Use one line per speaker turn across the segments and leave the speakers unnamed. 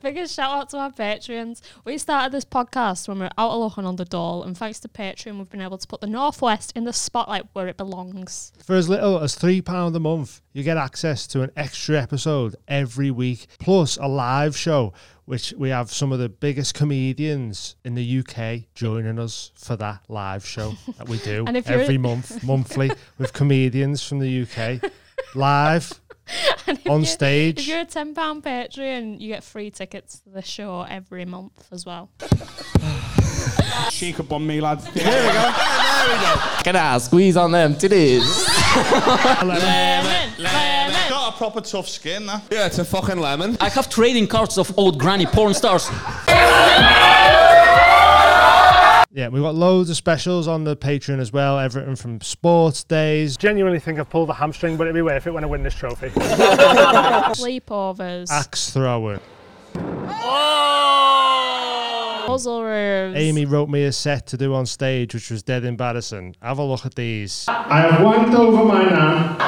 biggest shout out to our Patreons. We started this podcast when we were out of luck and under doll, and thanks to Patreon, we've been able to put the Northwest in the spotlight where it belongs.
For as little as £3 a month, you get access to an extra episode every week, plus a live show, which we have some of the biggest comedians in the UK joining us for that live show that we do
And if you're-
every month, monthly, with comedians from the UK live
And if
on
you-
stage.
If you're a ten pound Patreon, you get free tickets to the show every month as well.
Shake up on me, lads.
Can I squeeze on them titties?
Lemon, lemon.
Got a proper tough skin, that.
Yeah, it's a fucking lemon.
I have trading cards of old granny porn stars.
Yeah, we've got loads of specials on the Patreon as well, everything from sports days,
Genuinely think I've pulled the hamstring, but it'd be worth it when I win this trophy.
Sleepovers,
axe throwing.
puzzle rooms.
Amy wrote me a set to do on stage, which was dead embarrassing. Have a look at these.
I have wanked over my nan.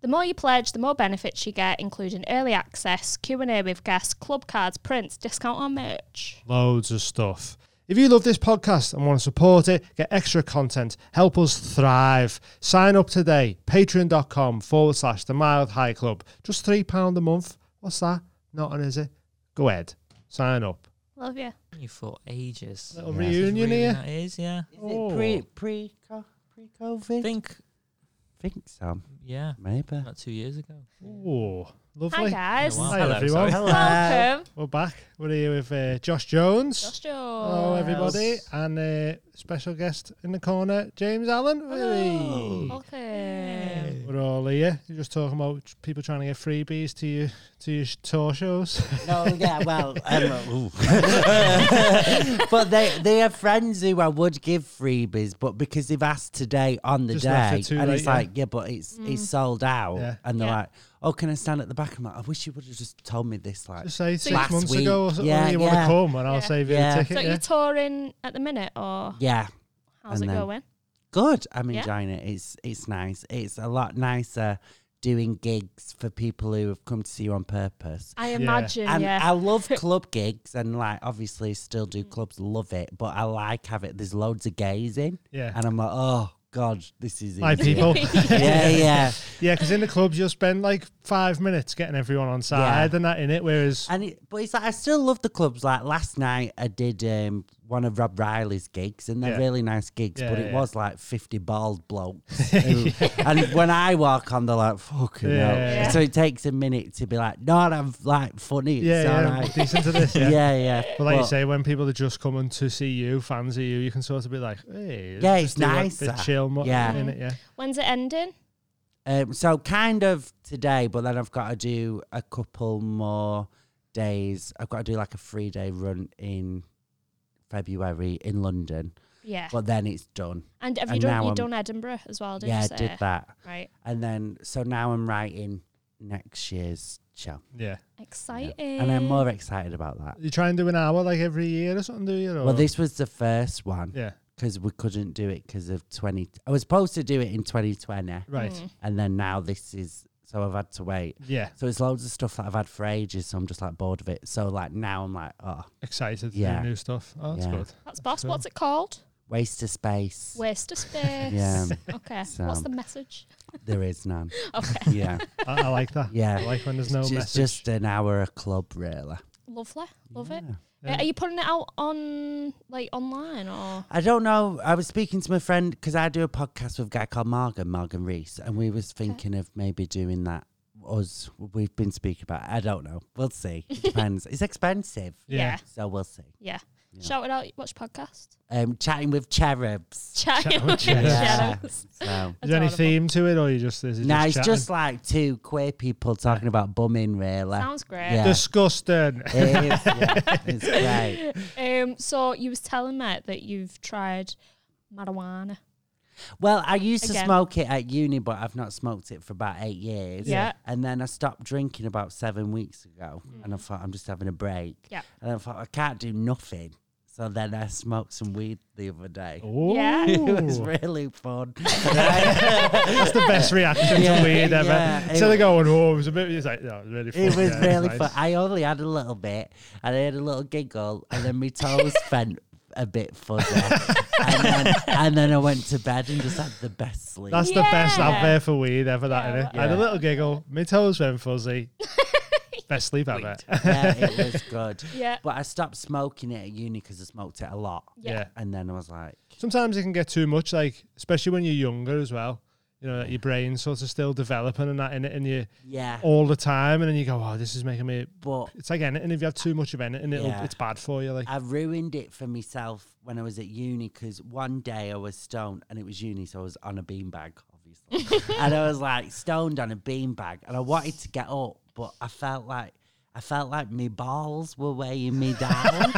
The more you pledge, the more benefits you get, including early access, Q&A with guests, club cards, prints, discount on merch.
Loads of stuff. If you love this podcast and want to support it, get extra content, help us thrive. Sign up today, patreon.com forward slash the mild high club. Just £3 a month. What's that? Nothing, is it? Go ahead. Sign up.
Love you.
You for ages.
Little
This is
reunion
really
here.
nice, yeah.
Oh.
Pre, pre, co-
I
pre-COVID.
think,
think so.
yeah,
Maybe.
about two years ago.
Oh,
Hi
lovely.
guys.
Hello.
Hi,
Hello,
everyone.
sorry.
Welcome.
We're back. We're here with uh, Josh Jones.
Josh
Hello, everybody.
Yes.
And uh, special guest in the corner, James Allen. Hey.
Welcome.
We're all here. You're just talking about tr- people trying to get freebies to you to your sh- tour shows.
No, yeah, well, um, ooh. but they they have friends who I would give freebies, but because they've asked today on the
Just left
day,
it too
and
late,
it's
yeah.
like, yeah, but it's it's sold out,
Yeah.
and they're
Mm. Yeah.
like, oh, can I stand at the back? I'm like, I wish you would have just told me this, like,
Just say six
Last
months
week.
ago or something.
Yeah,
you
yeah.
want to come, and I'll
Yeah.
save you a
Yeah. So
ticket.
So
yeah.
you're touring at the minute, or
yeah,
how's
And
it
then-
going?
good. I'm
Yeah.
enjoying it. It's it's nice. It's a lot nicer doing gigs for people who have come to see you on purpose.
I imagine, yeah.
And I love club gigs, and like obviously still do clubs, love it. But I like have it. There's loads of gays in,
Yeah.
and I'm like, oh god, this is
My
easy."
people.
yeah, yeah.
yeah, because in the clubs you'll spend like five minutes getting everyone on side and that in it. Whereas
And it, but it's like I still love the clubs. Like last night, I did um, one of Rob Riley's gigs, and they're
Yeah.
really nice gigs.
Yeah,
but
yeah,
it
yeah.
was like fifty bald blokes, who- and when I walk on, they're like fucking
Yeah,
hell.
yeah, yeah.
So it takes a minute to be like, no, I'm like funny.
yeah,
so
yeah,
like-
decent to this. Yeah.
yeah, yeah.
But like you
But-
say, when people are just coming to see you, fans of you, you can sort of be like, hey,
Yeah,
let's
it's
do a bit
nicer.
chill, mo-
Yeah.
in it, yeah.
When's it ending?
Um, so kind of today, but then I've got to do a couple more days. I've got to do like a three day run in February in London,
Yeah.
but then it's done.
and have you
and
done
now
you
I'm-
done Edinburgh as well? Did
yeah,
you
I
say?
did that,
Right.
and then so now I'm writing next year's show,
Yeah.
Exciting.
and I'm more excited about that.
You try and do an hour like every year or something, do you? Or?
Well, this was the first one
Yeah,
because we couldn't do it because of twenty. I was supposed to do it in 2020,
Hmm.
right.
Mm.
and then now this is so I've had to wait.
Yeah,
So it's loads of stuff that I've had for ages, so I'm just like bored of it. So like now I'm like, oh,
excited to
Yeah.
do new stuff. Oh, that's
Yeah.
good.
That's boss.
Cool.
What's it called?
waste of space.
Waste of space.
Yeah,
Okay. What's
Sam.
the message?
there is none.
Okay.
Yeah,
I, I like that.
Yeah.
I like when there's no
it's
message.
just an hour a club, really.
Lovely. Love it.
Yeah.
Uh, Are you putting it out on like online or?
I don't know. I was speaking to my friend because I do a podcast with a guy called Morgan, Morgan Reese, and we was thinking of maybe doing that. Us, we've been speaking about. it. I don't know. We'll see. It depends. it's expensive,
Yeah.
so we'll see.
Yeah. yeah. Shout it out. Watch podcast.
Um, chatting with cherubs.
Chat.
with cherubs.
Yeah. So.
Is there any theme to it, or you just is it
No,
just
it's
chatting?
just like two queer people talking about bumming, really.
Sounds great.
Yeah.
disgusting?
It is, yeah. It's great.
Um. So you was telling me that you've tried marijuana.
Well, I used to
Again.
smoke it at uni, but I've not smoked it for about eight years.
Yeah.
And then I stopped drinking
Hmm.
about seven weeks ago, and I thought I'm just having a break.
Yeah.
And I thought I can't do nothing, So then I smoked some weed the other day.
Oh,
Yeah.
It was really fun.
that's the best reaction
Yeah,
to weed ever.
yeah,
so
it-
they're going, oh, it was a bit. It's like, no, it was really fun.
It was
yeah, it's
really
nice."
fun. I only had a little bit, and I had a little giggle, and then my toes felt a bit fuzzy. and, then, and then I went to bed and just had the best sleep.
That's the best
Yeah.
out there for weed ever. That
Yeah,
innit? I had a
Yeah.
little giggle. My toes went fuzzy. best sleep ever.
yeah, it was good.
Yeah.
But I stopped smoking it at uni because I smoked it a lot.
Yeah.
yeah.
And then I was like,
sometimes it can get too much, like especially when you're younger as well. You know, like your brain's sort of still developing and that in it, and you
yeah.
all the time, and then you go, "Oh, this is making me."
But
It's like anything. If you have too much of anything, it'll,
Yeah.
it's bad for you. Like,
I ruined it for myself when I was at uni because one day I was stoned and it was uni, so I was on a beanbag, obviously. and I was like stoned on a beanbag and I wanted to get up, but I felt like I felt like my balls were weighing me down.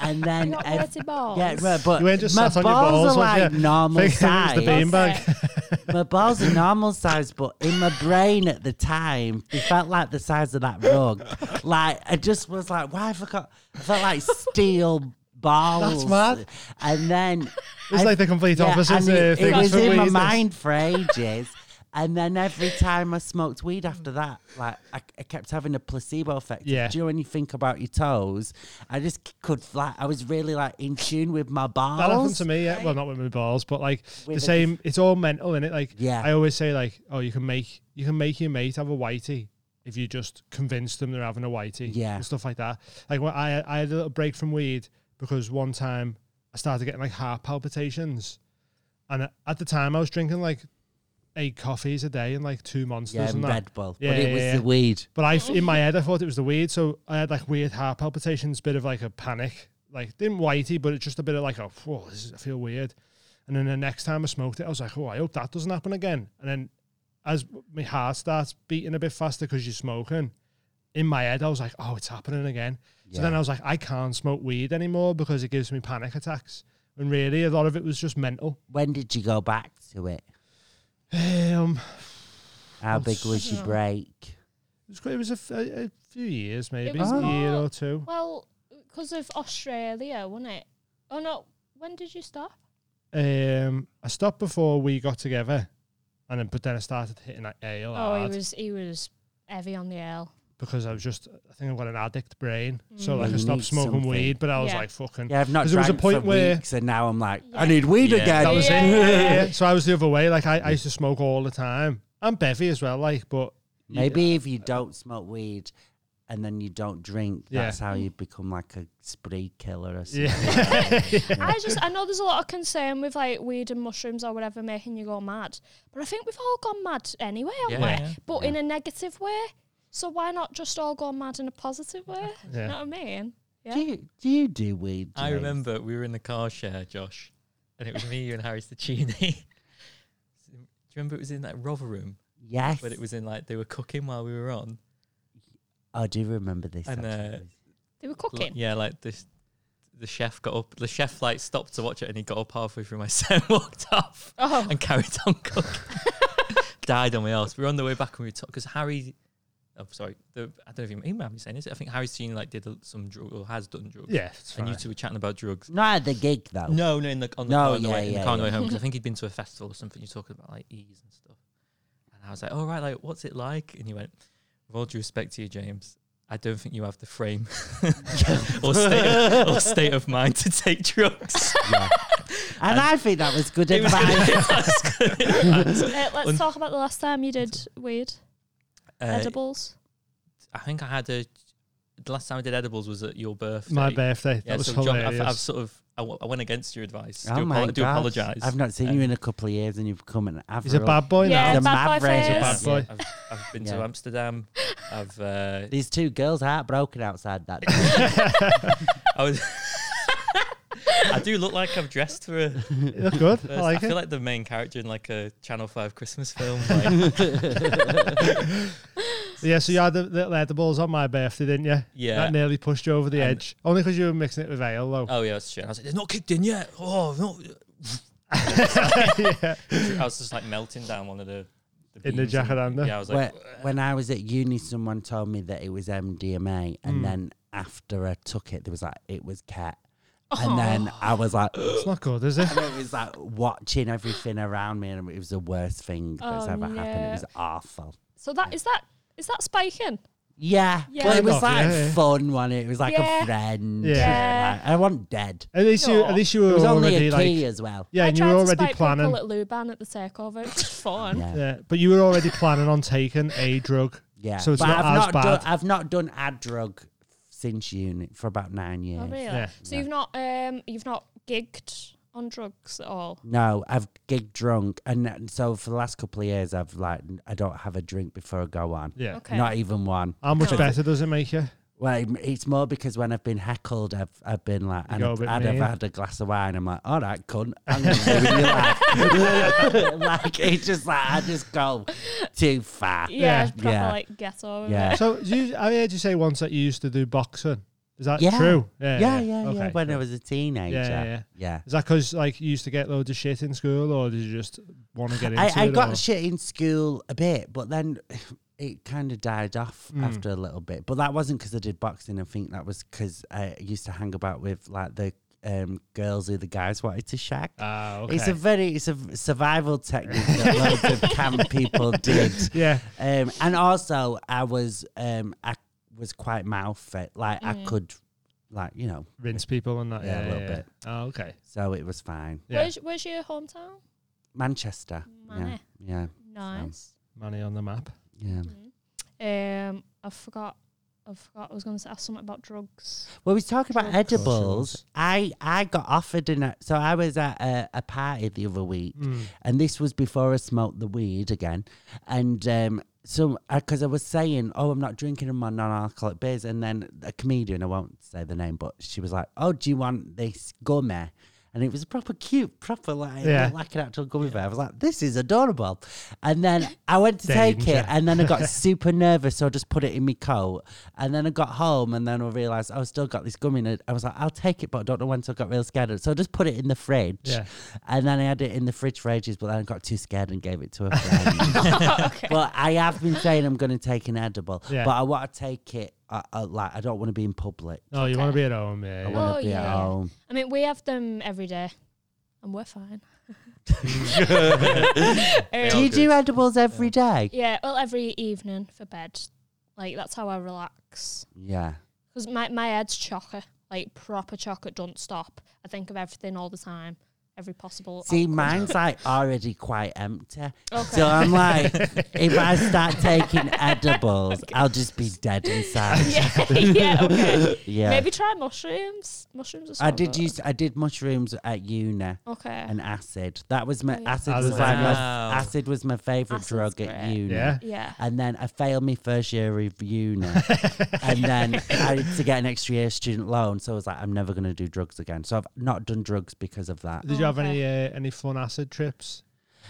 and then
Not
ev-
dirty balls.
yeah, right, but
you weren't just
my
sat on
balls,
your balls, was
are like
you?
normal
Thinking it was
size.
the beanbag.
That's it.
My balls are normal size, but in my brain at the time, they felt like the size of that rug. Like I just was like, why have I got? I felt like steel balls.
That's mad.
And then
It's like the complete opposite,
and
uh,
It, it
things
was
for
in my
weed.
mind for ages. And then every time I smoked weed after that, like I, I kept having a placebo effect.
Yeah.
Do you know when you think about your toes? I just c- could like I was really like in tune with my balls.
That happened to me. Yeah. Well, not with my balls, but like the
With a-
same. It's all mental, in it. Like,
Yeah.
I always say, like, oh, you can make you can make your mate have a whitey if you just convince them they're having a whitey.
Yeah.
and stuff like that. Like, when I I had a little break from weed because one time I started getting like heart palpitations, and at the time I was drinking like eight coffees a day and like two monsters
Yeah,
and that.
Red Bull.
Yeah,
but it
yeah,
was
yeah.
the weed.
But I, in my head, I thought it was the weed. So I had like weird heart palpitations, bit of like a panic, like didn't whitey, but it's just a bit of like a whoa, this is, I feel weird. And then the next time I smoked it, I was like, oh, I hope that doesn't happen again. And then as my heart starts beating a bit faster because you're smoking, in my head, I was like, oh, it's happening again. So then I was like, I can't smoke weed anymore because it gives me panic attacks. And really, a lot of it was just mental.
When did you go back to it?
Um, Oh,
How big was your break?
it was, quite, it was a, f- a- a few years, maybe
was
a year
not-
or two.
Well, because of Australia, wasn't it? Oh no, when did you stop?
Um, I stopped before we got together, and then but then I started hitting that ale
Oh,
hard
he was he was heavy on the L.
because I was just I think I've got an addict brain, so
Mm.
like I
You
stopped
need
smoking
something.
weed, but I was
Yeah.
like fucking.
Yeah, I've not
'Cause there was
drank
a point
for
where-
weeks, and now I'm like, I
Yeah.
need weed
Yeah.
again.
That was it.
Yeah.
Yeah, So I was the other way. Like I, I used to smoke all the time and bevy as well. Like, but
Maybe if you don't smoke weed and then you don't drink,
Yeah.
that's how you become like a spree killer or something.
yeah,
I just I know there's a lot of concern with like weed and mushrooms or whatever making you go mad, but I think we've all gone mad anyway, haven't
Yeah.
we?
Yeah.
But in a negative way. So why not just all go mad in a positive way? You know
yeah.
what I mean? Yeah.
Do you do you do weed?
I
James?
remember we were in the car share, Josh, and it was me, you, and Harry Stacini. Do you remember it was in that Rover room,
Yes.
but it was in like they were cooking while we were on.
Oh, I do remember this.
And, uh,
actually.
They were
L-
cooking.
yeah, like this. The chef got up. The chef like stopped to watch it, and he got up halfway through my set, and walked off,
Oh,
and carried on cooking. Died on my ass. We were on the way back, and we were because Harry. Oh, sorry. The, I don't know if you- he might be saying this. I think Harry Steen like did a- some drug or has done drugs.
yeah it's
and you
fine.
two were chatting about drugs.
Not at the gig though.
No, no, in the on the
No,
car on the
yeah,
way, in the
yeah,
car on the way
yeah.
home because I think he'd been to a festival or something. You're talking about like ease and stuff, and I was like, "All right, like what's it like?" And he went, "With all due respect to you, James, I don't think you have the frame or, state of, or state of mind to take drugs."
And I think that was good
It was
advice. Oh
uh, let's
Un-
talk about the last time you did weed
Uh,
edibles.
I think I had a. The last time I did edibles was at your birthday.
my birthday.
Yeah,
that was
so John,
hilarious.
I've, I've sort of I, w- I went against your advice.
Oh
do
my
apo- do
God.
apologize.
I've not seen you in a couple of years, and you've become an average.
He's a bad boy
Yeah,
He's a
now.
bad boy
maverick.
face.
He's a bad boy.
I've, I've been to
Yeah.
Amsterdam. I've uh,
These two girls heartbroken outside that.
I was. I do look like I've dressed for a.
You look good. I
I
like
feel
it.
like the main character in like a Channel Five Christmas film. Like,
yeah, so you had the, the edibles on my birthday, didn't you?
Yeah.
That nearly pushed you over the
And-
edge. Only because you were mixing it with ale, though.
oh yeah, that's true. And I was like, they're not kicked in yet. Oh no. I was just like melting down one of the.
In the
beams and-
jacaranda?
Yeah, I was
when,
like,
when I was at uni, someone
Hmm.
told me that it was MDMA, and then after I took it, there was like it was cat,
Oh.
And then I was like,
It's not good, is it?
and it was like watching everything around me, and it was the worst thing that's
Oh,
ever happened.
no.
It was awful.
So that is that is that spiking?
Yeah,
Yeah.
but it was
Kind of,
like
yeah.
fun, wasn't it? It was like
Yeah.
a friend.
Yeah.
Yeah.
Like, I want dead.
At least you, at
Aw.
least you were
It was only
already
a
like,
key as well.
yeah,
I
and you were
tried to
already
spike
planning.
people at Luban at the takeover. It was fun.
Yeah.
Yeah, but you were already planning on taking a drug.
Yeah.
So it's
but
not
I've
as
not
bad.
Done, I've not done a drug since uni for about nine years.
Oh really?
Yeah.
So you've not um you've not gigged on drugs at all.
No, I've gig drunk, and that- so for the last couple of years, I've like n- I don't have a drink before I go on.
Yeah.
Okay.
Not even one.
How much
Cool.
better does it make you?
Well, it- it's more because when I've been heckled, I've I've been like, and
go a
I've,
bit
and I've
mean.
had a glass of wine. I'm like, all right, cunt. I'm gonna go with you, like, like it's just like I just go too far.
yeah,
Yeah.
it's proper
Yeah.
like get over
Yeah.
it.
So you, I heard you say once that you used to do boxing. Is that
Yeah.
true?
Yeah, yeah, yeah.
Okay,
when I
cool.
was a teenager.
Yeah, yeah, yeah.
yeah.
Is that because like you used to get loads of shit in school, or did you just want to get into
I, I
it?
got
or-
shit in school a bit, but then it kind of died off
Hmm.
after a little bit. But that wasn't because I did boxing. I think that was because I used to hang about with like the um, girls who the guys wanted to shag.
Ah, okay.
It's a very it's a v- survival technique that loads of camp people did.
yeah,
Um, and also, I was um, I was quite mouthy. Like I could, like you know,
rinse people and that.
Yeah,
Yeah,
a little
yeah.
bit.
Oh, okay.
so it was fine.
Yeah.
Where's, where's your hometown?
Manchester.
Manny.
Yeah.
Nice.
Money on the map.
Yeah. Yeah.
Um, I forgot. I forgot. I was going to ask something about drugs.
Well, we talk about
Drugs.
edibles. I I got offered an uh, so I was at a, a party the other week,
Hmm.
and this was before I smoked the weed again, and um. So, because I was saying, oh, I'm not drinking my non-alcoholic beers, and then a comedian, I won't say the name, but she was like, oh, do you want this gummy? And it was proper cute, proper like
Yeah.
like an actual gummy bear. I was like, this is adorable. And then I went to take it,
Danger.
and then I got super nervous, so I just put it in my coat. And then I got home, and then I realised I still got this gummy. And I was like, I'll take it, but I don't know when, so I got real scared. of it. So I just put it in the fridge.
Yeah.
And then I had it in the fridge for ages, but then I got too scared and gave it to a friend. But I have been saying I'm going to take an edible,
Yeah.
but I want to take it. Uh, uh, like I don't want to be in public.
No, Oh, you want to be at home, yeah.
I
yeah.
want to
Oh,
be at
yeah.
home.
I mean, we have them every day, and we're fine.
Do
Um,
you do edibles every day?
yeah, well, every evening for bed, like that's how I relax.
Yeah.
Because my my head's chocker, like proper chocker, don't stop. I think of everything all the time, every possible.
See,
outcome.
mine's like already quite empty.
Okay.
So I'm like, if I start taking edibles, I'll just be dead inside.
yeah, yeah, okay.
Yeah.
Maybe try mushrooms. Mushrooms. Are so
I did
good.
use I did mushrooms at uni
Okay.
and acid. That was my
Oh, yeah.
acid
Acid.
was like my,
Wow.
acid was my favorite
Acid's
drug at
great.
uni.
Yeah.
yeah.
And then I failed my first year of uni, and then I had to get an extra year student loan. So I was like, I'm never going to do drugs again. So I've not done drugs because of that.
oh,
Did you have any uh, any fun acid trips?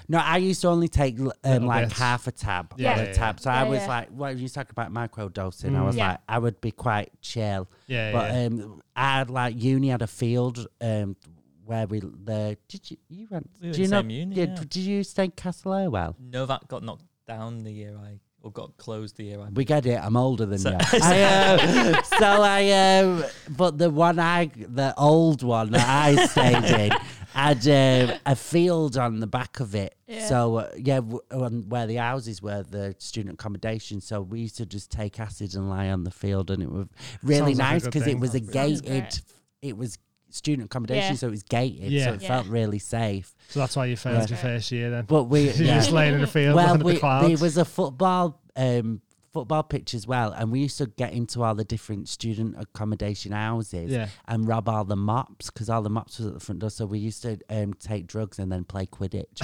No, I used to only take l- um,
Little
like
bits.
half a tab
Yeah,
yeah.
yeah,
a
yeah.
tab. So I
Yeah,
was
yeah.
like, well, you talk about microdosing. I was
Yeah.
like, I would be quite chill.
Yeah,
but
yeah.
um, I had like uni had a field um where we the did you you went
We were
do you
in
know
same uni,
yeah,
yeah.
d- did you stay in Castle Irwell?
Novak got knocked down the year I or got closed the year I.
We get it. I'm older than
So-
you. I, uh, so I, um, but the one I, the old one that I stayed in, had um, a field on the back of it.
Yeah.
So uh, yeah, w- on where the houses were, the student accommodation. So we used to just take acid and lie on the field, and it was really
Sounds like a
nice
good
because it
thing.
was a
Sounds
gated.
great.
It was student accommodation,
Yeah.
so it was gated,
Yeah.
so it
Yeah.
felt really safe.
So that's why you failed your
Yeah.
first year then.
But we
You're
yeah
just laying in the field
well,
under
we,
the clouds.
there was a football um, football pitch as well, and we used to get into all the different student accommodation houses
Yeah.
and rob all the mops because all the mops was at the front door. So we used to um, take drugs and then play Quidditch.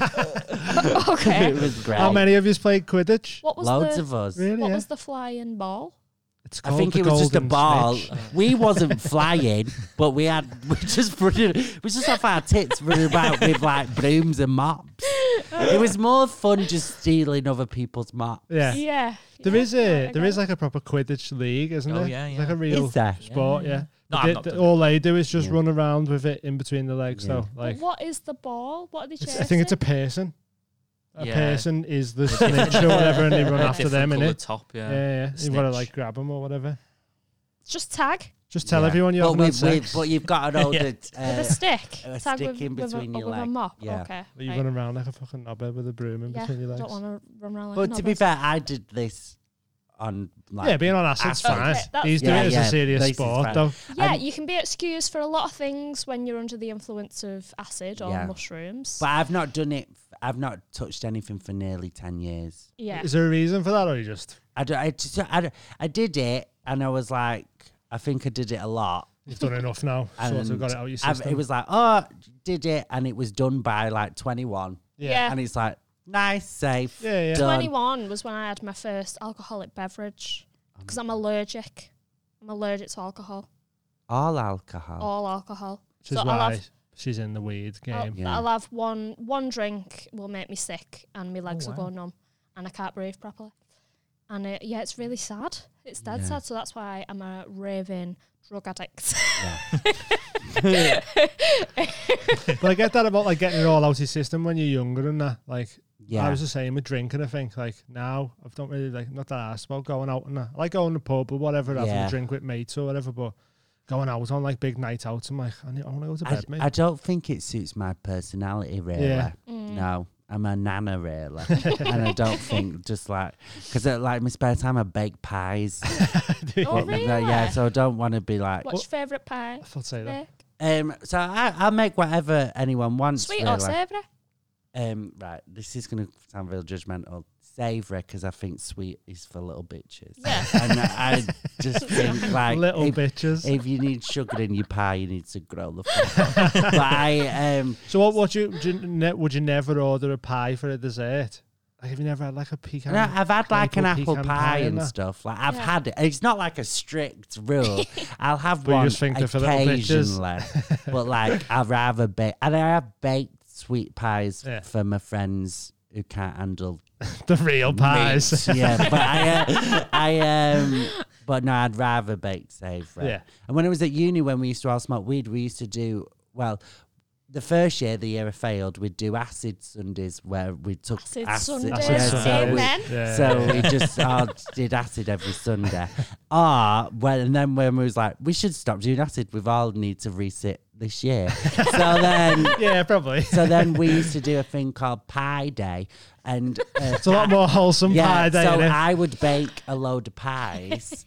Okay.
it was great.
How many of you played Quidditch?
What was
Loads
the
of us.
Really?
what
yeah.
was the flying ball?
It's
I
called
think
the
it was just a
golden
ball.
snitch.
We wasn't flying, but we had we just running, we just off our tits running about with like brooms and mops. It was more fun just stealing other people's mops.
Yeah.
Yeah.
There
yeah.
is a
Right,
there
okay.
is like a proper Quidditch league, isn't
Oh,
there?
yeah,
It's
yeah.
Like a real
Is there?
sport, yeah. But
No, I've
they-
not
they-
done
all they do is just
Yeah.
run around with it in between the legs,
Yeah.
though.
But
Like,
what is the ball? What are they
it's,
chasing?
I think it's a person. A
Yeah.
person is the snitch or whatever, and they run after them,
Different
innit?
colour top,
Yeah,
yeah.
yeah. yeah. You gotta
Snitch.
like grab them or whatever.
Just tag
Just tell
Yeah.
everyone you're
but
having had
we- we-
sex.
But you've got an older.
with
uh,
a stick.
a
tag
stick
with,
in
with a-
between
or
your
with a
leg.
mop.
Yeah.
Okay.
That you
right.
run around like a fucking knobhead with a broom in
yeah,
between your
I
legs.
don't want to run around like
But
a
to be
knobhead.
fair, I did this on like
yeah, being on acid's
Acid.
fine.
Okay, that's
He's doing
fine.
it as
Yeah,
a
yeah,
serious
this is
sport,
fine.
though.
Yeah,
I'm-
you can be excused for a lot of things when you're under the influence of acid or
Yeah.
mushrooms.
But I've not done it. I've not touched anything for nearly ten years.
yeah.
Is there a reason for that, or you just
I, d- I just I, d- I did it, and I was like, I think I did it a lot.
you've done enough now? sort of
and
got it out your
Um, I've-
system.
it was like, oh, did it, and it was done by like twenty one,
Yeah.
and it's um, like nice, safe,
Yeah, yeah.
done.
21 was when I had my first alcoholic beverage because I'm allergic. I'm allergic to alcohol,
all alcohol.
all alcohol.
which is
so
why
I'll have, Oh.
she's in the weed
I'll,
game.
Yeah.
I'll have one one drink will make me sick and my legs will
wow.
go numb and I can't breathe properly. And it, yeah, it's really sad. It's dead
Yeah.
sad. So that's why I'm a raving drug addict.
but I get that about like getting it all out your system when you're younger and that. Like
Yeah,
I was the same with drinking. I think like now I've not really like not that asked about going out and that. I like going to the pub or whatever, having
Yeah.
a drink with mates or whatever. But going out on like big night outs, I'm like, I, need, I want to go to
I,
bed, mate.
I don't think it suits my personality really.
Yeah.
Mm.
No, I'm a nana really, and I don't think just like because like my spare time I bake pies.
oh,
But,
really?
no, yeah, so I don't want to be like.
What's your favourite pie?
I thought say that.
Nick?
Um, so I I make whatever anyone wants.
Sweet
really.
or savoury?
Ah,
Um, right, this is gonna sound real judgmental. Savoury, because I think sweet is for little bitches.
Yeah.
and I just think like
Little
if,
bitches.
if you need sugar in your pie, you need to grow the. fuck up. but I um,
so what would you, do you ne- would you never order a pie for a dessert? Like have you never had like a pecan?
No, I've had like an
maple
apple
pecan
pie,
and
and
that?
stuff. Like I've
Yeah.
had it. It's not like a strict rule. I'll have
But you
one
just think they're for little bitches.
occasionally, but like I'd rather bake. And I have baked sweet pies
Yeah.
for my friends who can't handle
The real pies.
meat. yeah, but I, uh, I um, but no, I'd rather baked savoury.
Yeah.
And when I was at uni, when we used to all smoke weed, we used to do well. The first year, the year I failed, we'd do acid Sundays where we took
Acid
acid.
Sundays,
yeah,
Sundays.
so we-
amen.
Yeah.
so we just all did acid every Sunday. Ah, well, and then when we was like, we should stop doing acid. We've all need to resit this year. so then,
yeah, probably.
so then we used to do a thing called Pie Day, and uh,
It's a lot more wholesome pie day.
so
innit?
I would bake a load of pies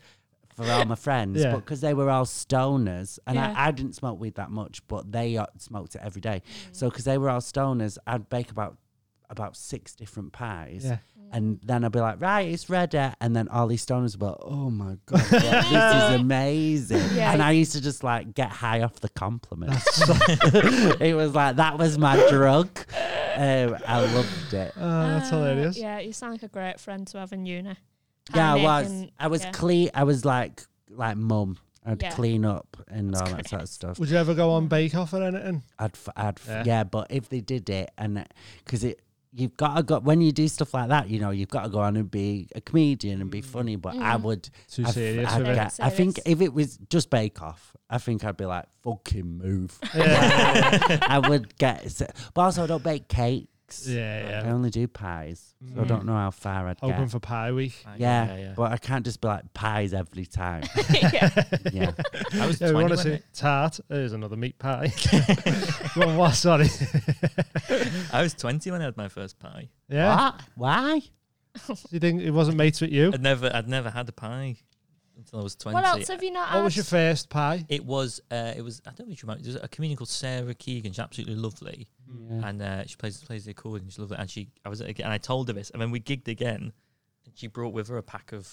for all my friends,
Yeah.
but because they were all stoners, and
Yeah.
I, I didn't smoke weed that much, but they uh, smoked it every day. So because they were all stoners, I'd bake about about six different pies.
Yeah.
And then I'd be like, right, it's ready. And then all these stoners were, oh my God, this is amazing.
Yeah.
And I used to just like get high off the compliments. it was like, that was my drug. Um, I loved it.
Oh,
Ah,
that's hilarious.
Yeah, you sound like a great friend to have in uni.
Yeah, I
Panic
was.
and-
I was
yeah.
clean. I was like like mum. I'd
Yeah.
clean up and all that sort of stuff.
Would you ever go on Bake Off or anything?
I'd, f- I'd, f-
Yeah.
yeah. But if they did it, and because it, you've got to go when you do stuff like that. You know, you've got to go on and be a comedian and be
Mm.
funny. But
Mm-hmm.
I would.
Too
I'd f-
serious
I'd
with it.
get- I think
Serious.
if it was just Bake Off, I think I'd be like, "Fucking move."
Yeah,
I would get. se- But also, I don't bake cakes.
yeah.
I
yeah.
only do pies. So I don't know how far I'd
Open
get.
for Pie Week.
Like,
yeah, but I can't just be like pies every time.
yeah.
yeah.
I was
Yeah, we
20
want to
when
see
it-
tart. There's another meat pie. well, what? Sorry.
I was 20 when I had my first pie.
Yeah.
What? Why?
Do you think it wasn't mates with you?
I'd never, I'd never had a pie until I was 20.
What else have you
Uh,
not
What was your
had?
first pie?
It was, uh, it was. I don't know if you remember. There's a comedian called Sarah Keegan. She's absolutely lovely, and uh, she plays plays the accordion. She's lovely, and she. I was at a gig- and I told her this, and then we gigged again, and she brought with her a pack of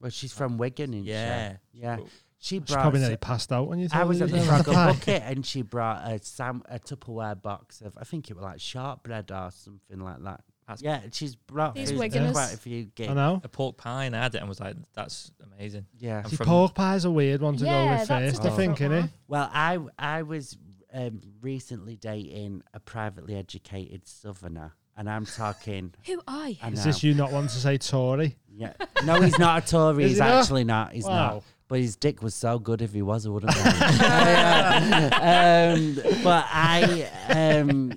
Well, she's from Wigan, and
yeah,
yeah.
Well,
She
She
brought.
probably nearly passed out when you.
I
told
was
her
at
you
the
had
Frog
a pie.
Bucket, and she brought a sam a Tupperware box of I think it was like shortbread or something like that.
That's-
yeah, she's brought
These
food to
Wiganers.
quite a few gigs.
I know.
a pork pie, and I had it, and was like, "That's amazing."
Yeah.
I'm
See,
from-
pork pie's a weird one to
Yeah,
go with
that's a
first. I think,
different
innit?
one.
Well, I I was um, recently dating a privately educated Southerner, and I'm talking.
Who are you?
I
Is
know.
this you not wanting to say Tory?
Yeah. No, he's not a Tory.
Is
he's
he not?
actually not. He's
Wow.
not. But his dick was so good. If he was, I wouldn't. want him. um, but I, um,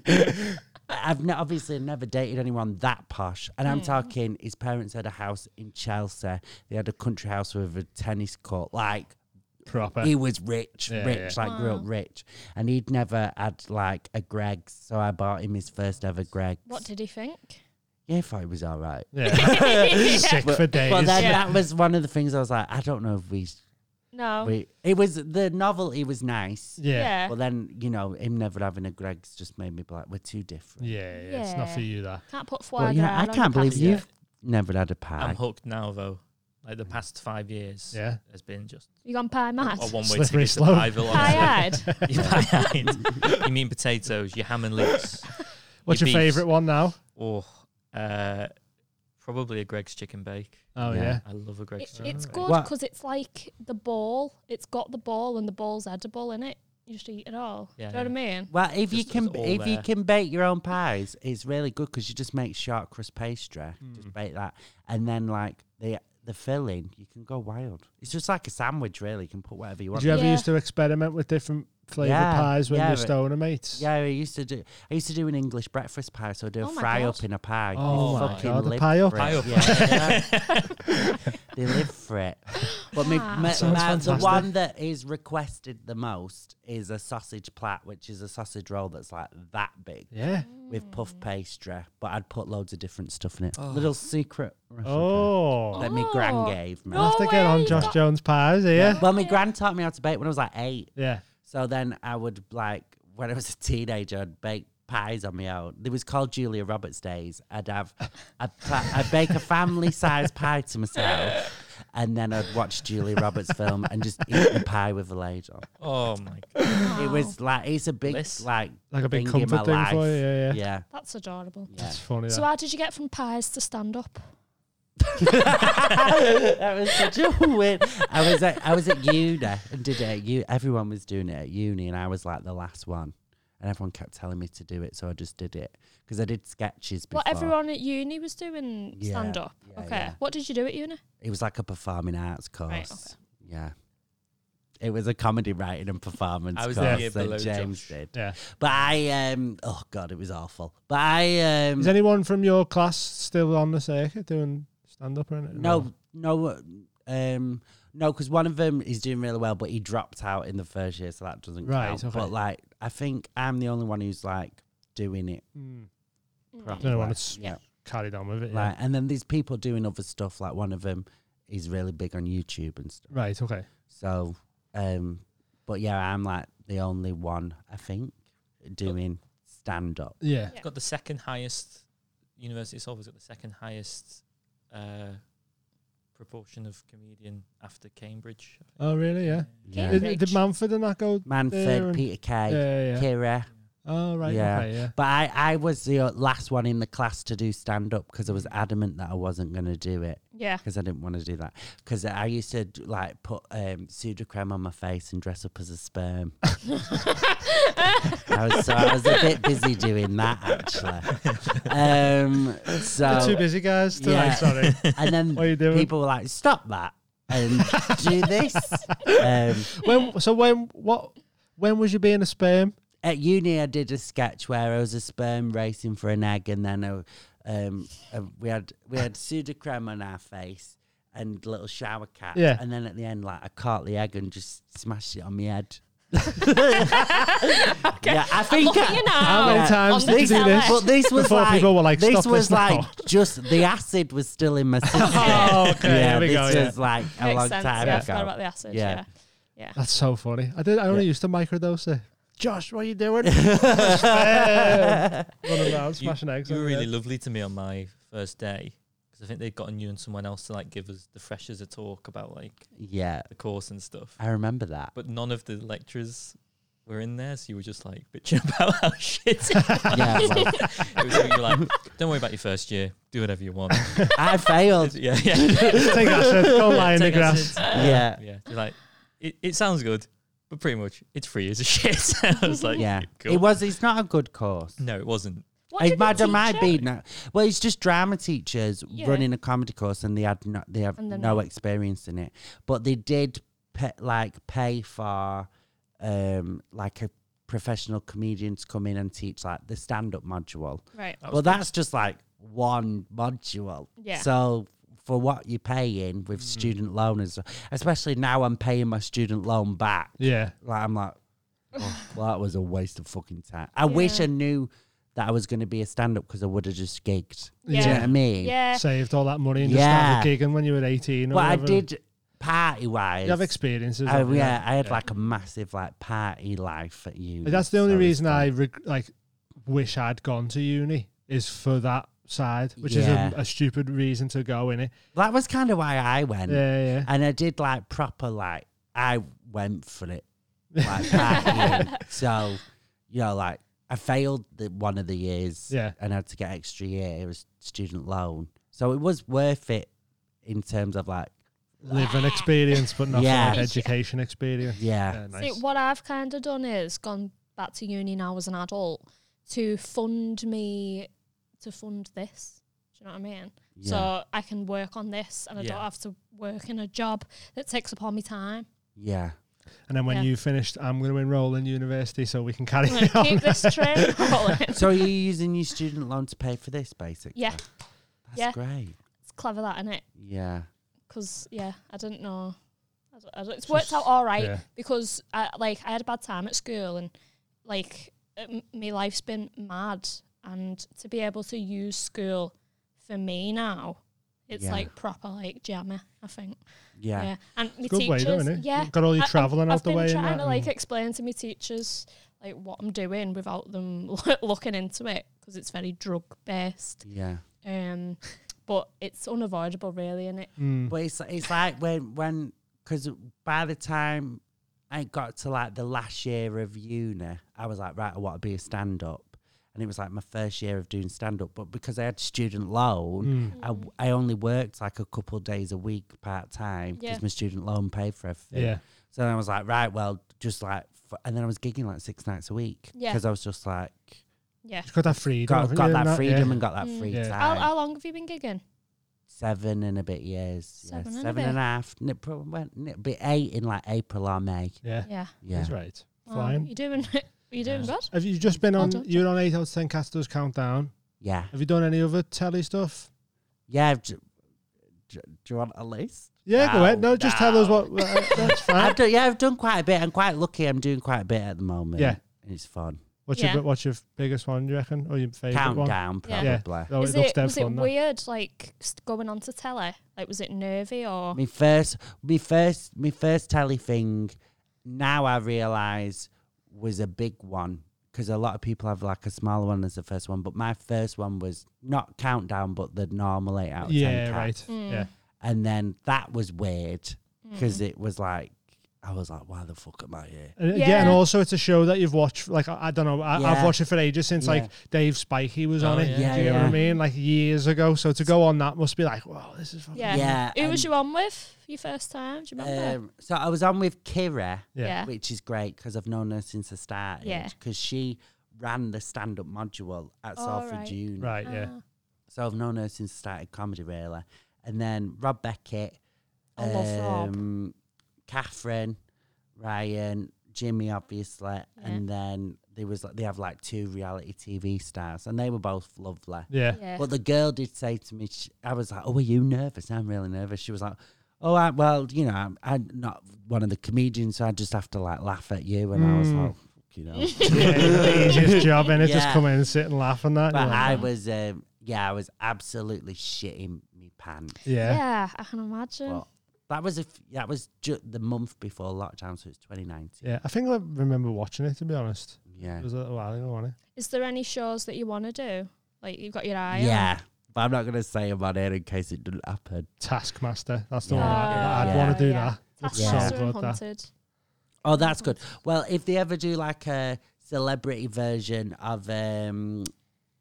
I've not, obviously never dated anyone that posh. And I'm talking. His parents had a house in Chelsea. They had a country house with a tennis court. Like
Proper.
he was rich,
Yeah,
rich, like grew up rich, and he'd never had like a Greg's, so I bought him his first ever Greg's.
What did he think?
yeah, I thought it was all right.
yeah. Sick for days.
But then
Yeah.
that was one of the things I was like, I don't know if we,
No.
we. It was the novelty was nice,
yeah.
yeah.
but then you know him never having a Greg's just made me be like, we're too different.
Yeah, yeah, it's not for
Yeah.
you that.
Can't put foie
But yeah,
gras
I
on your
can't believe
pasta.
you've never had a
I'm
pie.
hooked now though. Like the past five years
Mm. Yeah.
has been just
You gone
Oh,
pie mad?
a one way
Slippery
ticket
slope.
survival.
Pie-eyed.
Pie-eyed. you mean potatoes? Your ham and leeks?
What's your,
beefs.
favourite one now?
Oh, uh, probably a Greg's chicken bake.
Oh yeah.
Yeah.
I love a Greg's
It,
chicken.
it's
bake.
good
What?
because it's like the ball. It's got the ball and the ball's edible in it. You just eat it all.
Yeah,
Do you know what I mean?
Well, if you
Just
can
it's all
if you
there.
can bake your own pies, it's really good because you just make short crust pastry,
Hmm.
just bake that, and then like the the filling, you can go wild. It's just like a sandwich, really. You can put whatever you want.
Did you ever
Yeah.
used to experiment with different flavour
Yeah,
pies when
yeah,
you're
but-
stoner mates?
yeah, I used to do. I used to do an English breakfast pie, so I do a
Oh my
fry
God.
up in a pie. They
Oh my
fucking
God, a
live
pie up.
for it.
Pie up.
Yeah, they live for it. But me,
Wow.
me-
Sounds
my- the
fantastic.
one that is requested the most is a sausage plat, which is a sausage roll that's like that big.
Yeah.
with puff pastry, but I'd put loads of different stuff in it. Little secret recipe
Oh.
that my gran gave me.
I'll have to get on Josh Jones pies here.
Well, my gran taught me how to bake when I was like eight.
Yeah.
So then I would like when I was a teenager, I'd bake pies on my own. It was called Julia Roberts Days. I'd have I'd, pla- I'd bake a family sized pie to myself. And then I'd watch Julia Roberts' film and just eat the pie with a ladle.
Oh my god.
It
Oh,
was like it's a big
Bliss.
like
Like a big
thing in my
comfort thing for
life.
you, yeah, yeah.
yeah.
That's adorable.
It's funny.
So
that.
how did you get from pies to stand up?
that was such a weird. I was at I was at uni and did it. At uni. Everyone was doing it at uni, and I was like the last one. And everyone kept telling me to do it, so I just did it because I did sketches before.
What everyone at uni was doing
Yeah,
stand up.
yeah,
okay.
yeah.
What did you do at uni?
It was like a performing arts course.
Right,
Yeah, it was a comedy writing and performance
I was the year
course
below
that James
Josh.
did.
yeah.
But I um oh god, it was awful. But I um
Is anyone from your class still on the circuit doing stand up or anything?
No, no, uh, um, no, because one of them is doing really well, but he dropped out in the first year, so that doesn't
Right,
count.
okay.
But like, I think I'm the only one who's like doing it
Mm.
properly.
No one that's
yeah.
carried on with it. Yeah.
Like, and then there's people doing other stuff. Like one of them is really big on YouTube and stuff.
Right, okay.
So, um, but yeah, I'm like the only one I think doing stand up.
Yeah.
Yeah.
Got the second highest University of Salford's got the second highest uh, proportion of comedian after Cambridge. I think.
Oh really, yeah.
Yeah.
Did, did Manford and that go there
Manford,
and-
Peter
Yeah,
Kay,
yeah, yeah.
Kira.
Oh right,
Yeah.
okay, yeah.
But I, I was the uh, last one in the class to do stand up because I was adamant that I wasn't going to do it
Yeah.
because I didn't want to do that. Because I used to d- like put um, pseudocreme on my face and dress up as a sperm. I was, so I was a bit busy doing that actually. Um,
You're too
so
busy guys tonight,
yeah.
sorry.
and then
What are you doing?
people were like, "Stop that and do this." Um,
when so when what when was you being a sperm?
at uni, I did a sketch where I was a sperm racing for an egg, and then I, um, uh, we had we had pseudocreme on our face and little shower cap.
Yeah.
And then at the end, like I caught the egg and just smashed it on my head. Yeah, I think. I-
You know.
How many times
on
did
the
you do
telly.
this?
but Oh, this was
Before
like,
people were like,
this
"Stop this
was like
now."
just the acid was still in my system.
Oh, okay,
yeah,
there we
this
go, yeah.
was like a
Makes
long
sense.
time
yeah. I
ago.
forgot about the acid.
Yeah. Uh,
Yeah.
That's so funny. I did I only used to microdose it. Josh, what are you doing? Running around,
You,
smashing eggs.
you
on
were
your
really
head.
lovely to me on my first day because I think they'd gotten you and someone else to like give us the freshers a talk about like
Yeah,
the course and stuff.
I remember that.
But none of the lecturers were in there, so you were just like bitching about how shit. it
yeah, well,
was. So you were like, "Don't worry about your first year. Do whatever you want."
I failed.
yeah, yeah.
Take acid, go lie in the
Take
grass.
acid.
Yeah.
Yeah, they're like it, it sounds good, but pretty much it's free as a shit. I was like,
Yeah,
cool.
it was. It's not a good course.
No, it wasn't.
Oh What
It
did
might,
the
there might
teacher-
be no. Well, it's just drama teachers
Yeah.
running a comedy course, and they had no, they have
And they're
no
not.
experience in it. But they did pe- like pay for um like a professional comedian to come in and teach like the stand up module.
Right.
well, that's just like one module.
Yeah. Mm.
So for what you're paying with student loan and stuff. Especially now, I'm paying my student loan back.
Yeah.
Like I'm like, oh, well, that was a waste of fucking time. I wish
Yeah.
I knew that I was going to be a stand up because I would have just gigged. Do you know
Yeah.
what I mean?
Yeah.
Saved all that money and just
Yeah.
started gigging when you were 18. Or
Well, I
whatever.
did party wise.
um, You have experiences.
I,
haven't you?
yeah, I had like a massive like party life at uni.
That's the only
so it's
reason I
fun.
reg- like wish I'd gone to uni is for that side, which
Yeah.
is a, a stupid reason to go in it.
That was kind of why I went.
Yeah, yeah.
And I did like proper like I went for it, like partying. so you know, like I failed the, one of the years,
Yeah.
and had to get extra year. It was student loan, so it was worth it in terms of like
Live an experience, but not
Yeah.
like education experience.
yeah,
Yeah,
See,
nice.
what I've kind of done is gone back to uni now as an adult to fund me to fund this. Do you know what I mean?
yeah,
So I can work on this, and I don't
Yeah.
have to work in a job that takes up all my time.
yeah.
And then when
Yeah.
you finished, I'm going to enroll in university so we can carry
I'm gonna
on.
keep this train rolling.
So are you using your student loan to pay for this, basically?
Yeah.
that's
Yeah.
great.
It's clever that, isn't it?
Yeah,
Because yeah, I didn't know. I don't, I don't, it's worked out all right
Yeah.
because I, like I had a bad time at school and like uh, m- my life's been mad, and to be able to use school for me now, it's
Yeah.
like proper like jammy. I think.
yeah,
Yeah. And my
Good way,
teachers,
though, innit?
yeah.
Got all
I-
your
I've-
travelling out
I've
the
been
way and
trying
that
to like
and-
explain to my teachers like what I'm doing without them looking into it because it's very drug based.
yeah.
Um, but it's unavoidable, really, is it?
Mm.
But it's it's like when when because by the time I got to like the last year of uni, I was like, right, I want to be a stand up, and it was like my first year of doing stand up. But because I had student
Mm.
loan,
mm,
I w I I only worked like a couple days a week part time because
Yeah.
my student loan paid for everything.
Yeah.
So then I was like, right, well, just like, f- and then I was gigging like six nights a week
Yeah.
because I was just like.
Yeah.
You've got that freedom.
Got,
haven't
got
you,
that
and yeah.
freedom and got that
Mm.
free
Yeah.
How,
time.
how long have you been gigging?
Seven and a bit years.
Seven and
yeah.
a
seven
bit.
and a half. N- probably went- n- be eight in like April or May.
Yeah.
Yeah.
Yeah.
That's right.
Wow,
Flying.
You're doing. You're doing good.
Have you just been
Well
on?
done.
You're on eight out of ten casters countdown.
Yeah.
Have you done any other telly stuff?
Yeah. I've ju- ju- do, you want a list?
Yeah, go
No,
ahead. No, just tell us
no.
what. uh, that's fine.
I've done, yeah, I've done quite a bit. I'm quite lucky. I'm doing quite a bit at the moment.
Yeah.
And it's fun.
What's
Yeah.
your what's your biggest one? Do you reckon, or your favorite one?
Countdown,
Yeah.
Yeah.
probably.
Oh,
Is
it looks
it
dead
was it
fun, that.
weird like st- going on to telly? Like was it nervy or
My first, my first, my first telly thing. Now I realise was a big one because a lot of people have like a smaller one as the first one, but my first one was not countdown, but the normal eight out of ten.
Yeah,
count.
right.
Hmm.
Yeah,
And then that was weird
Mm.
because it was like I was like, why the fuck am I here?
And- uh, yeah. and
Yeah.
also it's a show that you've watched. Like I, I don't know, I, I've
Yeah.
watched it for ages since
Yeah.
like Dave Spikey was on
Oh,
it.
yeah.
Do you know what
Yeah.
I mean? Like years ago. So to go on that must be like, wow, this is fucking.
yeah?
Yeah, um,
Who was
and-
you on with your first time? Do you remember?
Um, so I was on with Kira.
Yeah.
yeah.
which is great because I've known her since the start.
Yeah.
Because she ran the stand up module at
Oh,
Salford
right.
Uni.
Right. Yeah.
Ah,
So I've known her since I started comedy, really. And then Rob Beckett, um,
I love Oh, Rob.
Catherine, Ryan, Jimmy, obviously. And then there was like, they have like two reality TV stars, and they were both lovely.
Yeah.
yeah.
But the girl did say to me, sh I was like, "Oh, are you nervous?" I'm really nervous. She was like, "Oh, I, well, you know, I'm, I'm not one of the comedians, so I just have to like laugh at you." And I was like, "You know,"
yeah. Easiest job in it. Just
Yeah.
come in and sit and laugh and that.
but
yeah.
I was, um, yeah, I was absolutely shitting me pants.
yeah.
Yeah, I can imagine.
But that was a f- that was ju- the month before lockdown, so it's 2019.
Yeah. I think I remember watching it. To be honest,
Yeah,
it was a little while ago, wasn't
Is there any shows that you want to do? Like you've got your eye on?
yeah. But I'm not gonna say about it in case it doesn't happen.
it? Taskmaster. That's the
Yeah.
one I, I'd
Yeah.
want to do
Ah. Yeah.
that. Looks
Taskmaster
so
and
good. That.
Hunted.
Oh, that's good. Well, if they ever do like a celebrity version of um,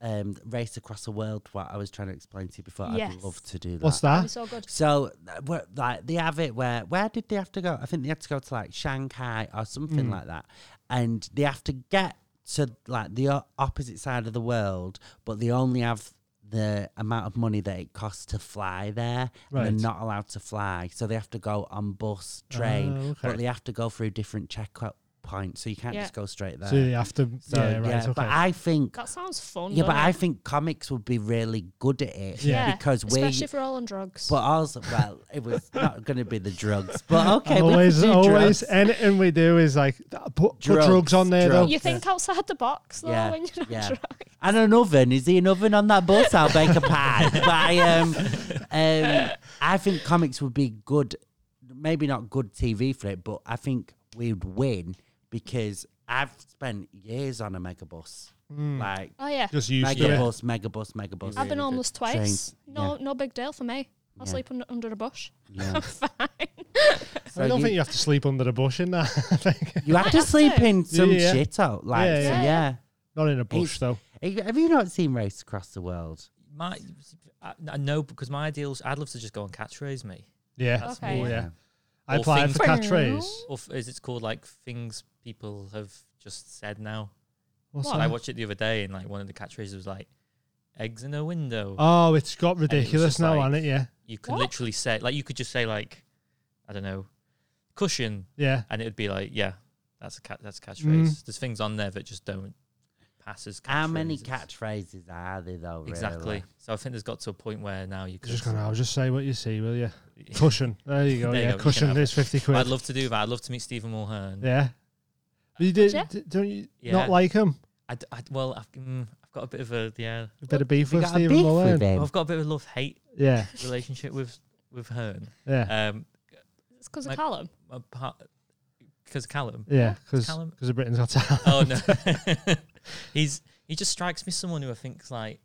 um, Race Across the World, what I was trying to explain to you before, I'd
Yes.
love to do that.
What's
That'd be
that?
so good.
So, uh, where- like, they have it where where did they have to go? I think they had to go to like Shanghai or something
Mm.
like that, and they have to get to like the o- opposite side of the world, but they only have the amount of money that it costs to fly there, and
Right.
they're not allowed to fly, so they have to go on bus, train,
Oh, okay.
but they have to go through different check point, so you can't
Yeah.
just go straight there.
So you have to.
So,
yeah, right. okay.
but I think
That sounds fun.
yeah, but
doesn't
I
it?
think comics would be really good at it.
Yeah.
because we-
especially if we're all on drugs.
But also, well, it was not going to be the drugs, but okay,
always,
we could do
always,
drugs.
anything we do is like th- put drugs, put
Drugs,
drugs on there
drugs.
though.
you think outside the box though
Yeah,
when you're not
yeah.
drunk.
and an oven. Is there an oven on that bus? I'll bake a pie. but I, um, um, I think comics would be good, maybe not good TV for it, but I think we'd win because I've spent years on a megabus.
Hmm.
Like,
Oh yeah.
Just used to it.
megabus, megabus, megabus.
I've been
Really
homeless
good. Train.
twice. No,
Yeah.
no big deal for me. I
Yeah.
sleep under, under a bush.
Yeah.
I'm fine.
So
I don't
you,
think you have to sleep under the bush in that. I think
you have to sleep
to.
in some
Yeah, yeah.
shit out. Like,
Yeah,
so,
yeah.
yeah.
not in a bush
It's-
though.
Have- Have you not seen Race Across the World?
My, I, I know because my ideal. is- I'd love to just go and catchphrase me.
Yeah,
That's
Okay.
Oh,
more-
yeah. I
Or
applied
things-
for catchphrase.
Or f- is it called like things people have just said now?
What's
I
that?
watched it the other day, and like one of the catchphrases was like, "Eggs in a window."
Oh, it's got
it was
ridiculous
just
now,
like-
hasn't it? Yeah,
you can
What?
literally say, like, you could just say like, I don't know, cushion,
yeah.
and it would be like, yeah, that's a cat, that's a catchphrase.
Mm.
There's things on there that just don't pass as.
How many catchphrases
catchphrases.
are there though? really?
Exactly. So I think there's got to a point where now you could.
Just gonna. I'll just say what you see, will you? Cushion. There you go.
There you
yeah,
go, you can
cushion.
have
There's fifty quid.
I'd love to do that. I'd love to meet Stephen Mulhern.
yeah. But you did,
Yeah.
d- don't you
Yeah.
not like him?
I, d- I d- well, I've, mm, I've got a bit of a yeah.
A bit of beef
We
with
got a
Stephen
beef with
Mullen.
him.
I've got a bit of a love hate
Yeah,
relationship with with Hearn.
yeah,
Um,
It's because
My-
of Callum.
because Callum.
yeah. Because
Callum-
because of Britain's Got Talent.
Oh no, he's he just strikes me as someone who I think's like.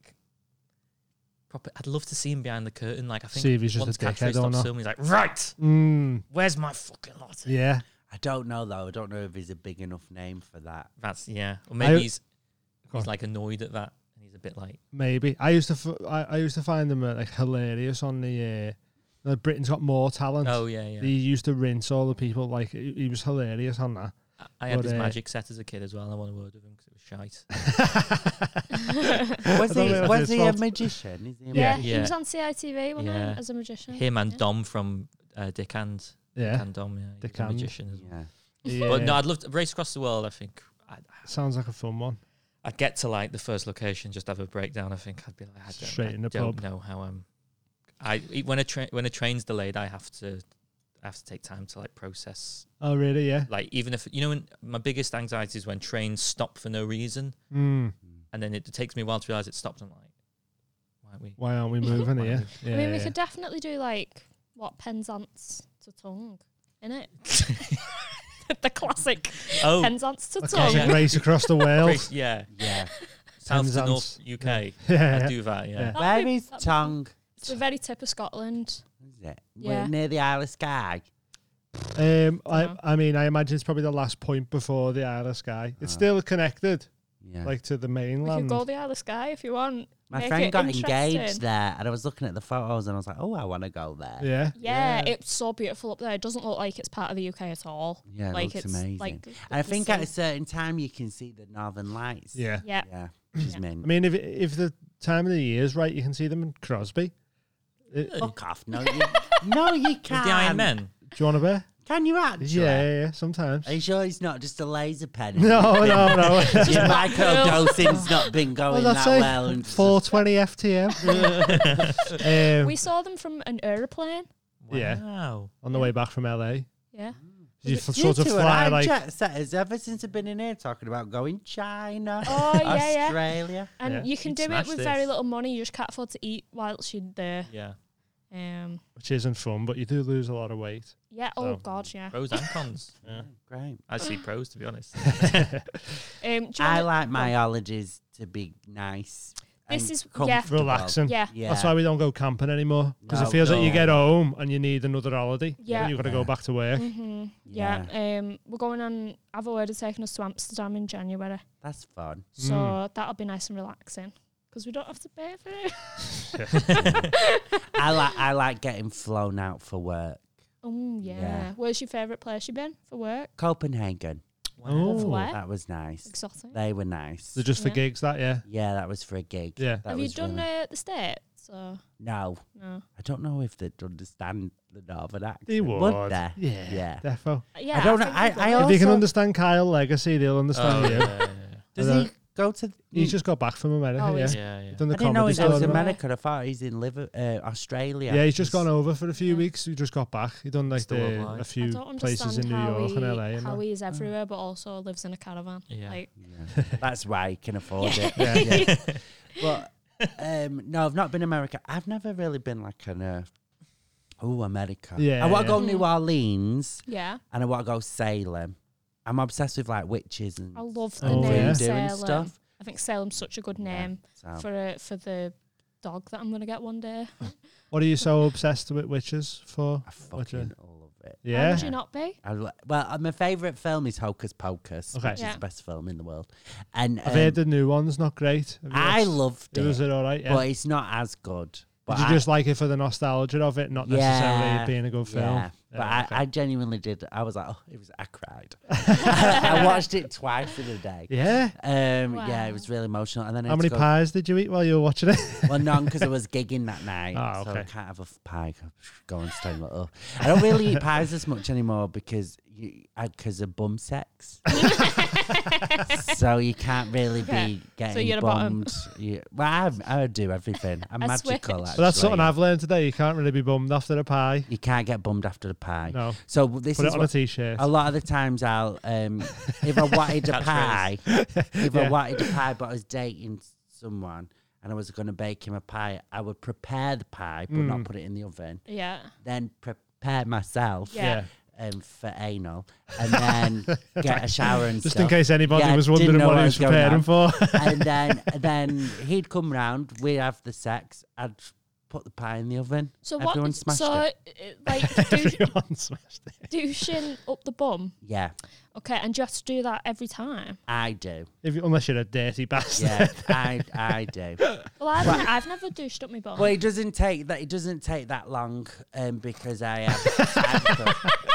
Proper, I'd love to see him behind the curtain. Like I think
See if he's just a
once
dickhead or
Catchphrase stops
not.
filming, he's like, "Right,
Mm,
where's my fucking lottery?"
yeah.
I don't know though. I don't know if he's a big enough name for that.
That's yeah. Or maybe
I-
he's
Go
he's
on.
like annoyed at that, and he's a bit like,
Maybe I used to f- I, I used to find them uh, like hilarious on the uh, the Britain's Got More Talent.
"Oh yeah, yeah."
He used to rinse all the people like he, he was hilarious on that.
I- I had
But,
this
uh,
magic set as a kid as well. and I want to word with him because it was shite.
Was
don't
he?
know if
Was
it's
he a
fault.
magician? Is he a
Yeah,
magician?
he
Yeah.
was on CITV when
Yeah.
as a magician.
Him and
Yeah.
Dom from uh, Dick and Dick
Yeah,
and Dom, yeah,
Dick
Dick a
and-
magician as well.
Yeah.
yeah.
But no, I'd love to race across the world. I think I'd,
sounds like a fun one.
I'd get to like the first location, just have a breakdown. I think I'd be like, I don't,
Straight
I
in the
don't
pub.
know how I'm. I e- when a train when a train's delayed, I have to I have to take time to like process.
Oh really? Yeah.
Like even if you know, when, my biggest anxiety is when trains stop for no reason,
Mm,
and then it, takes me a while to realize it stopped. I'm like, why are we?
why aren't we moving
Why
here?
aren't
Yeah,
I mean, we
yeah.
could definitely do like what Penzance to tongue, in it. the classic
Oh,
Penzance to
Okay,
tongue.
yeah.
race across the world.
Greece, yeah,
Yeah.
South to
Penzance.
North UK.
yeah,
I
yeah.
do that. Yeah.
Yeah.
That'd
Where
be-
is
that'd be fun.
Tongue?
It's the very tip of Scotland.
Is it?
Yeah.
We're near the Isle of Skye.
Um, I,
Dunno.
I mean, I imagine it's probably the last point before the Isle of Skye. It's
Ah.
still connected,
Yeah.
like to the
We could
mainland.
go the Isle of Skye if you want.
My
make
friend
it
got engaged
interesting.
there, and I was looking at the photos, and I was like, "Oh, I want to go there."
Yeah,
Yeah, it's so beautiful up there. It doesn't look like it's part of the UK at all.
Yeah, it
like it's
looks amazing.
like
And I think at a
it's
certain time you can see the Northern Lights.
yeah.
yeah.
Yeah. Which is
Yeah.
mint.
I mean, if if the time of the year is right, you can see them in Crosby. Uh, do
Fuck off! No, you, no, you
With
can't.
the Iron Men.
you want a bear?
Can you actually?
Yeah, yeah, yeah. Sometimes. Oh,
Are you sure it's not just a laser pen?
No, no, no.
Your microdosing's not been going
What'd I
that
say?
well. And
420 FTM. um,
We saw them from an aeroplane.
Yeah.
Wow.
on the way back from LA,
Yeah,
Mm.
you
You
f- sort of
two are
fly
our
like
jet setters ever since I've been in here talking about going China,
Oh, yeah, yeah.
Australia.
and
Yeah.
you can
You'd
do it
smash
with very
this.
little money. You just can't afford to eat whilst you're there.
Yeah.
Um,
which isn't fun, but you do lose a lot of weight.
yeah. Oh
So-
God, yeah.
Pros and cons.
Yeah.
Great.
I see pros to be honest.
Um, do you
I
wanna-
like my ologies to be nice.
This
and
is- yeah.
comfortable.
Relaxing.
Yeah.
Yeah.
That's why we don't go camping anymore because
No,
it feels like you
no.
get home and you need another holiday.
Yeah.
and you've got to go
Yeah.
back to work.
Mhm, Yeah. Um, we're going on. I've already taken us to Amsterdam in January,
That's fun.
so
Mm.
that'll be nice and relaxing because we don't have to pay for it.
I like I like getting flown out for work.
Oh yeah.
Yeah.
Where's your favourite place you've been for work?
Copenhagen.
Oh,
Of where?
That was nice.
Exotic.
They were nice.
They're just for
Yeah.
gigs, that yeah,
Yeah, that was for a gig.
yeah.
That
have you
was
done
really-
uh, the states? So
No,
no.
I don't know if they'd understand the Northern accent.
They would.
they?
Yeah.
Yeah.
Defo.
Uh, Yeah,
I don't know.
think
I,
we
I
will.
also,
if you can understand Kyle Legacy, they'll understand
Oh,
you.
yeah, yeah,
Does
I
he go to?
He's just got back from America.
Oh,
yeah.
yeah,
he's-
yeah,
Done
I
yeah.
the
didn't know
comedy
he was
store.
in
didn't I?
America. I thought he's in Liver, uh, Australia.
Yeah, he's just gone over for a few
Yeah.
weeks. He just got back. He done like
He's still
the,
alive.
a
I
I
few
don't understand
places in New
how
York
he,
and LA. And
how
that.
he is everywhere, but also lives in a caravan.
Yeah.
Like,
Uh. Yeah. That's why he can afford it.
Yeah.
Yeah. but um, no, I've not been America. I've never really been like an uh, oh America.
Yeah,
I want
yeah.
to go New Orleans
yeah,
and I want to go Salem. I'm obsessed with like witches and
I love the
Oh,
name
yeah.
voodoo
Salem.
and stuff.
I think Salem's such a good name
So.
for a, for the dog that I'm gonna get one day.
What are you so obsessed with witches for?
I
What you-
fucking love it.
How
Yeah.
would you not be?
I lo- well, uh, my favourite film is Hocus Pocus,
Okay.
which is
Yeah.
the best film in the world. And
I've
um,
heard the new one's not great. Have you
I
watched-
loved
it.
it,
Was it all right? Yeah.
but it's not as good. But
Did you
I-
just like it for the nostalgia of it, not necessarily it being a good film?
Yeah. But
Yeah, okay.
I, I genuinely did. I was like, oh, it was. I cried. I watched it twice in a day.
Yeah.
Um, yeah, it was
Wow.
really emotional. And then I
How
had
many
to go,
pies did you eat while you were watching it?
Well, none because I was gigging that night,
Ah,
so I
okay.
can't have a f- pie. I Go and stay like, oh. I don't really eat pies as much anymore because you because of bum sex. so you can't really be getting
you're a bottom.
bummed. You, well, I'm- I, I do everything. I'm
I
magical.
switch.
Actually,
But that's something I've learned today. You can't really be bummed after a pie.
You can't get bummed after the pie.
No.
So this
Put
is
it on a
what,
t-shirt.
a lot of the times I'll um, if I wanted a
Catchphrase.
pie, if I
Yeah.
wanted a pie, but I was dating someone and I was going to bake him a pie, I would prepare the pie but
Hmm.
not put it in the oven,
Yeah,
then prepare myself.
yeah.
Um, for anal, and then get a shower and
Just
stuff.
in case anybody
Yeah,
was
didn't
wondering
know
what
what
he was
was going
preparing
on.
for.
and then then he'd come round, we'd have the sex, I'd put the pie in the oven.
So what?
Everyone smashed
so
it.
uh, like dou-
Everyone smashed it.
douching up the bum.
Yeah,
Okay, and do you have to do that every time?
I do.
If you- unless you're a dirty bastard.
Yeah, I I do.
Well, I've, ne- I've never douched up my bum.
Well, it doesn't take that. It doesn't take that long, um, because I have.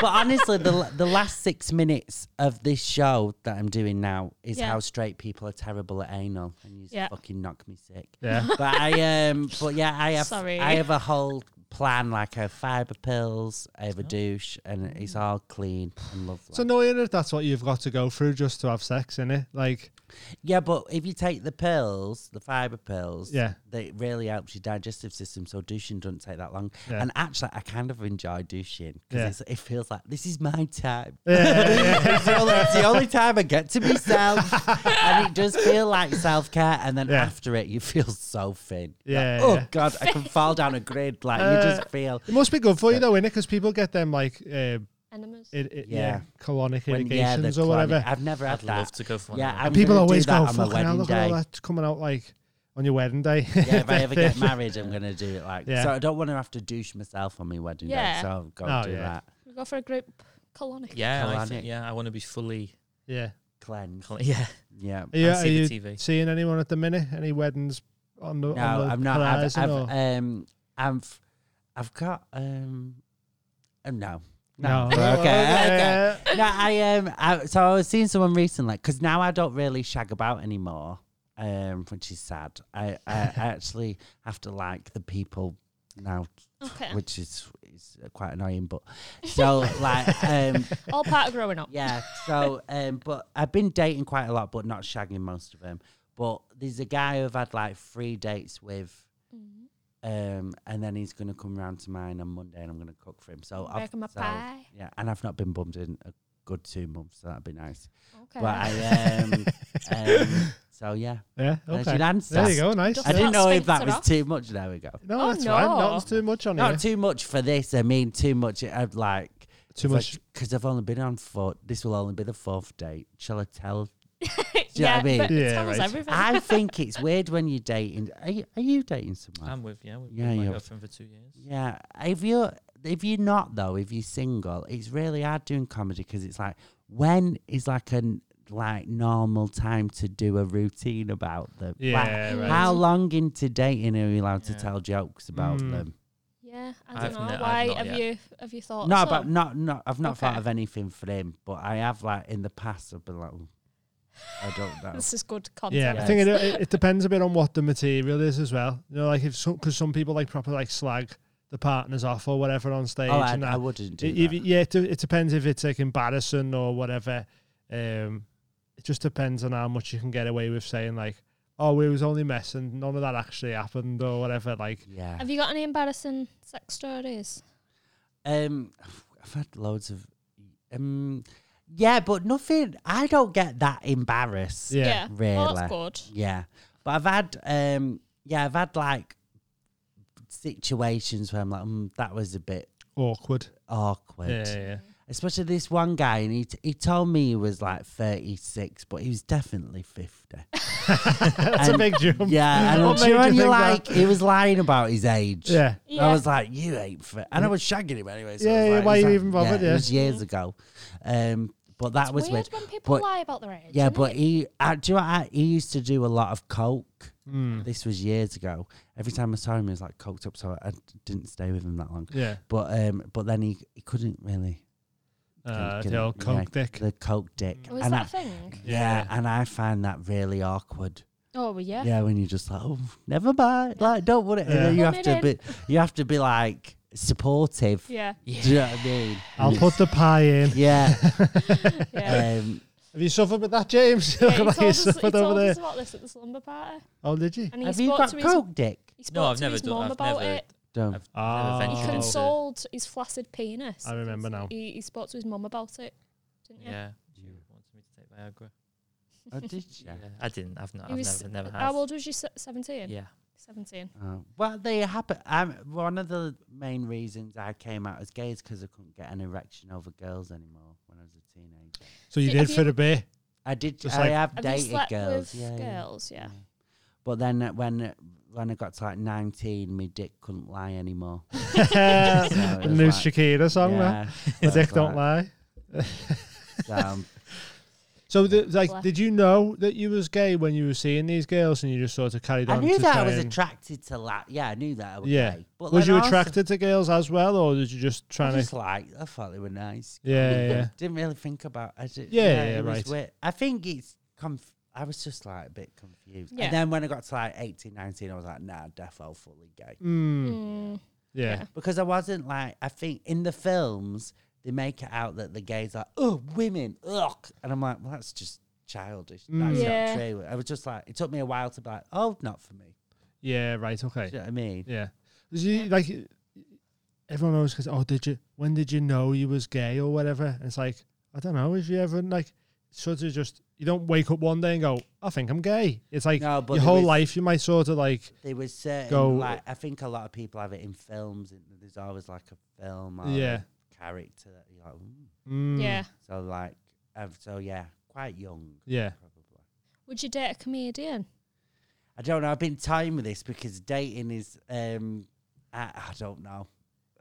but honestly, the the last six minutes of this show that I'm doing now is
Yeah.
how straight people are terrible at anal, and you just
Yeah.
fucking knock me sick.
Yeah.
But I um, but yeah, I have.
Sorry.
I have a whole plan, like I have fiber pills, I have a douche, and it's all clean and lovely.
It's annoying if that's what you've got to go through just to have sex, innit? Like,
yeah, but if you take the pills, the fiber pills,
Yeah.
they really helps your digestive system. So douching doesn't take that long.
Yeah.
And actually, I kind of enjoy douching
Yeah.
because it feels like this is my time.
yeah,
it's, the only, it's the only time I get to myself, and it does feel like self care. And then
Yeah.
after it, you feel so thin. Like,
Yeah, Uh,
oh
yeah.
God, I can fall down a grid. Like you just feel.
it must be good for you though, innit? Because people get them like, uh,
Enemas.
it, it, yeah.
Yeah.
colonic
When, yeah, the
irrigations or
chronic-
whatever.
I've never had
I'd
that.
love to go for one.
Yeah,
of
I'm
those.
people
gonna do
always
that
go,
on my
fucking hell,
wedding
look at
day."
all that coming out like on your wedding day.
Yeah, if I ever get married, I'm gonna do it like.
Yeah.
So I don't want to have to douche myself on my wedding day.
Yeah.
So I'll go
Oh,
do
yeah.
that.
we go for a group colonic.
yeah, I
colonic.
think, yeah, I want to be fully.
yeah.
Cleanse.
clean. yeah,
Yeah.
Are you,
and
are
see
you
the TV.
seeing anyone at the minute? Any weddings on the
No,
on the
I'm not. I've,
horizon?
I've,
or?
um, I've, I've got um, um, no,
no.
okay, okay. No, I um, I, so I was seeing someone recently because now I don't really shag about anymore, um, which is sad. I, I, I actually have to like the people now,
Okay.
which is is quite annoying. But so like um,
All part of growing up.
yeah. So, um, but I've been dating quite a lot, but not shagging most of them. But there's a guy who I've had like three dates with,
Mm-hmm.
um, and then he's gonna come round to mine on Monday, and I'm gonna cook for him. So, Oh, I've,
Bake him a
so-
pie.
Yeah, and I've not been bummed in a good two months, so that'd be nice.
Okay.
But I um, um, so yeah,
Yeah,
There's
okay.
your answer.
There you go, nice.
Just
I didn't
not
know if
sphincter
that was
off.
too much. There we go.
No,
Oh,
that's fine.
no.
Nothing's too much on here.
Not too much for this. I mean, too much. I'd like
Too much.
because I've only been on four. This will only be the fourth date. Shall I tell you know what
yeah,
I mean?
but
Yeah,
tell us
right.
everything.
I think it's weird when you're dating. Are you, are you dating someone?
I'm with yeah, with
Yeah,
yeah, my
yeah.
girlfriend for two years.
yeah. If you're if you're not though, if you're single, it's really hard doing comedy because it's like when is like a like normal time to do a routine about them. Like,
Yeah, right.
How long into dating are you allowed
Yeah.
to tell jokes about
Mm.
them?
yeah, I don't
I've
know.
no- I've
Why
not
have
yet.
you have you thought?
No,
so?
but not not I've not thought
Okay.
of anything for him, but I have like in the past I've been like, "Oh, I don't know. Oh,
This is good
Yeah,
content.
I think it, it, it depends a bit on what the material is as well. You know, like if some because some people like proper like slag the partners off or whatever on stage.
Oh, I,
and that.
I wouldn't do
It- if-
that.
yeah, it, de- it depends if it's like embarrassing or whatever. Um, it just depends on how much you can get away with saying like, "Oh, we was only messing. None of that actually happened," or whatever. Like,
Yeah.
Have you got any embarrassing sex stories?
Um, I've had loads of. Um, yeah, but nothing. I don't get that embarrassed.
yeah,
Well,
Really.
Oh, that's good.
Yeah. But I've had um yeah, I've had like situations where I'm like, mm, that was a bit
awkward.
awkward.
Yeah, yeah, yeah.
Especially this one guy and he t- he told me he was like 36, but he was definitely 50.
that's a
And-
big jump.
Yeah, and
What
I'm
made you
sure and you're
think that?
like he was lying about his age.
Yeah,
I
Yeah.
was like, you ain't fit. And I was shagging him anyway. So I
Yeah,
was
yeah,
like,
why
is
you
that-
even bothered,
It
yeah.
was years ago. Um, but that
It's
was
weird
weird.
when people
but-
lie about their age.
Yeah,
isn't
but
it?
he, I, do you know what? I, he used to do a lot of coke.
Mm.
This was years ago. Every time I saw him, he was like coked up, so I d- didn't stay with him that long.
yeah.
But um, but then he, he couldn't really
Uh,
get
the
it,
old
yeah,
coke dick.
the coke dick.
Mm.
was
and
Oh, that
I-
a thing?
yeah, and I find that really awkward.
Oh, well, yeah.
Yeah, when you're just like, oh, never mind, like don't want it. And then
Yeah.
you
Put
have to
me
be, you have to be like supportive.
Yeah.
Do you know what I mean?
I'll put the pie in.
Yeah.
Yeah.
um,
Have you suffered with that, James?
Yeah,
Look
he told,
at what you
us, he
suffered
told
over there.
us about this at the slumber party,
Oh, did you?
and he
have you
spoke
got
to his
coke dick?
he spoke
No, I've
to
never
his
done.
mum
I've
about
never.
it.
Don't.
Oh.
I've never
He
ventured into-
consoled his flaccid penis.
I remember now.
He, he spoke to his mum about it, didn't you?
Yeah. She wanted me to take Viagra.
Oh, did you?
Yeah. I didn't. I've not.
He
I've
was-
never. Never had.
How old was you? Se- Seventeen.
Yeah.
Seventeen.
Oh, well, they happen. Um, one of the main reasons I came out as gay is because I couldn't get an erection over girls anymore when I was a teenager.
So you
Have
did
you-
for a bit.
I did.
Just
I
like-
have
Have you
dated
slept
girls.
with
yeah, yeah.
girls? Yeah.
But then uh, when uh, when I got to like nineteen, my dick couldn't lie anymore.
A new Shakira song, man. The
so
dick
it's
don't
like,
lie.
um,
So, the, like,
Bleh.
did you know that you was gay when you were seeing these girls, and you just sort of carried
I
on?
knew
to
that I
try
was
and-
attracted to that. Yeah, I knew that. I was
Yeah.
gay. But
was
then
you
also-
attracted to girls as well, or did you just
I
trying
just
to?
like I thought they were nice.
Yeah, yeah, yeah.
Didn't really think about. I just,
Yeah, yeah,
it was
right.
weird. I think it's. Conf- I was just like a bit confused.
Yeah.
And then when I got to like 18, 19, I was like, nah, defo fully gay.
Mm,
Mm.
yeah.
yeah.
Because I wasn't like, I think in the films, they make it out that the gays are, oh, women, ugh. And I'm like, well, that's just childish. That's
Mm.
Yeah.
not true. I was just like, it took me a while to be like, oh, not for me.
yeah, right, okay,
Do you
yeah.
know what I mean?
Was you- like everyone always goes, "Oh, did you? When did you know you was gay or whatever?" And it's like, I don't know. Is you ever like sort of just you don't wake up one day and go, "I think I'm gay." It's like
No, but
your
there
whole
is-
life you might sort of like,
There was certain,
Go-
like, I think a lot of people have it in films. and There's always like a film or a
Yeah.
character that you're like, "Ooh."
mm,
Yeah.
So like, um, so yeah, quite young.
yeah.
Probably.
Would you date a comedian?
I don't know. I've been time with this because dating is. Um, I, I don't know.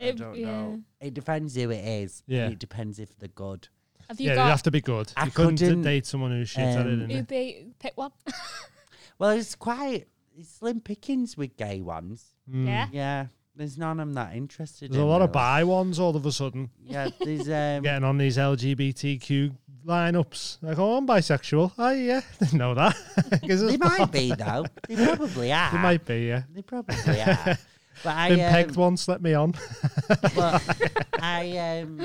I
It-
don't know. It depends who it is. and
Yeah.
it depends if they're good.
Have you
Yeah, you'd
got?
have to be good.
I
you couldn't,
couldn't,
date someone who's shit at it.
um,
Who
innit?
be pick one?
Well, it's quite it's slim pickings with gay ones.
Mm.
Yeah.
Yeah. There's none I'm that interested
There's
in.
a lot of
really.
bi ones all of a sudden
Yeah, there's um
getting on these LGBTQ lineups. Like, oh, I'm bisexual. I yeah, didn't know that. 'Cause
they
it's-
might be though. They probably are.
They might be. Yeah.
They probably are. But I
Been
um,
pegged once. Let me on.
but I um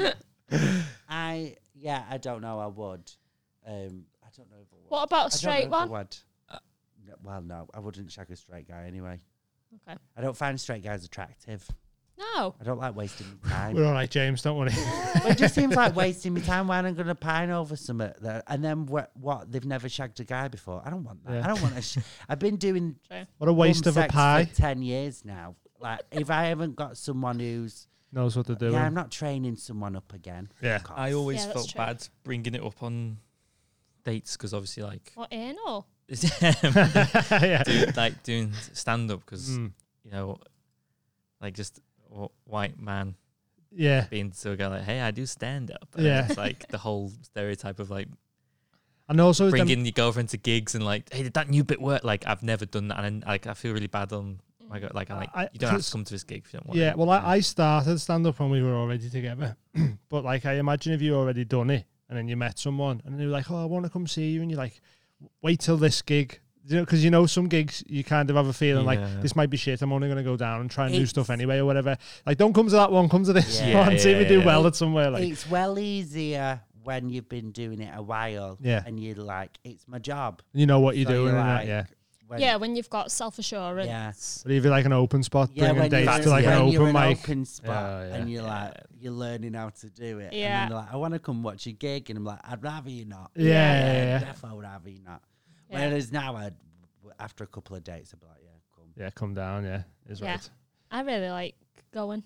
I yeah, I don't know I would. Um I don't know if I would.
What
I
about a
don't
straight
know if I
one?
would. No, well, no, I wouldn't shag a straight guy anyway.
Okay.
I don't find straight guys attractive.
No.
I don't like wasting my time.
We're all right, James. Don't worry.
But it just seems like wasting my time when I'm going to pine over something that, and then what, what? They've never shagged a guy before. I don't want that.
Yeah.
I don't want to. Sh- I've been doing
What a waste
bum
of a
sex
pie.
for ten years now. Like if I haven't got someone who's
Knows what they're doing.
yeah, I'm not training someone up again.
Yeah.
Fuck off.
I always
that's
felt
true.
bad bringing it up on dates because obviously, like,
What anal?
Yeah.
do- like doing stand up because
Mm.
you know, like just wh- white man
Yeah.
being so a guy like, hey, I do stand up.
Yeah.
it's like the whole stereotype of like
And also, them-
bringing your girlfriend to gigs and like, hey, did that new bit work? Like, I've never done that, and I, like I feel really bad on my girl. Like, I like
I-
you don't have
cause-
to come to this gig if you don't want.
yeah.
to.
Well, I, I started stand up when we were already together, but like I imagine if you already done it, and then you met someone, and they were like, "Oh, I want to come see you," and you're like, "Wait till this gig." You know, because you know some gigs, you kind of have a feeling
Yeah.
like this might be shit. I'm only going to go down and try and do
It's-
stuff anyway or whatever. Like, don't come to that one. Come to this
Yeah,
one. see if
yeah,
you do
yeah.
well at somewhere. Like,
it's well easier when you've been doing it a while.
Yeah.
And you're like, it's my job.
you know what you're
So
doing.
you're
and that,
like-
yeah.
When,
yeah, when you've got self assurance.
Yeah.
But even like an open spot,
Yeah,
bringing
when
dates
you're,
to like
when
an
you're
open
in
mic.
open spot
Yeah, yeah.
and you're like, you're learning how to do it. And
Yeah.
then they're like, I want to come watch your gig. And I'm like, I'd rather you not.
Yeah, yeah, yeah.
Definitely would rather you not.
Yeah.
Whereas now, I'd, after a couple of dates, I'd be like, yeah, come.
Yeah, come down. Yeah, is
Yeah.
right.
I really like going.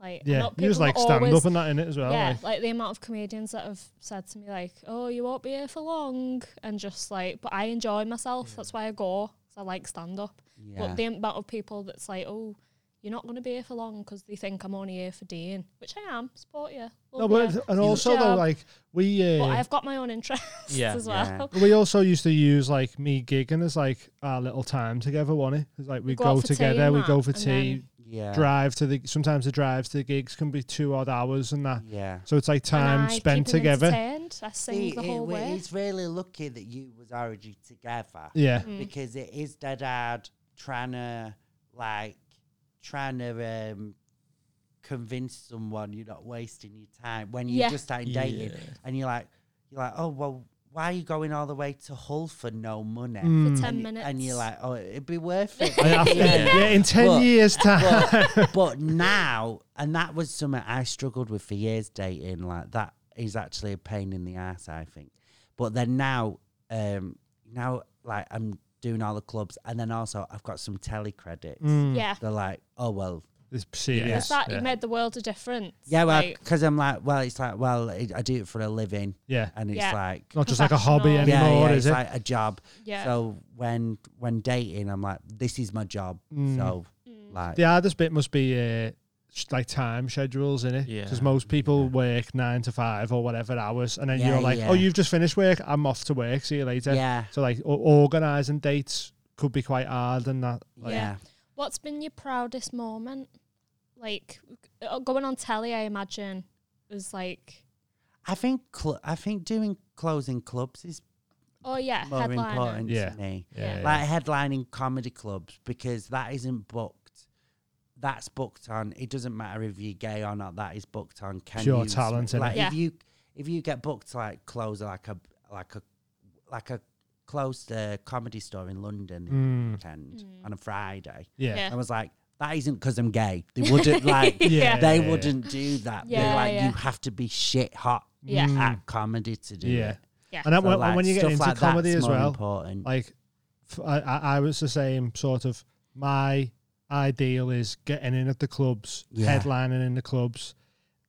Like,
Yeah,
not
you just
people
like
that
stand
always-
up and that in it as well.
yeah,
like.
like, the amount of comedians that have said to me like, "Oh, you won't be here for long," and just like, but I enjoy myself. That's why I go. 'cause I like stand up.
Yeah.
But the amount of people that's like, "Oh, you're not going to be here for long," because they think I'm only here for Dean, which I am. Support you.
No,
love
but
you,
and
good
also though,
job.
like we uh,
but I've got my own interests
Yeah,
as well.
yeah.
we also used to use like me gigging as like our little time together, wasn't it? 'Cause, like we,
go
go,
out for tea
together,
and
we
that,
go for
and
tea,
yeah.
drive to the sometimes the drives to the gigs can be two odd hours and that.
Yeah.
So it's like
And
time
I
spent
keep 'em
together.
entertained. I sing
See,
the
it-
whole
we-
way.
It's really lucky that you was already together.
Yeah.
Mm.
Because it is dead hard trying to like trying to um, convince someone you're not wasting your time when you're
Yeah.
just starting dating
Yeah.
and you're like you're like, Oh well, why are you going all the way to Hull for no money?
Mm. For ten
And,
minutes.
and you're like, Oh, it'd be worth it.
I have to- yeah. in ten
But-
years time.
but, but now, and that was something I struggled with for years dating. Like that is actually a pain in the ass, I think. But then now, um, now like I'm doing all the clubs, and then also I've got some telly credits.
Mm.
yeah.
They're like, oh well,
It's
Because
serious.
that
Hmm. yeah.
it made the world a difference.
yeah, well,
Like,
because I'm like, well, it's like, well, I I do it for a living,
Yeah.
and it's
Yeah.
like,
Not just like a hobby
Professional.
anymore,
yeah, yeah,
is
it's
it?
like a job.
Yeah.
So when when dating, I'm like, this is my job.
Mm.
So
Mm.
like,
the hardest bit must be uh, sh- like time schedules in it
Yeah.
because most people work nine to five or whatever hours and then
Yeah,
you're like
yeah.
oh you've just finished work i'm off to work see you later
Yeah.
so like o- organizing dates could be quite hard and that like,
yeah.
what's been your proudest moment? Like uh, going on telly, I imagine was like,
I think cl- I think doing closing clubs is
oh yeah,
more
headline.
important
Yeah.
to me.
yeah, yeah.
Like headlining comedy clubs because that isn't booked. That's booked on. It doesn't matter if you're gay or not. That is booked on. Can
Pure
you sm-
talent, innit?
Like
Yeah.
if you if you get booked to like close like a like a like a closed uh, comedy store in London in the
Mm.
weekend on a Friday.
yeah
Mm. Yeah.
I was like, that isn't because I'm gay. They wouldn't like.
Yeah.
They
Yeah.
wouldn't do that.
Yeah,
They're like,
yeah.
you have to be shit hot
Yeah.
at comedy to do
Mm. Yeah.
it.
Yeah.
and that,
So,
when,
like,
when you get
stuff
into
like
comedy
that's
as
more
well
important.
like f- I, I I was the same sort of my ideal is getting in at the clubs
Yeah.
headlining in the clubs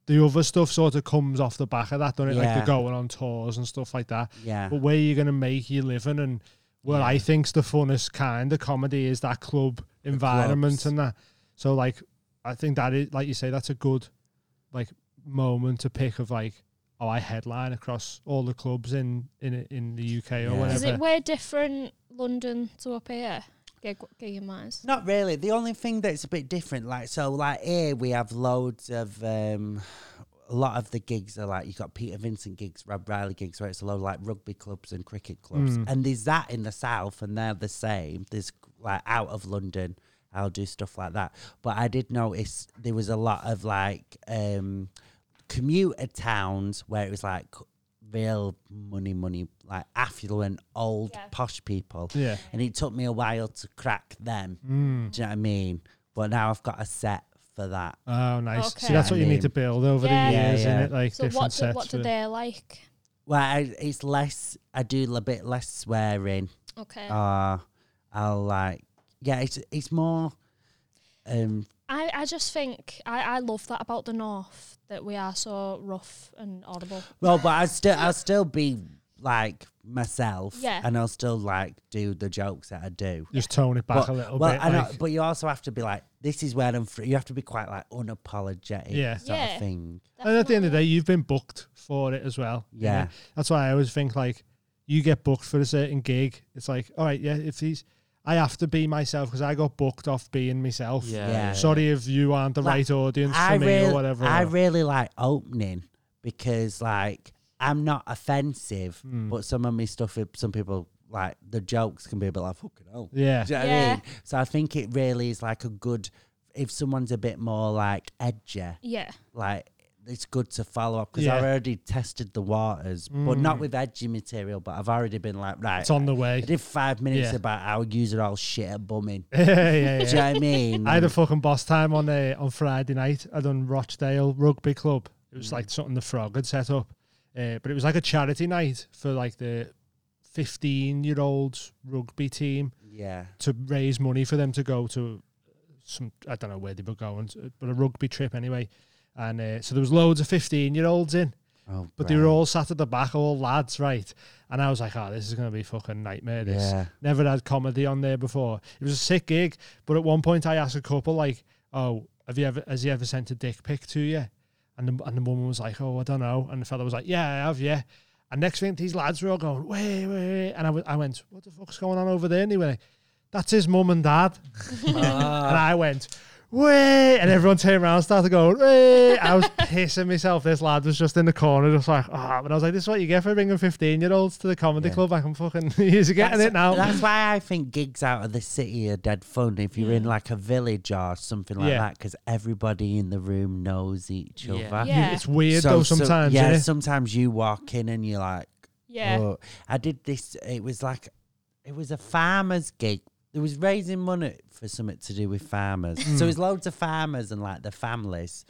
the other stuff sort of comes off the back of that don't it like
Yeah.
the going on tours and stuff like that
Yeah.
but where you're going to make your living and what I think's the funnest kind of comedy is that club environment
clubs.
and that so like I think that is like you say that's a good like moment to pick of like oh I headline across all the clubs in in in the UK or
Yeah.
whatever
Is it way different London to up here? Gig, gigging wise.
Not really. The only thing that's a bit different, like so, like here we have loads of um, a lot of the gigs are like you got Peter Vincent gigs, Rob Riley gigs, where it's a lot of like rugby clubs and cricket clubs, and there's that in the south, and they're the same. There's like out of London, I'll do stuff like that. But I did notice there was a lot of like um, commuter towns where it was like real money, money, like affluent, old, posh people.
Yeah.
And it took me a while to crack them. Do you know what I mean? But now I've got a set for that.
Oh, nice. See,
Okay.
that's what you
I
need
mean-
to build over
Yeah.
the
Yeah,
years,
yeah.
innit? Like
So
different
what do,
sets.
what do
for-
they like?
Well, I, it's less, I do a bit less swearing.
Okay.
Uh, I'll like, yeah, it's, it's more, um,
I, I just think I, I love that about the north that we are so rough and audible.
well, but I'll still, I'll still be like myself.
Yeah.
And I'll still like do the jokes that I do.
Just tone it back
But-
a little
well,
bit.
I know,
like-
but you also have to be like, this is where I'm free. You have to be quite like unapologetic
Yeah.
sort
Yeah.
of thing.
and at the end of the day, you've been booked for it as well. you know?
Yeah.
That's why I always think, like, you get booked for a certain gig. It's like, all right, yeah, if these, I have to be myself because I got booked off being myself.
Yeah.
Yeah.
Sorry if you aren't the
Like,
right audience
I
for me
really,
or whatever.
I
or-
really like opening because like I'm not offensive,
Hmm.
but some of my stuff, if some people like the jokes can be a bit like fucking hell.
Yeah.
Do you know what I
Yeah.
mean? So I think it really is like a good if someone's a bit more like edgy,
Yeah.
like it's good to follow up because
Yeah. Hmm.
I've already tested the waters, but not with edgy material. But I've already been like, right,
It's on the
I
way.
did five minutes
Yeah.
about how user all shit at bumming.
yeah, yeah,
Do
yeah.
you know what I mean?
I had a fucking boss time on uh, on Friday night. I done Rochdale Rugby Club. It was like something the Frog had set up, uh, but it was like a charity night for like the fifteen year olds rugby team
yeah,
to raise money for them to go to some I don't know where they were going, but a rugby trip anyway. And uh, so there was loads of fifteen year olds in,
oh,
but they were
right.
all sat at the back, all lads, right? And I was like, oh, this is going to be a fucking nightmare. This
Yeah.
never had comedy on there before. It was a sick gig, but at one point I asked a couple like, oh, have you ever has he ever sent a dick pic to you? And the, and the woman was like, oh, I don't know. And the fella was like, yeah, I have, yeah. And next thing, these lads were all going, wait, wait, wait. And I wa- I went, what the fuck's going on over there? And he went, that's his mum and dad. And I went, Way and everyone turned around and started going, Way I was pissing myself. This lad was just in the corner, just like, ah. But I was like, this is what you get for bringing 15 year olds to the comedy
Yeah.
club. I can fucking, he's getting
That's-
it now.
That's why I think gigs out of the city are dead fun if you're in like a village or something like
Yeah.
that because everybody in the room knows each
Yeah.
other.
Yeah.
It's weird
So-
though
so-
sometimes,
yeah,
innit?
sometimes you walk in and you're like,
Yeah.
"Oh." I did this. It was like, it was a farmer's gig. It was raising money for something to do with farmers.
Hmm.
So it was loads of farmers and like their families.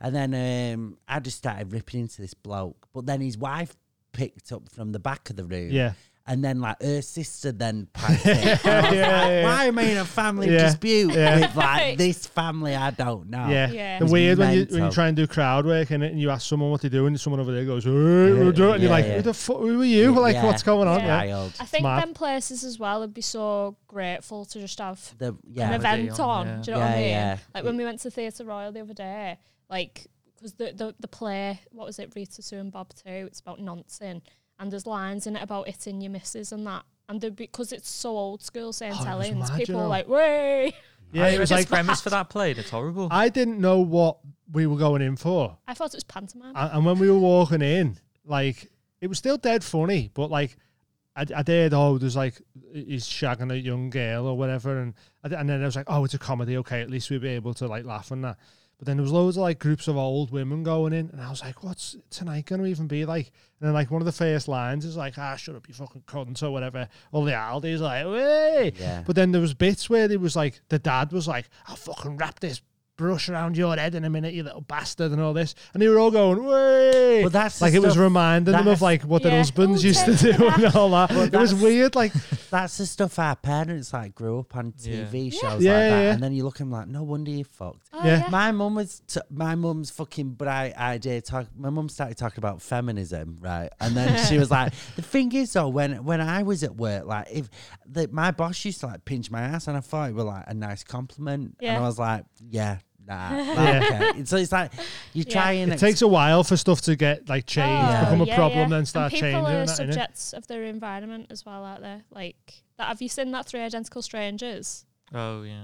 And then um, I just started ripping into this bloke. But then his wife picked up from the back of the room.
Yeah.
And then like her sister then packed it. And I was
Yeah,
like,
yeah.
Why am I in a family
Yeah,
dispute
yeah.
with like this family I don't know?
Yeah.
Yeah.
The
It's
weird when you when you
mental.
try and do crowd work innit, and you ask someone what they do and someone over there goes, "Hey, we'll do it," and you're
yeah,
like,
yeah.
who the fuck who are you? Like
Yeah.
what's going on?
Yeah.
Yeah.
Wild.
I think
mad.
them places as well would be so grateful to just have
The,
an
yeah.
event
on,
on.
yeah.
Do you know what I
Yeah,
mean?
yeah.
Like when we went to Theatre Royal the other day, like because the, the the play, what was it, Rita Sue and Bob Two? It's about nonsense, and there's lines in it about hitting your misses and that. And there'd be- because it's so old school, saying
Oh, it was
tellings,
mad, you
people are
know.
like, "Way!"
Yeah, it was
this
like
premise for that play. That's horrible.
I didn't know what we were going in for.
I thought it was pantomime.
And, and when we were walking in, like it was still dead funny, but like I, I did. Oh, there's like he's shagging a young girl or whatever, and I d- and then I was like, oh, it's a comedy. Okay, at least we'll be able to like laugh and that. But then there was loads of like groups of old women going in, and I was like, what's tonight going to even be like? And then like one of the first lines is like, ah, shut up, you fucking cunt or whatever. All the Aldi's like, way.
Yeah.
But then there was bits where there was like the dad was like, I'll fucking wrap this brush around your head in a minute, you little bastard, and all this. And they were all going, Way
But that's the
like it was
stuff-
reminding them of
that's-
like what their
Yeah.
husbands
Oh,
used to
take
do and all that. it was
that's-
weird, like
That's the stuff our parents like grew up on
Yeah.
TV shows like
Yeah,
that,
yeah.
and then you look at 'em like, no wonder you fucked.
Oh,
yeah.
My mum was t- my mum's fucking bright idea. Talk. My mum started talking about feminism, right? And then she was like, "The thing is, though, when when I was at work, like if the, my boss used to like pinch my ass, and I thought it was like a nice compliment, and
Yeah.
I was like, yeah, nah, like,
Yeah.
okay. So it's like you
Yeah.
try and
it takes a while for stuff to get like changed,
Oh,
become a
yeah,
problem,
yeah.
then start
and
changing.
People are
and that, innit?
subjects of their environment as well out there. Like that. Have you seen that Three Identical Strangers?
oh yeah.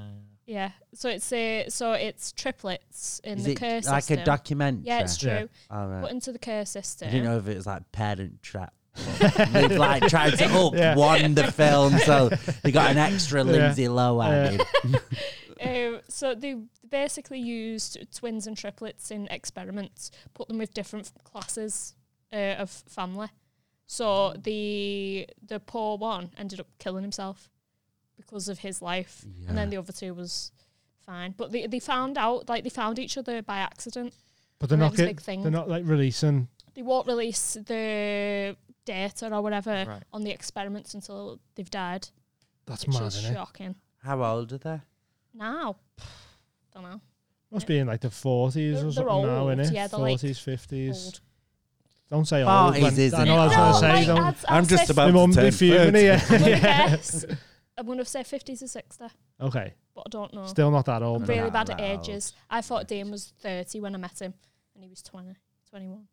Yeah. So it's a so it's triplets in
is
the
it
care
like
system.
a documentary.
yeah, it's true.
Yeah.
All right.
Put into the care
I didn't
system.
know if it was like Parent Trap. They've like tried to up
Yeah.
one the film, so they got an extra Lindsay Lohan.
Yeah.
in.
Um, so they basically used twins and triplets in experiments, put them with different f- classes uh, of family. So the the poor one ended up killing himself because of his life, and then the other two was fine. But they they found out like they found each other by accident.
But they're
And that
not
was a
get,
big thing.
they're not like releasing.
They won't release the data or whatever
Right.
on the experiments until they've died,
That's
which
mad,
is
isn't it?
shocking.
How old are they?
Now, don't know.
Must be in like the forties
They're-
or
they're
something now,
old,
innit?
yeah, they're, like,
Forties, fifties.
Old.
Don't say old.
Forties
When,
is
I know I was
it?
going
No,
to say.
like,
don't.
I'd- I'd say
My mum be fuming here.
I'm gonna
Yeah.
guess. I'm gonna say fifty to sixty,
Okay,
but I don't know.
still not that
I'm
old.
Bit-
really
not
bad
that
at
old.
ages. I thought Dean was thirty when I met him, and he was 20, 21.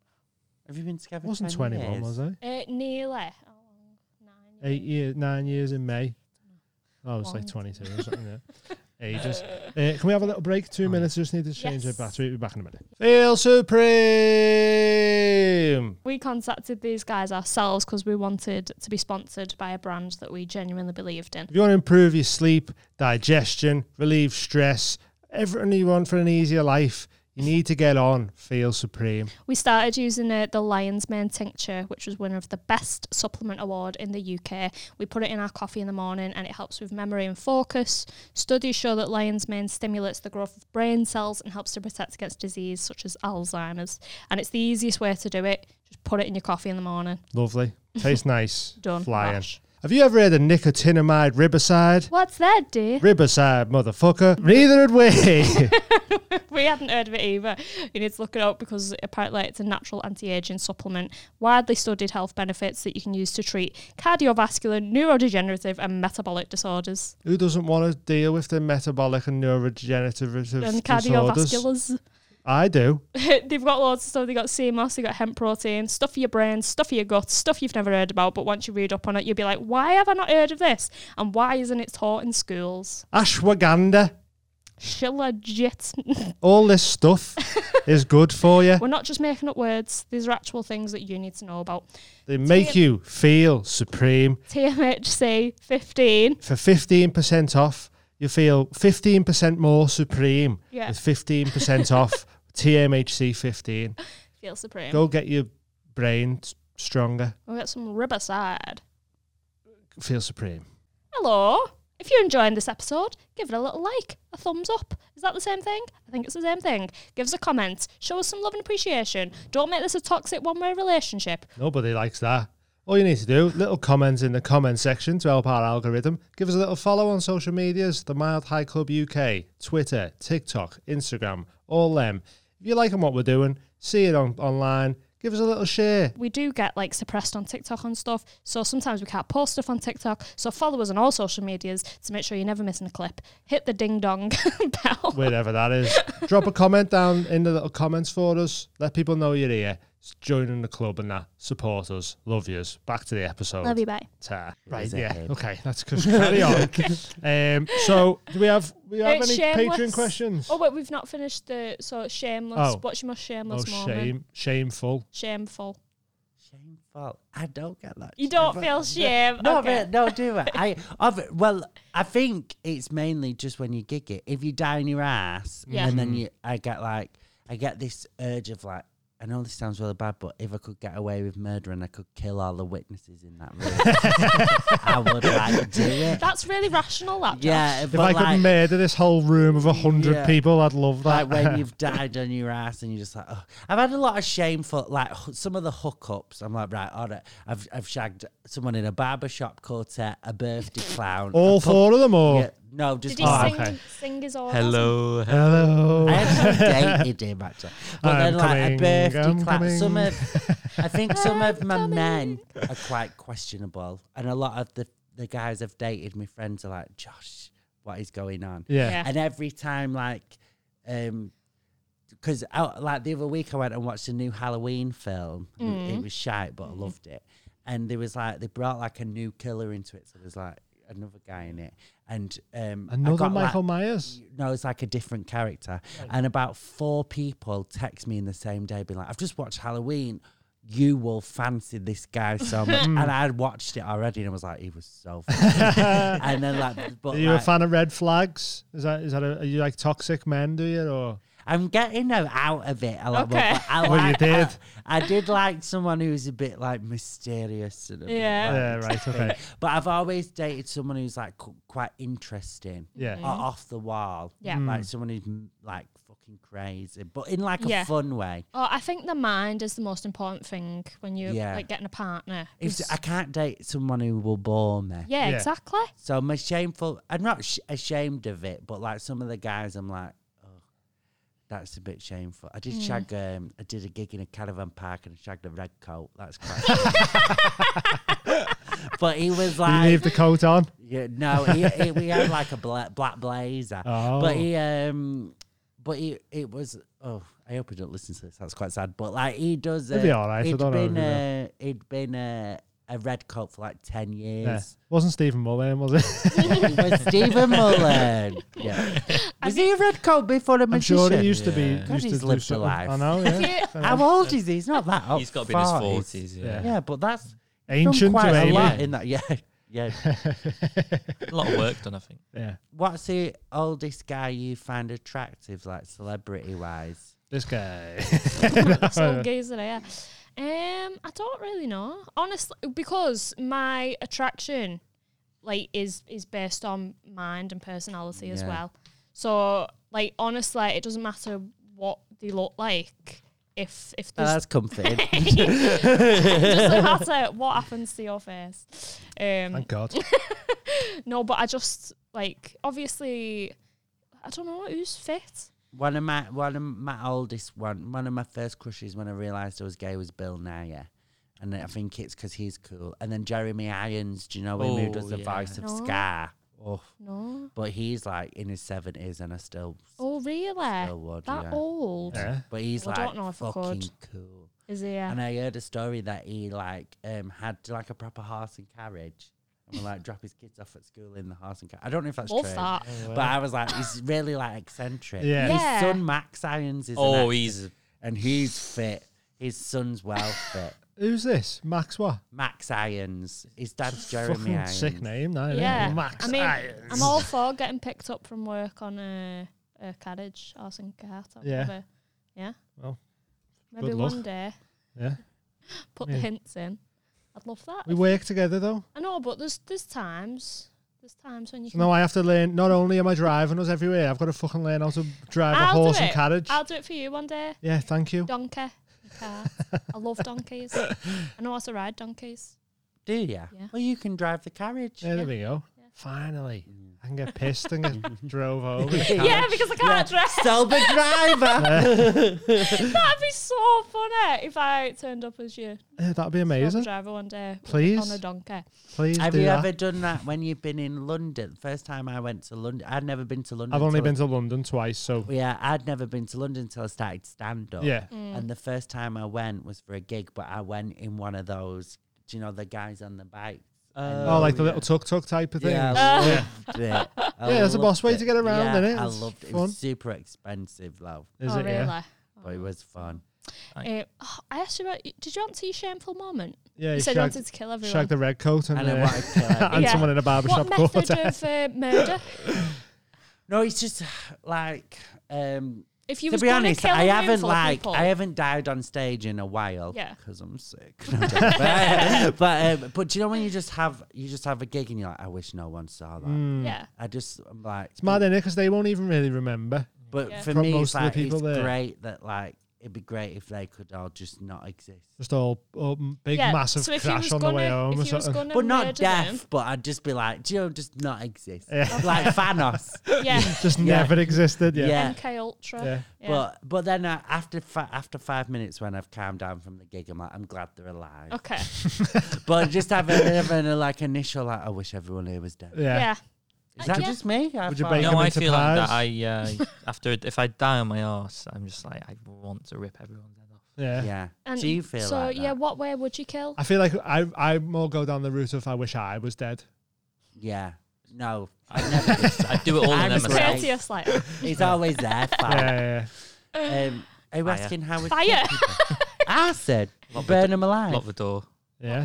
Have you been together?
I wasn't twenty-one, was I?
Uh, nearly how long? Nine.
Eight years, nine years in May. I was like
One.
twenty-two or something. Yeah. Ages. Uh, can we have a little break? Two minutes. Just need to change the
Yes.
battery. We'll be back in a minute. Feel supreme.
We we contacted these guys ourselves because we wanted to be sponsored by a brand that we genuinely believed in.
If you want to improve your sleep, digestion, relieve stress, everything you want for an easier life, you need to get on Feel Supreme.
We started using uh, the Lion's Mane tincture, which was winner of the best supplement award in the UK. We put it in our coffee in the morning and it helps with memory and focus. Studies show that Lion's Mane stimulates the growth of brain cells and helps to protect against disease such as Alzheimer's. And it's the easiest way to do it. Just put it in your coffee in the morning.
Lovely. Tastes nice.
Done.
Flying.
Mash.
Have you ever had a nicotinamide riboside?
What's that, dear?
Riboside, motherfucker. Neither had we.
we hadn't heard of it either. You need to look it up because apparently it's a natural anti-aging supplement, widely studied health benefits that you can use to treat cardiovascular, neurodegenerative, and metabolic disorders
Who doesn't want to deal with the metabolic and neurodegenerative
and
disorders?
cardiovasculars.
I do.
They've got loads of stuff. They've got CMOS, they've got hemp protein, stuff for your brain, stuff for your gut, stuff you've never heard about. But once you read up on it, you'll be like, why have I not heard of this? And why isn't it taught in schools?
Ashwagandha.
Shilajit.
All this stuff is good for you.
We're not just making up words. These are actual things that you need to know about.
They make you feel supreme.
TMHC 15.
For 15% off, you feel 15% more supreme
Yeah.
with 15% off TMHC 15.
Feel supreme.
Go get your brain s- stronger.
We've got some rib aside.
Feel supreme.
Hello. If you're enjoying this episode, give it a little like, a thumbs up. Is that the same thing? I think it's the same thing. Give us a comment. Show us some love and appreciation. Don't make this a toxic one way relationship.
Nobody likes that. All you need to do, little comments in the comment section to help our algorithm. Give us a little follow on social medias, the Mild High Club UK, Twitter, TikTok, Instagram, all them. If you liking what we're doing, see it on online, give us a little share.
We do get like suppressed on TikTok and stuff, so sometimes we can't post stuff on TikTok. So follow us on all social medias to make sure you're never missing a clip. Hit the ding dong bell.
Wherever that is. Drop a comment down in the little comments for us. Let people know you're here. S- Join in the club and that. Support us. Love yous. Back to the episode.
Love you, bye.
Ta. Right,
is a
yeah.
hit.
Okay, that's because carry on. um, so, do we have we have
It's
any Patreon
shameless.
questions?
Oh wait, we've not finished the so it's shameless.
Oh.
What's your most shameless
Oh,
moment?
shame, shameful.
Shameful.
Shameful. I don't get that.
You don't
Shameful.
feel shame.
No,
okay.
but- no, do I? I I've, well, I think it's mainly just when you gig it. If you down your ass,
Yeah.
and
Mm-hmm.
then you, I get like, I get this urge of like, I know this sounds really bad, but if I could get away with murder and I could kill all the witnesses in that room, I would like do it.
That's really rational, that. Josh.
yeah,
If I
but
could
like,
murder this whole room of a hundred
Yeah.
people, I'd love that.
like when you've died on your ass and you're just like, oh. I've had a lot of shameful, like h- some of the hookups. I'm like, right, all right, I've I've shagged someone in a barber shop quartet, a birthday clown,
All
a pub-
four of them, or
Yeah, no, just
Did he
one.
Oh,
sing,
okay.
sing his orgasm?
Hello.
hello.
I actually dated him actually, but
I'm
then like
coming,
a birthday
I'm
clap. Some
coming.
of, I think some of my
I'm
men are quite questionable, and a lot of the the guys I've dated, my friends are like, Josh, what is going on?
yeah.
Yeah.
And every time, like, um, because like the other week I went and watched a new Halloween film. and It, it was shite, but I loved it. And there was like they brought like a new killer into it, so there's like another guy in it, and um, I
Another
got, like-
Michael Myers.
no, it's like a different character. And about four people text me in the same day, being like, I've just watched Halloween. You will fancy this guy so much.
Mm.
and I had watched it already and I was like, he was so funny. and then, like, but
Are you
like,
a fan of red flags? Is that is that a, are you like toxic men? Do you or
I'm getting her out of it a lot more.
Okay.
but I
Well, you
like-
did.
I, I did like someone who was a bit like mysterious and a bit,
Yeah.
like,
yeah, right, okay,
But I've always dated someone who's like qu- quite interesting.
yeah.
or off the wall.
Yeah.
Like someone who's mm, like fucking crazy, but in like a
Yeah.
fun way.
Oh, I think the mind is the most important thing when you're
Yeah.
like getting a partner.
If
'Cause-
I can't date someone who will bore me.
yeah,
Yeah.
exactly.
So I'm shameful. I'm not sh- ashamed of it, but like some of the guys, I'm like, oh, that's a bit shameful. I
Hmm.
did shag. Um, I did a gig in a caravan park and I shagged a red coat. That's quite. but he was
Did you
like,
leave the coat on?
Yeah, no, he, he, we had like a bla- black blazer,
Oh.
but he, um, but he, it was. Oh, I hope he don't listen to this. That's quite sad. But like, he does.
He'll be all right, I
He'd
don't know if he
been,
will.
uh, he'd been uh, a red coat for like 10
Yeah.
years.
Wasn't Stephen Mullen, was it?
With Stephen Mullen. Yeah. Was he a red coat before a magician?
I'm sure it used to be.
Yeah.
God,
used
he's
to do
lived a
something.
life.
I know.
Have
Yeah.
you-
How old is he? He's not that old.
He's got to be in his
40s.
forties.
Yeah.
Yeah.
Yeah, but that's done
Ancient
quite
to
a lot
alien.
in that. Yeah. Yeah.
a lot of work done, I think.
Yeah.
What's the oldest guy you find attractive, like celebrity wise?
This guy.
That's all gays that I am. Um, I don't really know, honestly, because my attraction, like, is is based on mind and personality as
Yeah.
well. So, like, honestly, it doesn't matter what they look like. If if
Oh,
there's
that's comforting.
doesn't matter what happens to your face. Um,
Thank God.
no, but I just like obviously, I don't know who's fit.
One of my one of my oldest one one of my first crushes when I realised I was gay was Bill Nye, and I think it's because he's cool. And then Jeremy Irons, do you know him who does
Oh,
the
yeah.
voice of
No.
Scar? Oh,
No.
but he's like in his seventies, and I still
Oh really?
still would.
that
yeah.
old?
Yeah.
But he's
Well, I
like
don't know if I
fucking
could.
cool.
Is he? Yeah.
And I heard a story that he like um had like a proper horse and carriage, and would like drop his kids off at school in the horse and carriage. I don't know if that's
Love
true.
that.
But I was like, he's really like eccentric.
Yeah.
Yeah.
His son Max Irons is
Oh,
oh,
he's
and he's fit. His son's well fit.
Who's this? Max what?
Max Irons. His dad's Jeremy
Fucking
Irons.
sick name. That, isn't it?
Yeah.
Max
I mean,
Irons.
I'm all for getting picked up from work on a, a carriage or some cart or
Yeah.
whatever. Yeah.
Well,
maybe
good
one
luck.
day
Yeah.
put
Yeah.
the hints in. I'd love that.
We work together though.
I know, but there's there's times there's times when you
So
can.
now I have to learn. Not only am I driving us everywhere, I've got to fucking learn how to drive a
I'll
horse
do
and
it.
carriage.
I'll do it for you one day.
yeah, thank you.
Donkey. and Cart. I love donkeys. I know how to ride donkeys.
Do you?
Yeah.
Well, you can drive the carriage.
Yeah, there we go. Finally, I can get pissed and get drove over.
Yeah, because I can't dress.
Sober driver.
That'd be so funny if I turned up as you
Yeah, that'd be
Amazing.
amazing.
driver one day. with-
Please.
On a donkey.
Please
Have
do
you
that.
ever done that when you've been in London? First time I went to London, I'd never been to London.
I've only
till I-
been to London twice, so
Yeah, I'd never been to London until I started stand up.
yeah.
And the first time I went was for a gig, but I went in one of those, do you know, the guys on the bike?
Oh, like the little tuk tuk type of thing.
Yeah,
Yeah,
I loved it. I
Yeah, that's the best
loved
way to get around,
yeah,
innit?
I
It's
loved it. It
fun.
was super expensive, love,
Is
oh,
it?
really?
Yeah.
but it was fun.
Uh, oh, I asked you about. Did you answer your shameful moment?
Yeah,
you
he
said you
shagged,
wanted to kill everyone.
shagged the red coat and,
And I
uh,
wanted to kill everyone.
and
Yeah.
someone in a barbershop
what
coat.
method of uh, murder?
No, it's just like, um,
If you
to
was
be
gonna
honest,
kill a
I haven't
roomful of
like,
people.
I haven't died on stage in a while.
Yeah.
because I'm sick. No, I'm joking. but but, um, but do you know when you just have you just have a gig and you're like, I wish no one saw that.
yeah.
I just I'm like,
Mm. It's mad, innit? Because they won't even really remember.
But
Yeah.
for
From
me,
most
it's
of the
like
people
it's
there.
great that like it'd be great if they could all just not exist.
Just all um, big,
yeah.
massive
so if you
crash
was
on
gonna,
the way home or
If you was
something.
gonna
But not
murder
deaf.
them-
But I'd just be like, do you know, just not exist, like Thanos.
yeah.
Just
Yeah.
never existed. Yeah.
Yeah.
MK Ultra.
Yeah.
But but then uh, after fi- after five minutes when I've calmed down from the gig, I'm like, I'm glad they're alive.
okay.
But just having, having a uh, like initial like, I wish everyone here was dead.
Yeah.
Yeah.
Is that
yeah.
just me? I
Would you
thought-
bake
No,
them
I
into
feel like that.
pies.
I uh, after if I die on my ass, I'm just like I want to rip everyone's head off.
Yeah.
Yeah.
And
Do you feel
so?
like
yeah.
that?
What way would you kill?
I feel like I I more go down the route of I wish I was dead.
Yeah. No, I never. did.
I do it all
I'm
in them
great.
myself.
Courteous, like
it's always there.
Yeah,
Fire.
yeah,
Um, are you
Fire.
asking how? It,
fire.
I said,
Lock the
burn
do-
them alive.
Lock the door.
yeah.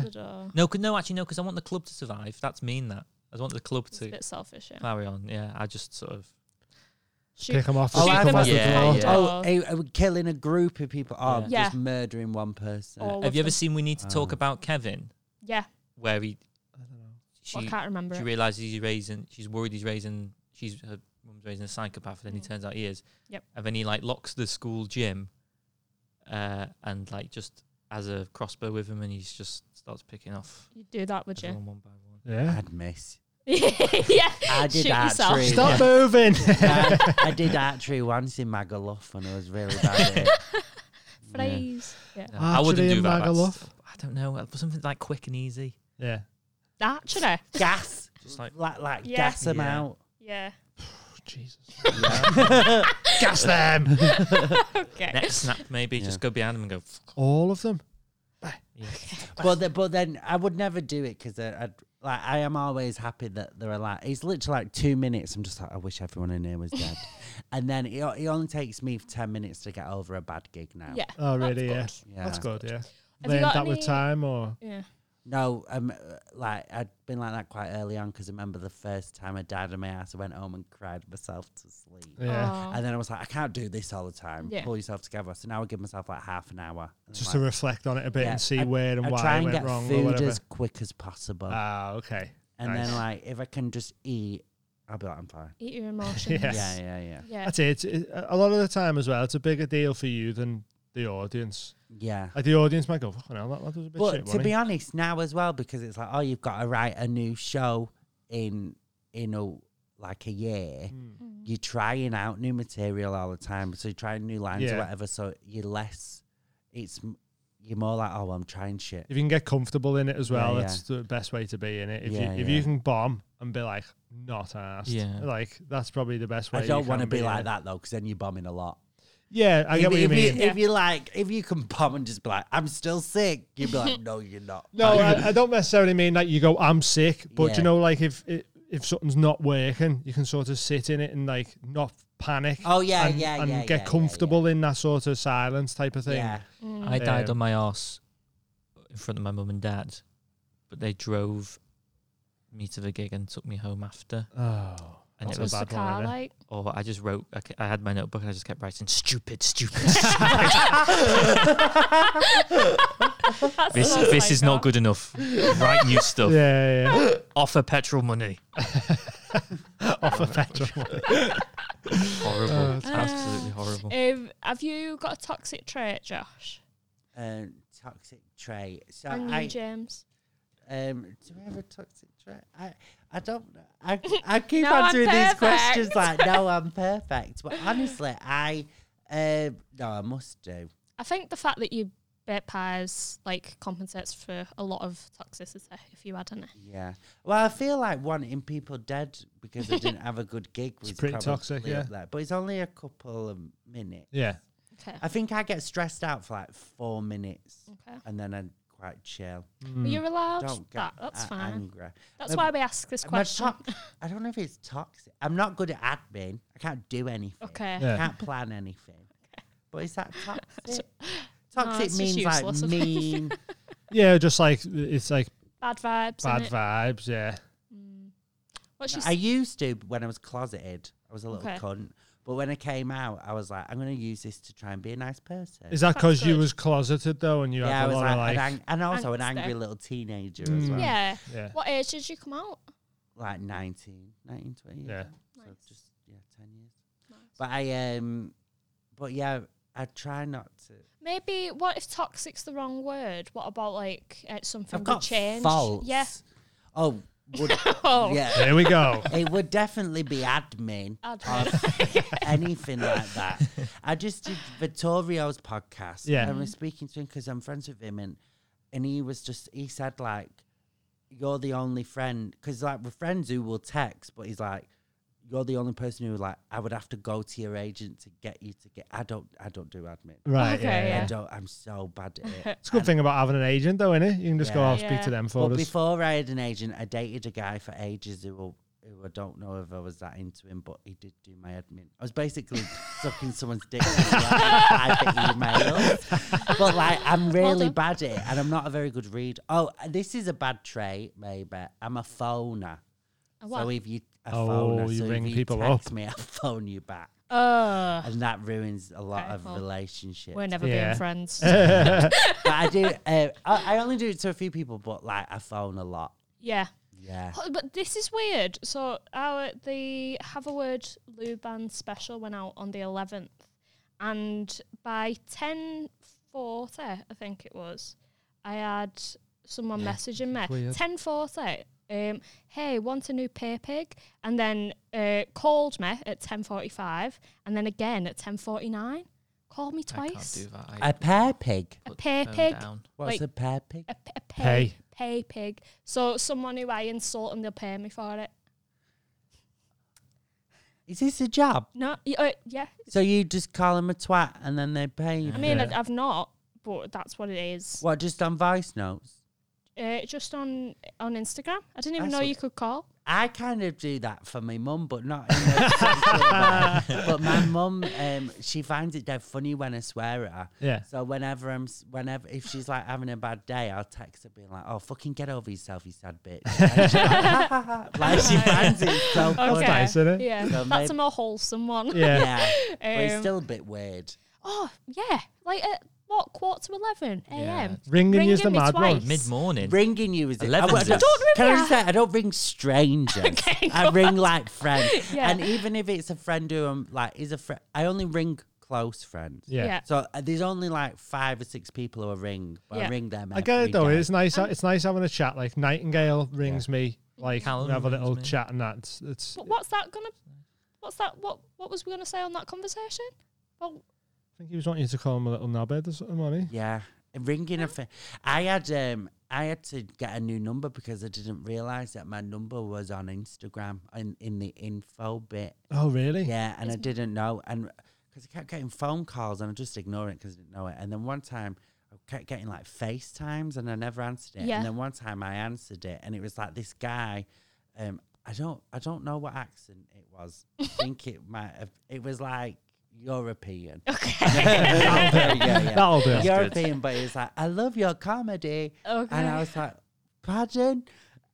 I don't know.
No, 'cause- no, actually, no, because I want the club to survive. That's mean. That I want the club
It's a
to
bit selfish. Yeah.
carry on. Yeah, I just sort of.
Shoot.
Kick 'em off.
Oh,
just
I
come
thought-
off the
yeah,
floor.
yeah.
Oh, eh, eh, killing a group of people. Oh,
Yeah. Oh.
just murdering one person.
All
Have
of
you ever
them.
seen We Need to Talk About Kevin,
Yeah.
where he
Well, I
she
can't remember.
she
it.
realizes he's raising, she's worried he's raising, she's her mum's raising a psychopath, and then he turns out he is.
Mm. Yep.
And then he like locks the school gym, uh, and like just has a crossbow with him, and he just starts picking off
You'd do that, would you?
everyone one by one.
Yeah.
I'd miss.
yeah.
I did
Shoot yourself.
archery.
Stop moving.
I, I did archery once in Magaluf and I was really bad at it.
Phrase. Yeah.
No, I wouldn't
Archery
do
and
that. that's-
Magaluf?
I don't know. uh, Something like quick and easy.
yeah.
Actually.
Gas.
Just like
Like, like
Yeah.
gas them
Yeah.
out.
Yeah.
Jesus. Gas them.
Okay.
neck snap, maybe. Just go behind him and go.
All of them.
But the, but then I would never do it because I'd like I am always happy that they're alive. It's literally like two minutes. I'm just like I wish everyone in here was dead, and then it, o- it only takes me ten minutes to get over a bad gig now.
Yeah.
Oh, really? Yeah.
That's
yeah.
That's good, yeah.
you
Learned
got
that with
any-
time, or
good. Yeah.
No, um, like I'd been like that quite early on because I remember the first time I died on my ass, I went home and cried myself to sleep.
yeah,
Aw.
And then I was like, I can't do this all the time.
Yeah.
Pull yourself together. So now I give myself like half an hour. And I'm
just
like,
to reflect on it a bit
yeah,
and see
I-
where and
I
why
try
it
and
went
get
wrong or
food
whatever.
as quick as possible.
Ah, okay.
and
nice.
then like if I can just eat, I'll be like, I'm fine.
Eat your emotions.
Yes.
Yeah, yeah, yeah,
Yeah.
That's it. It's, it. A lot of the time as well, it's a bigger deal for you than the audience.
yeah.
Like the audience might go, "Fucking hell, that lad was a bit shit."
But to
wasn't he?"
be honest, now as well, because it's like, oh, you've got to write a new show in in a like a year.
Hmm.
You're trying out new material all the time, so you're trying new lines
Yeah.
or whatever. So you're less, it's m- you're more like, oh, I'm trying shit.
if you can get comfortable in it as well,
Yeah,
that's the best way to be in it. If
Yeah,
you if
yeah.
you can bomb and be like not asked,
Yeah.
like that's probably the best way.
I don't want to
to
be like that though, because then you're bombing a lot.
Yeah, I get
if,
what you
if
mean.
if you like, if you can bomb and just be like, I'm still sick, you'd be like, no, you're not.
No, I, I don't necessarily mean like you go, I'm sick, but you
Yeah.
know, like if i- if something's not working, you can sort of sit in it and like not panic.
Oh, yeah,
and,
yeah,
and
yeah,
get
yeah, yeah,
comfortable in that sort of silence type of thing.
Yeah.
Mm.
I
Um,
died on my ass in front of my mum and dad, but they drove me to the gig and took me home after.
Oh,
And
that's
it was,
a
What's the
bad
car
one, isn't it?
like?
or Oh, I just wrote, I, ca- I had my notebook and I just kept writing, stupid, stupid, stupid.
That's
this,
what I
this is
got.
not good enough. Write new stuff.
Yeah, yeah,
Offer petrol money.
off a petrol.
Horrible.
Oh,
Absolutely horrible.
Um, have you got a toxic trait, Josh?
Um, toxic trait. So
And
I,
you, James?
Um, do I have a toxic trait? I, I don't. know. I, I keep
No, I'm
answering these questions
perfect.
like, no, I'm perfect. But honestly, I, um, no, I must do.
I think the fact that you bet pies like compensates for a lot of toxicity if you had any.
Yeah. Well, I feel like wanting people dead because I didn't have a good gig was
pretty
probably
toxic, yeah.
up there. But it's only a couple of minutes.
yeah,
Okay.
I think I get stressed out for like four minutes,
Okay.
and then I'm quite chill.
Well, you're allowed
Mm. Don't get
that. That's
a-
fine.
angry.
That's
Um,
why we ask this
My
question.
top, I don't know if it's toxic. I'm not good at admin. I can't do anything.
Okay.
I
Yeah.
can't plan anything. But is that toxic?
No,
toxic
it's just
means
useless,
like
isn't it?
mean.
yeah. Just like it's like
Bad vibes.
bad
innit?
vibes. Yeah,
What's your
I used to when I was closeted. I was a little
Okay.
cunt. But when I came out, I was like, I'm going to use this to try and be a nice person.
is that because you
good.
was closeted though, and you
yeah, I
had a
was
lot
like,
of Mm. like,
an ang- and also an
angst
angry
there.
little teenager as well.
yeah.
yeah,
What age did you come out?
Like 19, 19, 20.
Yeah.
So just, yeah, 10 years. But I, um, but yeah, I try not to.
Maybe what if toxic's the wrong word? What about like uh, something
I've
would
got
change?
faults.
Yeah.
Oh, would,
Oh.
yeah.
there we go.
It would definitely be admin
Admin.
or anything like that. I just did Vittorio's podcast.
Yeah.
And I was speaking to him because I'm friends with him. And, and he was just, he said, like, you're the only friend. Because, like, we're friends who will text, but he's like, you're the only person who, like, I would have to go to your agent to get you to get. I don't, I don't do admin.
Right,
Okay,
yeah,
I
yeah.
yeah.
don't, I'm so bad at it.
It's a good thing about having an agent though, innit? You can just go,
Yeah.
I'll speak
Yeah.
to them for
But
us.
before I had an agent, I dated a guy for ages who, who I don't know if I was that into him, but he did do my admin. I was basically sucking someone's dick in private emails. But like, I'm really
done.
bad at it, and I'm not a very good reader. Oh, this is a bad trait, maybe. I'm a phoner.
what?
So if you a
Oh,
phoner,
you
so if
ring people
text
up.
me, I phone you back,
Uh,
and that ruins a lot
Okay,
of
well,
relationships.
we're never
Yeah.
being friends.
but I do. Uh, I, I only do it to a few people, but like, I phone a lot.
yeah.
Yeah.
Oh, But this is weird. So our the Have a Word Lou Band special went out on the eleventh, and by ten forty, I think it was, I had someone messaging me ten forty. Um, hey, want a new pay pig? And then uh, called me at ten forty five, and then again at ten forty nine. Called me
I can't
twice.
do that. I
A pear pig.
A
put the
pay
phone
pig.
down.
What's
Like-
a pear pig?
A, p- a pay,
Pay.
pay pig. So someone who I insult and they'll pay me for it.
Is this a job?
No, y- uh, yeah,
So you just call them a twat and then they pay you.
I mean,
Yeah.
I, I've not, but that's what it is.
What, just on voice notes?
Uh, just on on Instagram. I didn't even
That's
know
what-
you could call.
I kind of do that for my mum, but not. In the sense of, uh, but my mum, um, she finds it dead funny when I swear at her.
Yeah.
So whenever I'm, s- whenever if she's like having a bad day, I'll text her being like, "Oh, fucking get over yourself, you sad bitch." And she's like, like she finds it so funny.
Okay.
Oh, nice, isn't it?
Yeah,
So
that's a
maybe-
more wholesome one.
Yeah.
Yeah, but it's
Um,
still a bit weird.
Oh yeah, like at what quarter to eleven a.m.
Ringing you is the
Ringing me
mad one.
twice.
Mid morning.
Ringing you is it? I,
11
I
is-
don't,
Don't
ring
can I
me
just say I don't ring strangers.
Okay,
I ring like friends,
Yeah.
and even if it's a friend who I'm like is a friend, I only ring close friends.
Yeah.
Yeah.
So uh, there's only like five or six people who I ring, but I
Yeah.
ring them.
I get
every
it though.
day.
uh, It's nice.
Um,
it's nice having a chat. Like Nightingale rings me. Like
Callum
we have a
rings
little
me.
chat and that. It's, it's
But what's that gonna? What's that? What What was we gonna say on that conversation? Oh, Well,
I think he was wanting you to call him a little knobhead or something, wasn't he?
Yeah, And ringing a. Fa- I had um, I had to get a new number because I didn't realize that my number was on Instagram in in the info bit.
Oh really?
Yeah, and I didn't know, and because I kept getting phone calls and I just ignored it because I didn't know it. And then one time I kept getting like FaceTimes and I never answered it.
Yeah.
And then one time I answered it, and it was like this guy. Um, I don't, I don't know what accent it was. I think it might have. It was like European.
okay.
yeah, yeah.
That'll do. it.
European, but it's like, I love your comedy.
Okay.
And I was like, pardon?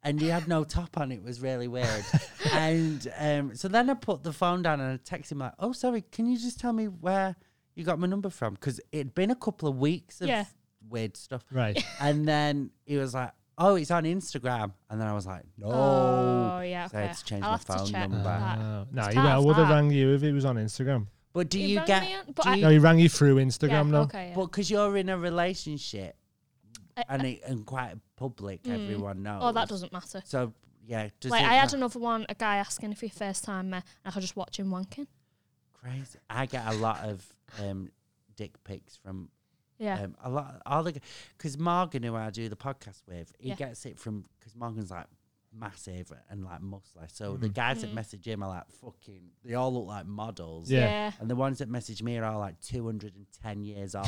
And he had no top on. It was really weird. and um, so then I put the phone down and I texted him like, oh, sorry, can you just tell me where you got my number from? Because it'd been a couple of weeks of
Yeah.
weird stuff.
Right.
And then he was like, oh, it's on Instagram. And then I was like, no.
Oh, yeah,
So I
okay.
had to change
I'll
my
have to
phone
check
number.
that.
Oh, no,
It's
he
part
well,
of
would have
that.
rang you if he was on Instagram.
But do
He
you
rang
get.
me on- but
do
I-
you,
No, he rang you through Instagram.
yeah.
no.
Okay. Yeah.
But because you're in a relationship
I-
and, it, and quite public, everyone knows.
oh, that doesn't matter.
So yeah, does
Like
it
I had
not-
another one, a guy asking if he first time met, and I could just watch him wanking.
crazy. I get a lot of um, dick pics from
Yeah.
um, a lot. All the because Morgan, who I do the podcast with, he
Yeah.
gets it from because Morgan's like massive and like muscular. So the guys
Mm.
that message him are like fucking. They all look like models.
Yeah.
And the ones that message me are all like 210 years old.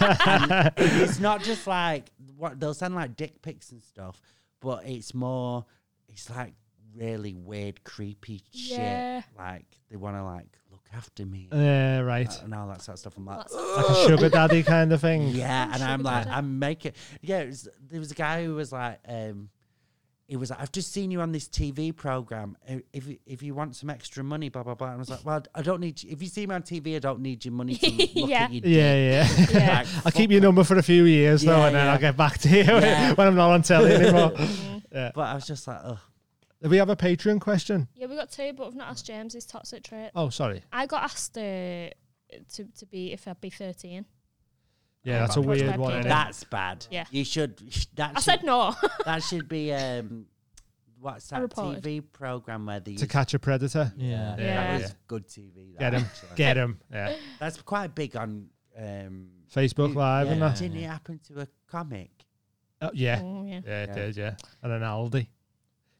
And it's not just like what they'll send like dick pics and stuff, but it's more, it's like really weird, creepy
Yeah.
shit. Like they want to like look after me
Yeah, right.
and all that sort of stuff. I'm like,
That's-
Like a sugar daddy kind of thing.
yeah, and
sugar
I'm like,
daddy.
I'm making. Yeah, it was, there was a guy who was like, um, he was like, I've just seen you on this TV program. If if you want some extra money, blah blah blah. And I was like, well, I don't need. If you see me on TV, I don't need your money. To look
Yeah.
at your dick."
Yeah, yeah.
Yeah.
Like,
I'll
fuck
keep your number for a few years though,
Yeah,
and then
yeah.
I'll get back to you
Yeah.
when I'm not on telly anymore.
off. But I was just like, oh,
Do we have a Patreon question?
Yeah, we got two, but I've not asked James his toxic trait.
Oh, sorry.
I got asked uh, to to be if I'd be thirteen.
Oh,
Yeah, that's a
my God.
weird one. Isn't it?
that's bad.
Yeah.
you should. That
I
should,
said no.
that should be um, what's that
reported.
TV program where they
To
use,
catch a predator.
yeah,
Yeah.
that was good TV. That,
Get him.
actually.
Get him. Yeah.
That's quite big on. Um,
Facebook Live and that.
Didn't it happen to a comic?
Oh, yeah.
Mm, yeah.
Yeah, it
Yeah.
did. Yeah, and an Aldi.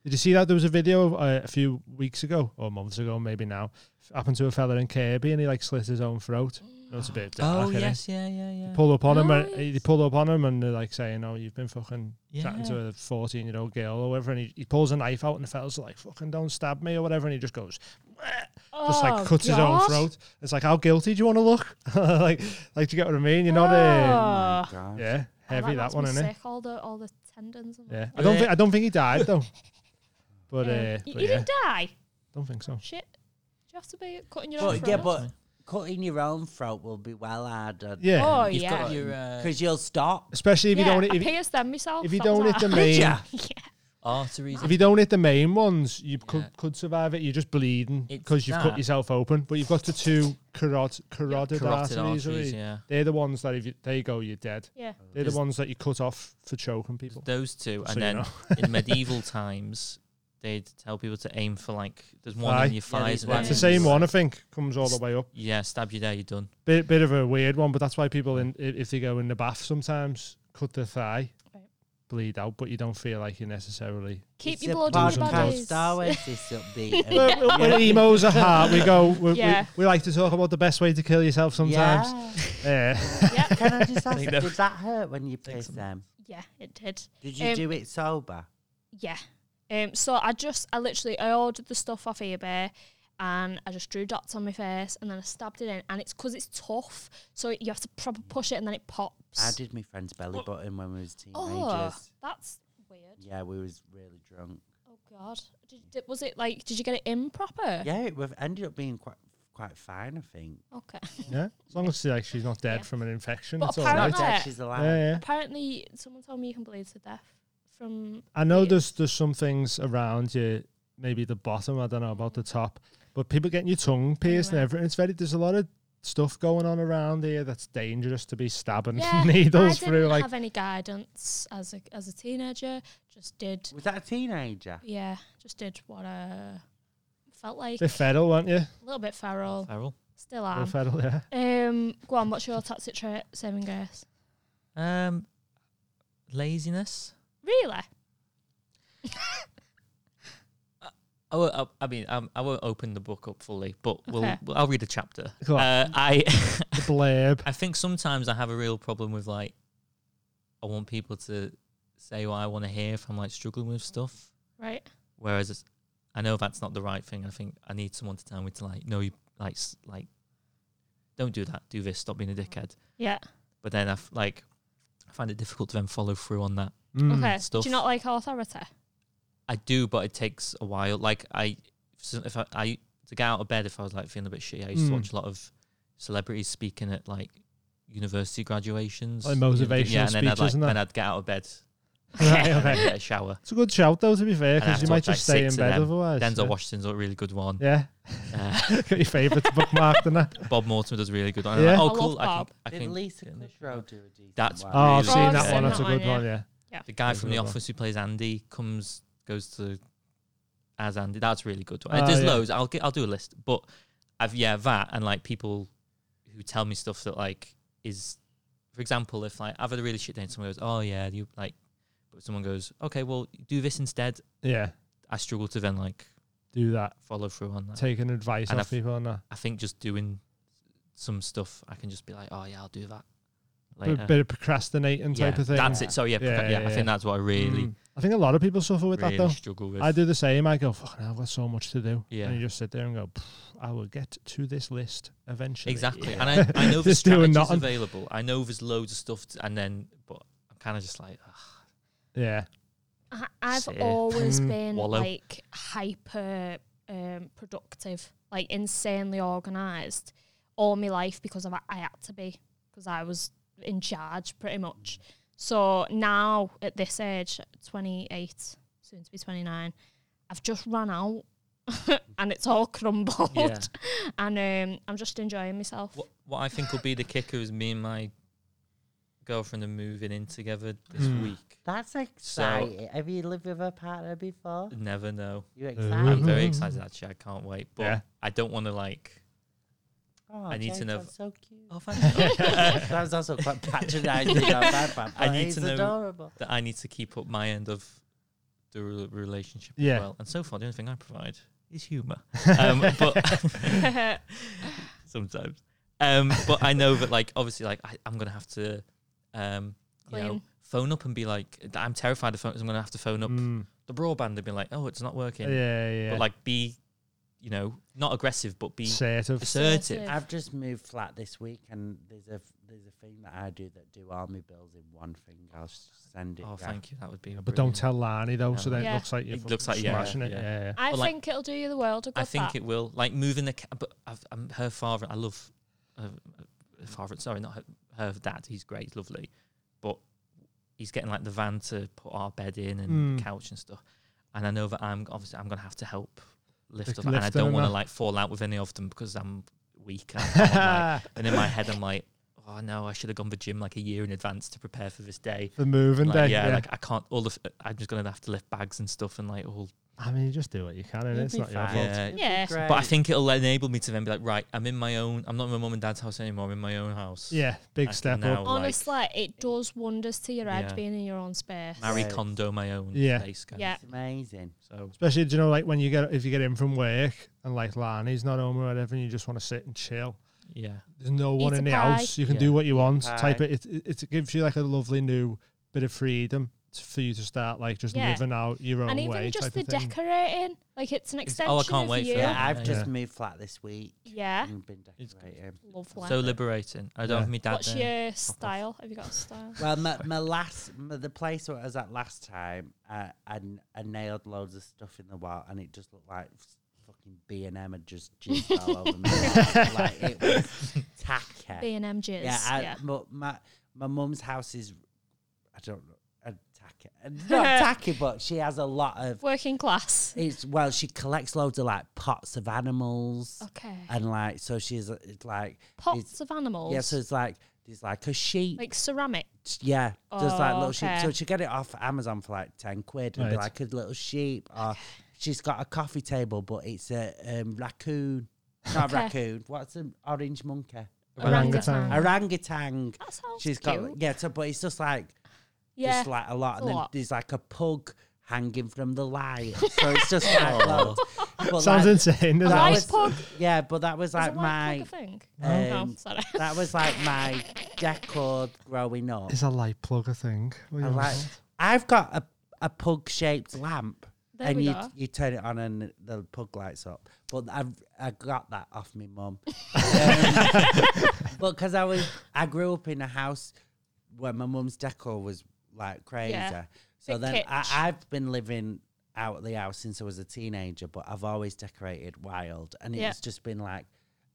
Did you see that there was a video uh, a few weeks ago or months ago, maybe now, f- happened to a fella in Kirby and he like slit his own throat. That's a bit.
Oh
dark, innit?
yes, yeah, yeah, yeah.
Pull up on him and
Nice.
he pulled up on him and they're like saying, "Oh, you've been fucking chatting
Yeah.
to a fourteen-year-old girl or whatever." And he, he pulls a knife out and the fella's like, "Fucking don't stab me" or whatever. And he just goes, just like
Oh,
cuts his own
God.
throat. It's like, how guilty do you want to look? like, like, do you get what I mean? You're not. Uh,
Oh.
God.
yeah, heavy that,
makes
one,
me
isn't it?
sick, All the all the tendons. And
Yeah, I don't think I don't think he died though. But, uh,
Um, you
but
you
yeah,
didn't die.
don't think so.
Shit. Do you have to be cutting your own
But, yeah,
throat?
but cutting your own throat will be well harder.
Yeah,
oh
You've
yeah.
got your
uh,
because you'll stop.
especially if
yeah,
you don't
I
if, you-
pierced them myself.
if you
that was
don't hit the
hard.
main
ya?
arteries.
if you don't hit the main ones, you could
Yeah.
could survive it. You're just bleeding
It's
because you've cut
that.
yourself open. But you've got the two carot, carotid,
Carotid
arteries.
arteries,
right?
yeah.
They're the ones that if you, they go, you're dead.
Yeah.
They're
Is-
the ones that you cut off for choking people.
Those two,
So
and
you
then
know.
in medieval times, they'd tell people to aim for like there's one
Aye.
in your thighs.
these
and
ones.
It's the
then-
same one, I think, comes all the way up.
Yeah, stab you there, you're done.
Bit, bit of a weird one, but that's why people, in, i- if they go in the bath sometimes, cut their thigh,
Right.
bleed out, but you don't feel like you necessarily.
Keep
It's
your
a
blood on your
podcast,
bodies.
always this upbeat. and-
We're, we're- we're emos at heart. We go. We,
Yeah.
we, we like to talk about the best way to kill yourself sometimes.
Yeah.
Yeah.
yeah,
Can I just ask,
Think
did
that-
that hurt when you pissed them?
yeah, it did.
Did you
Um,
do it sober?
Yeah. Um. So I just, I literally, I ordered the stuff off eBay, and I just drew dots on my face, and then I stabbed it in, and it's because it's tough, so you have to proper push it, and then it pops.
I did my friend's belly button when we was teenagers.
Oh, that's weird.
Yeah, we was really drunk.
Oh God, did, did, was it like? Did you get it in proper?
Yeah, it we've ended up being quite quite fine, I think.
Okay.
Yeah. As long as she, like she's not dead
Yeah.
from an infection,
But
it's all
No,
apparently-
right.
know.
Dad, she's alive.
Yeah, yeah.
Apparently, someone told me you can bleed to death from.
I know
Yeah.
there's there's some things around you, maybe the bottom. I don't know about the top, but people getting your tongue pierced and
Right.
everything. It's very there's a lot of stuff going on around here that's dangerous to be stabbing
Yeah, I
needles
didn't
through. Like
have any guidance as a as a teenager. Just did,
Was that a teenager?
yeah, just did what I felt like.
they're feral, aren't you?
a little bit feral,
Feral.
still
They're
am.
feral, yeah.
Um, go on. What's your toxic trait? Saving grace.
Um, laziness.
Really?
I, won't, I, I mean, um, I won't open the book up fully, but we'll,
Okay.
we'll, I'll read a chapter.
Go on.
Uh, I
The blurb.
I think sometimes I have a real problem with like, I want people to say what I want to hear if I'm like struggling with stuff.
Right.
Whereas it's, I know that's not the right thing. I think I need someone to tell me to like, no, you like, s- like, don't do that. Do this. Stop being a dickhead.
Yeah.
But then I f- like, I find it difficult to then follow through on that.
Mm.
okay.
stuff.
Do you not like authority?
I do, but it takes a while. Like I, so if I, I to get out of bed if I was like feeling a bit shitty, I used
Mm.
to watch a lot of celebrities speaking at like university graduations,
Like
You know, do-
motivational
yeah, and then I'd
speeches
like,
and that.
then I'd get out of bed,
Right,
and then
okay.
get a shower.
It's a good shout though, to be fair,
And I
because
have
you
to
might
watch, like,
just stay in
six of
bed
them.
otherwise.
Denzel
yeah.
Washington's a really good one.
Yeah,
Uh,
got your favourites bookmarked and that.
Bob Mortimer does a really good one.
Yeah.
Yeah.
I
oh,
love
cool! I,
Bob.
can, I
Did
can.
Lisa
get in the
Kudrow do a decent
That's
one?
Oh, I've
Really
seen
good.
that one.
Yeah.
That's a
That
good
one,
one. Yeah.
The guy
That's
from The
another one.
Office who plays Andy comes goes to as Andy. That's really good. one.
Oh,
There's
yeah.
loads. I'll get. I'll do a list. But I've yeah that and like people who tell me stuff that like is, for example, if like I've had a really shit day and someone goes, oh yeah, you like, but someone goes, okay, well do this instead.
Yeah.
I struggle to then like
Do that.
follow through on that.
Taking advice
And
off
I've-
people and that.
I think just doing some stuff, I can just be like, oh yeah, I'll do that.
A
Later.
bit of procrastinating type
yeah,
of thing.
That's it. So yeah,
Yeah,
yeah, yeah,
yeah,
I
yeah.
think that's what I really,
Mm. I think a lot of people suffer with
really
that though.
struggle with.
I do the same. I go, fucking hell, I've got so much to do.
Yeah.
And you just sit there and go, "Pff, I will get to this list eventually.
Exactly, and I, I know there's
Just doing
strategies
nothing.
available. I know there's loads of stuff, to, and then but I'm kind of just like, "Ugh,
Yeah.
I, I've
Safe.
always
Mm.
been
Wallow.
like hyper um, productive, like insanely organized all my life because of I had to be because I was in charge pretty much. So now at this age, 28, soon to be 29, I've just run out and it's all crumbled.
Yeah.
and um, I'm just enjoying myself.
what, what I think will be the kicker is me and my girlfriend are moving in together this
Hmm.
week.
That's exciting. Have you lived with a partner before?
Never know.
You
I'm
excited?
very
Mhm.
excited actually. I can't wait, but
Yeah.
I don't want to like.
Oh,
I need to
James,
know-
that's So cute.
Oh, thanks.
that was also quite patronising. on my part,
I
but
need
he's
to know-
Adorable.
that I need to keep up my end of the re- relationship
Yeah.
as well. And so far, the only thing I provide is humour. Um, but sometimes, um, but I know that like obviously, like I, I'm gonna have to, um, you know,
Clean.
phone up and be like, I'm terrified of phones. I'm gonna have to phone up
Mm.
the broadband and be like, oh, it's not
Yeah,
working.
yeah.
But like, be, you know, not aggressive, but be
Sort of.
assertive.
Assertive.
I've just moved flat this week, and there's a f- there's a thing that I do that do all my bills in one thing. I'll s- send it.
Oh, thank you. That would be.
But don't tell Lani though, so
No.
then it
Yeah.
looks like you're
It looks
fucking
like- yeah,
smashing it.
yeah.
Yeah, yeah.
I
Well, like-
think it'll do you the world.
I think it will. Like moving the, ca- but I've, um, her father. I love uh, her father. Sorry, not her, her dad. He's great, he's lovely, but he's getting like the van to put our bed in and
Mm.
couch and stuff. And I know that I'm obviously I'm gonna have to help lift
Lift-
up, and I
lift
don't
them
want to
up.
like fall out with any of them because I'm weak. And, I can't, like- and in my head, I'm like, oh no, I should have gone to the gym like a year in advance to prepare for this day.
The moving
Like,
day.
yeah,
Yeah.
like I can't. All the f- I'm just gonna have to lift bags and stuff and like all
I mean, you just do what you can, and
You'll
it's
be
not your
fine.
fault.
Yeah.
It'll be
Yeah.
great.
But I think it'll enable me to then be like, right, I'm in my own. I'm not in my mum and dad's house anymore. I'm in my own house.
Yeah,
I
big
can
step
now,
up.
like,
Honestly, it does wonders to your head
Yeah.
being in your own space.
marry
Right.
condo my own
Yeah.
space. Kind
Yeah.
Of.
it's amazing.
So
Especially, do you know, like when you get if you get in from work and like Lani's not home or whatever, and you just want to sit and chill.
yeah,
There's no one
Eat a
in the
pie.
house. You can
Yeah.
do what you want.
Pie.
Type it. It, it. it gives you like a lovely new bit of freedom t- for you to start like just
Yeah.
living out your own
and even
way.
just
type
the
of thing.
decorating, like it's an
It's-
extension
oh, I can't
of
wait for
you.
Yeah,
that.
I've just
Yeah.
moved flat this week.
Yeah,
and been
It's good.
decorating.
lovely.
so liberating. I don't
Yeah.
have my dad.
What's
there.
your style? Have you got a style?
Well, my, my last, my, the place where I was at last time, I, I, n- I nailed loads of stuff in the wall, and it just looked like f- fucking B and M had just jizzed all over me. like it was tacky.
B and M jizz.
Yeah, I,
yeah.
But my my mum's house is, I don't know, uh, tacky. Uh, Not tacky, but she has a lot of.
Working class.
It's well, she collects loads of like pots of animals.
Okay.
And like, so she's uh, it's like
Pots of animals.
yeah, so it's like there's like a sheep,
like ceramic.
yeah, there's like
Oh,
little sheep.
okay.
So she get it off Amazon for like ten quid, and be
Right.
like a little sheep. Or she's got a coffee table, but it's a um, raccoon, not
Okay.
a raccoon. What's an orange monkey?
Orangutan.
Orangutan.
That sounds
She's
cute.
got yeah, so, but it's just like
yeah.
just like a lot,
it's
and
a
then
lot.
there's like a pug hanging from the light. so it's just like loads. But
Sounds
like,
insane.
a
Doesn't
that
white
it?
was-
pug.
yeah, but that was like
Is a
my
white pug a thing?
um,
no, Oh, sorry.
that was like my decor growing up.
It's a light plug, I think.
I like, I've got a, a pug shaped lamp,
There
and
we
you
go.
you turn it on and the pug lights up. But I've I got that off my mum, Um, but because I was I grew up in a house where my mum's decor was like crazy. So
Bit
then I,
kitsch.
I've been living out of the house since I was a teenager, but I've always decorated wild, and
Yeah.
it's just been like.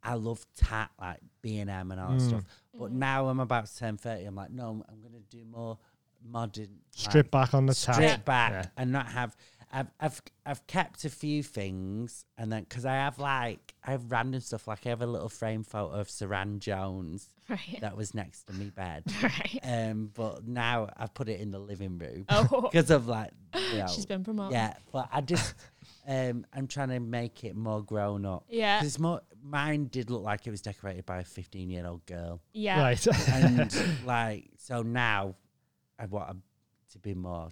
I love tat like B and M and all that stuff, but
Mm-hmm.
now I'm about to turn thirty. I'm like, no, I'm gonna do more modern
Strip
like,
back on the tap.
strip back
Yeah.
and not have I've, I've I've kept a few things and then because I have like I have random stuff like I have a little frame photo of Saran Jones
Right.
that was next to me bed
Right.
um but now I've put it in the living room
Oh.
because of like you know,
She's been promoted.
Oh. yeah but I just um I'm trying to make it more grown up 'Cause
Yeah.
it's more mine did look like it was decorated by a 15 year old girl
Yeah.
Right.
and like so now I want 'em to be more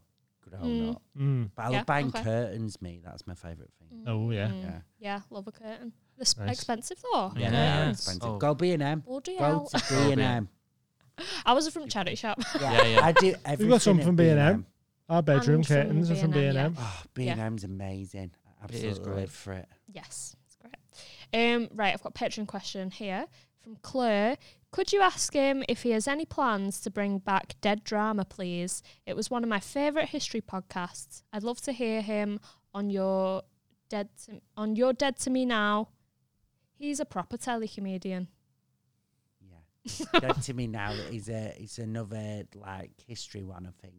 grown up.
Mm.
But I
Yeah,
love buying
okay.
curtains. Me, that's my favorite thing.
Oh yeah.
Mm,
Yeah.
Yeah. Love a curtain. They're sp-
Nice.
expensive though.
Yeah.
they're
Yeah.
expensive.
Oh.
Go B and M.
Bloody
Go
hell.
to B and M.
I was from charity shop.
Yeah,
yeah.
I do everything.
some
at
from
B&M.
B&M. Our bedroom
And from
curtains are from B
B&M,
and M.
Oh, B and M's amazing. I
It is
absolutely
great.
live for it.
yes. It's great. Um, right. I've got a Patreon question here from Claire. Could you ask him if he has any plans to bring back Dead Drama, please? It was one of my favourite history podcasts. I'd love to hear him on your Dead to, on your Dead to Me Now. He's a proper telecomedian.
Yeah. Go to me now. It's a it's another like history one. I think.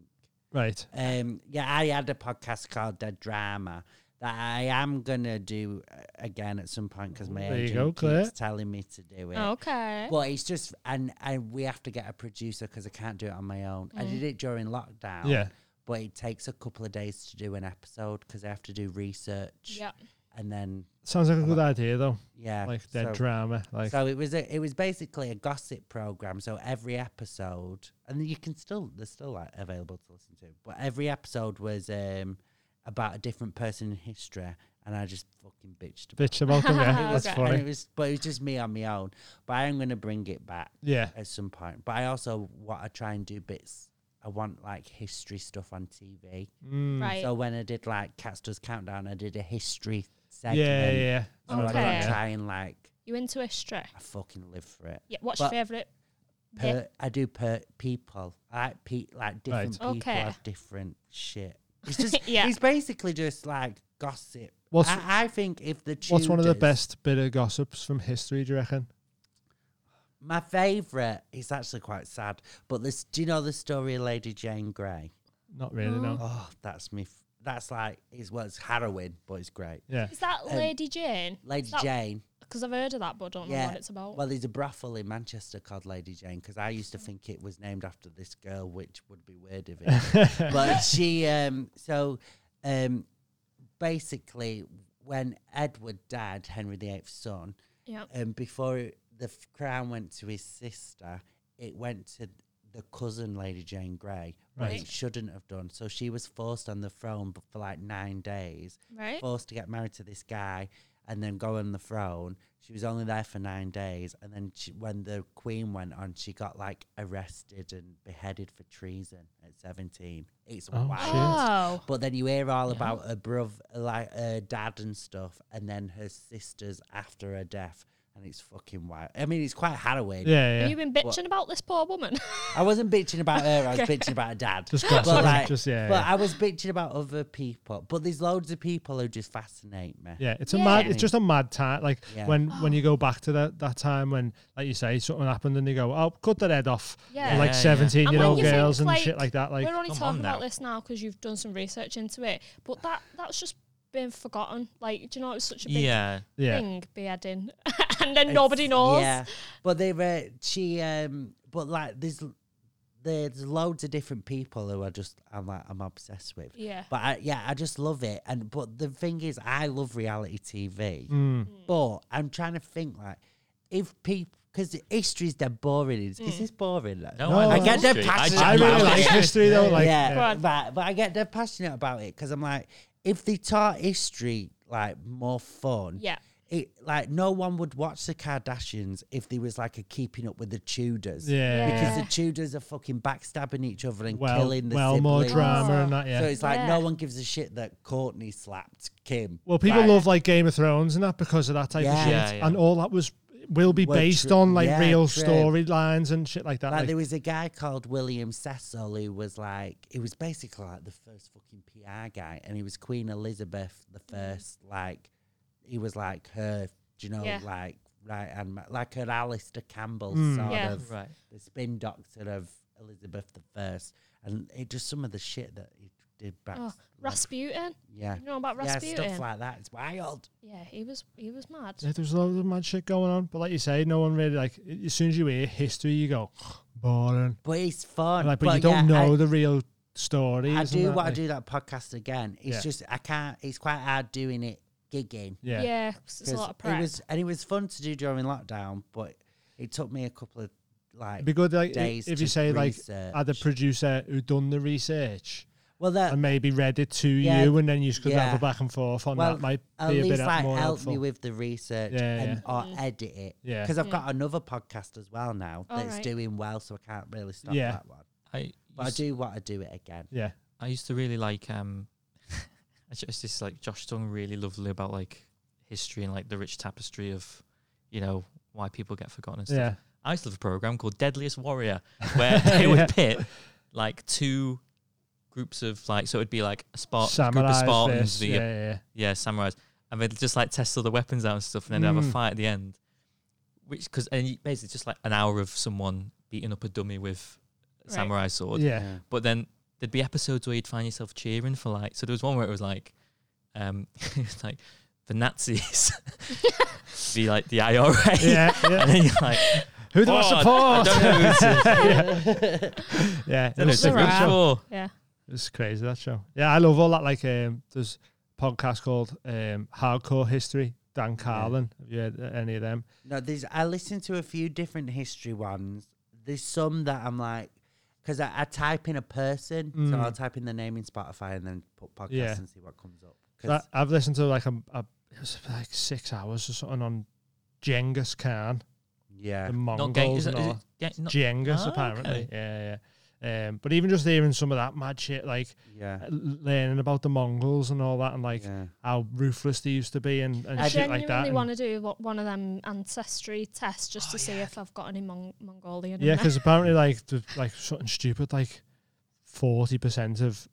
Right.
Um, yeah, I had a podcast called Dead Drama that I am gonna do uh, again at some point because my
There you
agent
go,
keeps
Claire.
telling me to do it.
Oh, Okay.
But it's just, and I, we have to get a producer because I can't do it on my own. I
Mm.
did it during lockdown.
Yeah.
But it takes a couple of days to do an episode because I have to do research.
Yeah.
And then,
Sounds like a good idea though.
yeah.
Like dead
so-
drama. Like
so it was a, it was basically a gossip program. So every episode, and you can still they're still like available to listen to. But every episode was um, about a different person in history, and I just fucking bitched. About
bitch about them. Yeah,
Okay.
that's
it. And
funny.
it was, but it was just me on my own. But I am going to bring it back
Yeah.
at some point. But I also want to try and do bits. I want like history stuff on TV.
Hmm.
Right.
So when I did like Cats Does Countdown, I did a history
Yeah,
segment.
yeah, yeah.
So I'm going
Okay.
to try and like
You into history?
I fucking live for it.
Yeah. What's
But-
your favourite?
per,
Yeah.
I do per people. I like pe- like different people
Okay.
have different shit. It's just
Yeah.
it's basically just like gossip.
What's-
I, I think if the Tudors,
What's one of the best bit of gossips from history, do you reckon?
My favourite is actually quite sad, but this do you know the story of Lady Jane Grey?
Not really,
Mm.
no.
Oh, that's me. F- that's like it's well, it's harrowing, but it's great.
Yeah.
Is that
Um,
Lady Jane?
Lady Jane.
Because I've heard of that, but don't know
Yeah.
what it's about.
Well, there's a brothel in Manchester called Lady Jane because I used to think it was named after this girl, which would be weird if it. but she, um, so, um, basically when Edward died, Henry VIII's son,
Yeah.
and before it- the f- crown went to his sister, it went to the cousin, Lady Jane Grey, right.
Right.
it shouldn't have done. So she was forced on the throne b- for like nine days,
Right.
forced to get married to this guy and then go on the throne. She was only there for nine days. And then she, when the queen went on, she got like arrested and beheaded for treason at 17. It's
Oh,
wild.
shit.
Oh.
But then you hear all about her brother, like her dad and stuff, and then her sisters after her death, and it's fucking wild. I mean, it's quite harrowing.
Yeah, yeah.
Have you been bitching about this poor woman?
I wasn't bitching about her; I was bitching about her dad.
Just gossip,
but like,
just- yeah,
But
yeah.
I was bitching about other people. But there's loads of people who just fascinate me.
Yeah, it's a
Yeah.
mad. It's just a mad time. Like
Yeah.
when when you go back to that that time when, like you say, something happened and you go, "Oh, cut their head off."
Yeah.
And,
Yeah, yeah.
like seventeen
And
year
when
old
you think,
girls and
like,
shit like that. Like
We're only
Come
talking
on
about
now.
this now because you've done some research into it, but that that's just been forgotten. Like, do you know it was such a big
Yeah.
yeah,
thing beheading, and then
It's-
nobody knows.
Yeah, but they were she. um But like, there's there's loads of different people who are just I'm like I'm obsessed with.
Yeah.
But I, yeah, I just love it. And but the thing is, I love reality
Mm.
TV.
Mm.
But I'm trying to think like if people because history's dead boring. Is,
Mm.
is this boring? though?
No,
I
I
love
get dead
history. I
passionate.
I
about
really
it.
like history though. Like
yeah,
Go on.
but but I get dead passionate about it because I'm like, if they taught history like more fun,
Yeah.
It, like no one would watch the Kardashians if there was like a keeping up with the Tudors.
yeah,
Yeah.
Because the Tudors are fucking backstabbing each other and
well,
killing the
well, more
siblings.
drama and that.
So
Yeah.
it's like
Yeah.
no one gives a shit that Courtney slapped Kim.
well, people
Like,
love like Game of Thrones and that because of that type of
Yeah.
shit,
Yeah, yeah.
and all that was will be
Well,
based
tr-
on like
yeah,
real
true.
storylines and shit like that.
Like
Like,
there was a guy called William Cecil who was like he was basically like the first fucking PR guy, and he was Queen Elizabeth the
Mm.
first. Like he was like her, do you know,
Yeah.
like right and ma- like her Alistair Campbell
Mm.
sort
Yeah.
of
Right.
the spin doctor of Elizabeth the first, and it just some of the shit that he did back.
Oh,
like,
Rasputin.
yeah,
You know about
yeah,
Rasputin?
stuff like that. It's wild.
Yeah, he was he was mad.
yeah, there was loads of mad shit going on, but like you say, no one really like. As soon as you hear history, you go boring.
But it's fun.
Like, but, you don't
yeah, I-
know the real story.
I
isn't
do
that?
want
Like,
to do that podcast again. It's
Yeah.
just I can't. It's quite hard doing it gigging.
Yeah.
Yeah, 'cause it's a
'cause
lot of
It
prep.
was and it was fun to do during lockdown, but it took me a couple of like.
It'd be good like, i-
days
if you
to
say like had a
research.
producer who done the research
well, that
and maybe read it to
yeah,
you, and then you just could
yeah.
have a back and forth on
well,
that. Might
at
be a
least
bit
like
more
help
helpful.
me with the research
Yeah, yeah.
and or edit it.
Yeah.
because I've got another podcast as well now
Mm. All
that's
right.
doing well, so I can't really stop
Yeah.
that one.
I
But I do want to do it again.
yeah,
I used to really like um, I ju- it's just like Josh Tung really lovely about like history and like the rich tapestry of, you know, why people get forgotten and stuff.
yeah,
I used to love a program called Deadliest Warrior where they would
Yeah.
pit like two groups of like so it'd be like a Spart- group of
Samurais
Spartans,
this,
the
yeah, yeah,
yeah, samurais, and they'd just like test all the weapons out and stuff, and then they'd have
Mm.
a fight at the end, which because and you- basically just like an hour of someone beating up a dummy with a
Right.
samurai sword.
yeah.
But then there'd be episodes where you'd find yourself cheering for like. So there was one where it was like, um, it was like the Nazis, the like the IRA,
yeah, yeah.
and then you're like,
Who do I
"Oh, I
support?
don't know who to-
yeah,
I don't know
it's,
who to
Right.
root for.
yeah.
it's crazy that show. Yeah, I love all that. Like, um, there's a podcast called um, Hardcore History. Dan Carlin, have you heard any of them?
No, there's. I listened to a few different history ones. There's some that I'm like, because I, I type in a person, so I'll type in the name in Spotify and then put podcast
Mm. Yeah.
and see what comes up. 'Cause-
That, I've listened to like a, a it was like six hours or something on Genghis Khan,
yeah,
the
Not gay,
Mongols
is it,
and
is
all.
it, yeah, not,
Genghis,
Ah,
apparently.
okay.
Yeah, yeah. Um, but even just hearing some of that mad shit, like
yeah,
l- learning about the Mongols and all that, and uh, like
yeah.
how ruthless they used to be, and, and
I
shit like
genuinely
that.
want
And, Oh,
to do what, one of them ancestry tests just to see if I've got any Mong- Mongolian. in
yeah,
there.
because apparently, like the, like something stupid, like forty percent of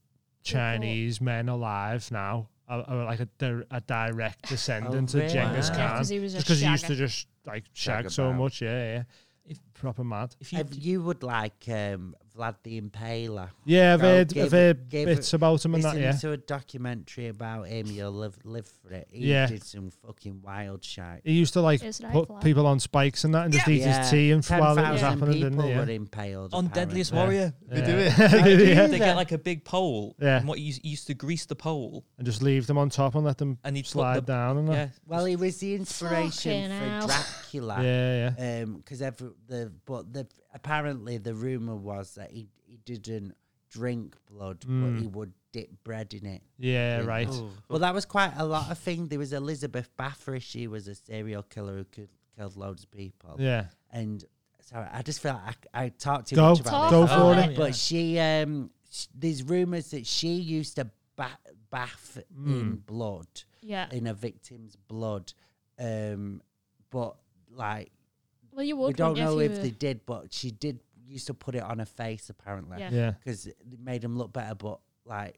Chinese men alive now are, are like a, di- a direct descendant of
Oh, really?
Genghis
Wow.
Khan.
Yeah,
'cause he was a
just because he used
shagger.
to just like shag
Shag
so
about.
much. Yeah, yeah.
If-
Proper mad.
if you
If you would like um, Vlad the Impaler.
Yeah, I've
Go,
heard,
give
I've
it-
heard
give it-
bits about him and that,
Listen
yeah.
to a documentary about him. You'll live live for it. He
Yeah.
did some fucking wild shit.
He used to like
Is it
put
Eiffel?
people on spikes and that and just eat his tea and f- while it was
10,000
happening,
people
didn't he?
were
Yeah.
impaled
on
apparently.
Deadliest Warrior.
They do
Like,
it. yeah.
They get like a big pole.
Yeah.
And what he used, he used to grease the pole.
And just leave them on top and let them
And he'd put
slide
the-
down and
Yeah.
that.
Well, he was the inspiration
Fucking
for
hell.
Dracula.
Yeah, yeah.
because um, every the but the apparently the rumor was that he he didn't drink blood, but he would dip bread in it.
Yeah, right.
Well, that was quite a lot of thing. There was Elizabeth Baffert. She was a serial killer who could, killed loads of people.
Yeah.
And sorry, I just feel like I, I talked too
Go.
much about
Talk
this.
Go for
about
it.
But she, um, sh- there's rumors that she used to ba- bath in blood,
Yeah.
in a victim's blood. Um, but like
Well, you
we
would.
don't
wouldn't you,
know
you
if
were-
they did, but she did used to put it on her face apparently.
Yeah.
Yeah.
Because it made him look better, but like,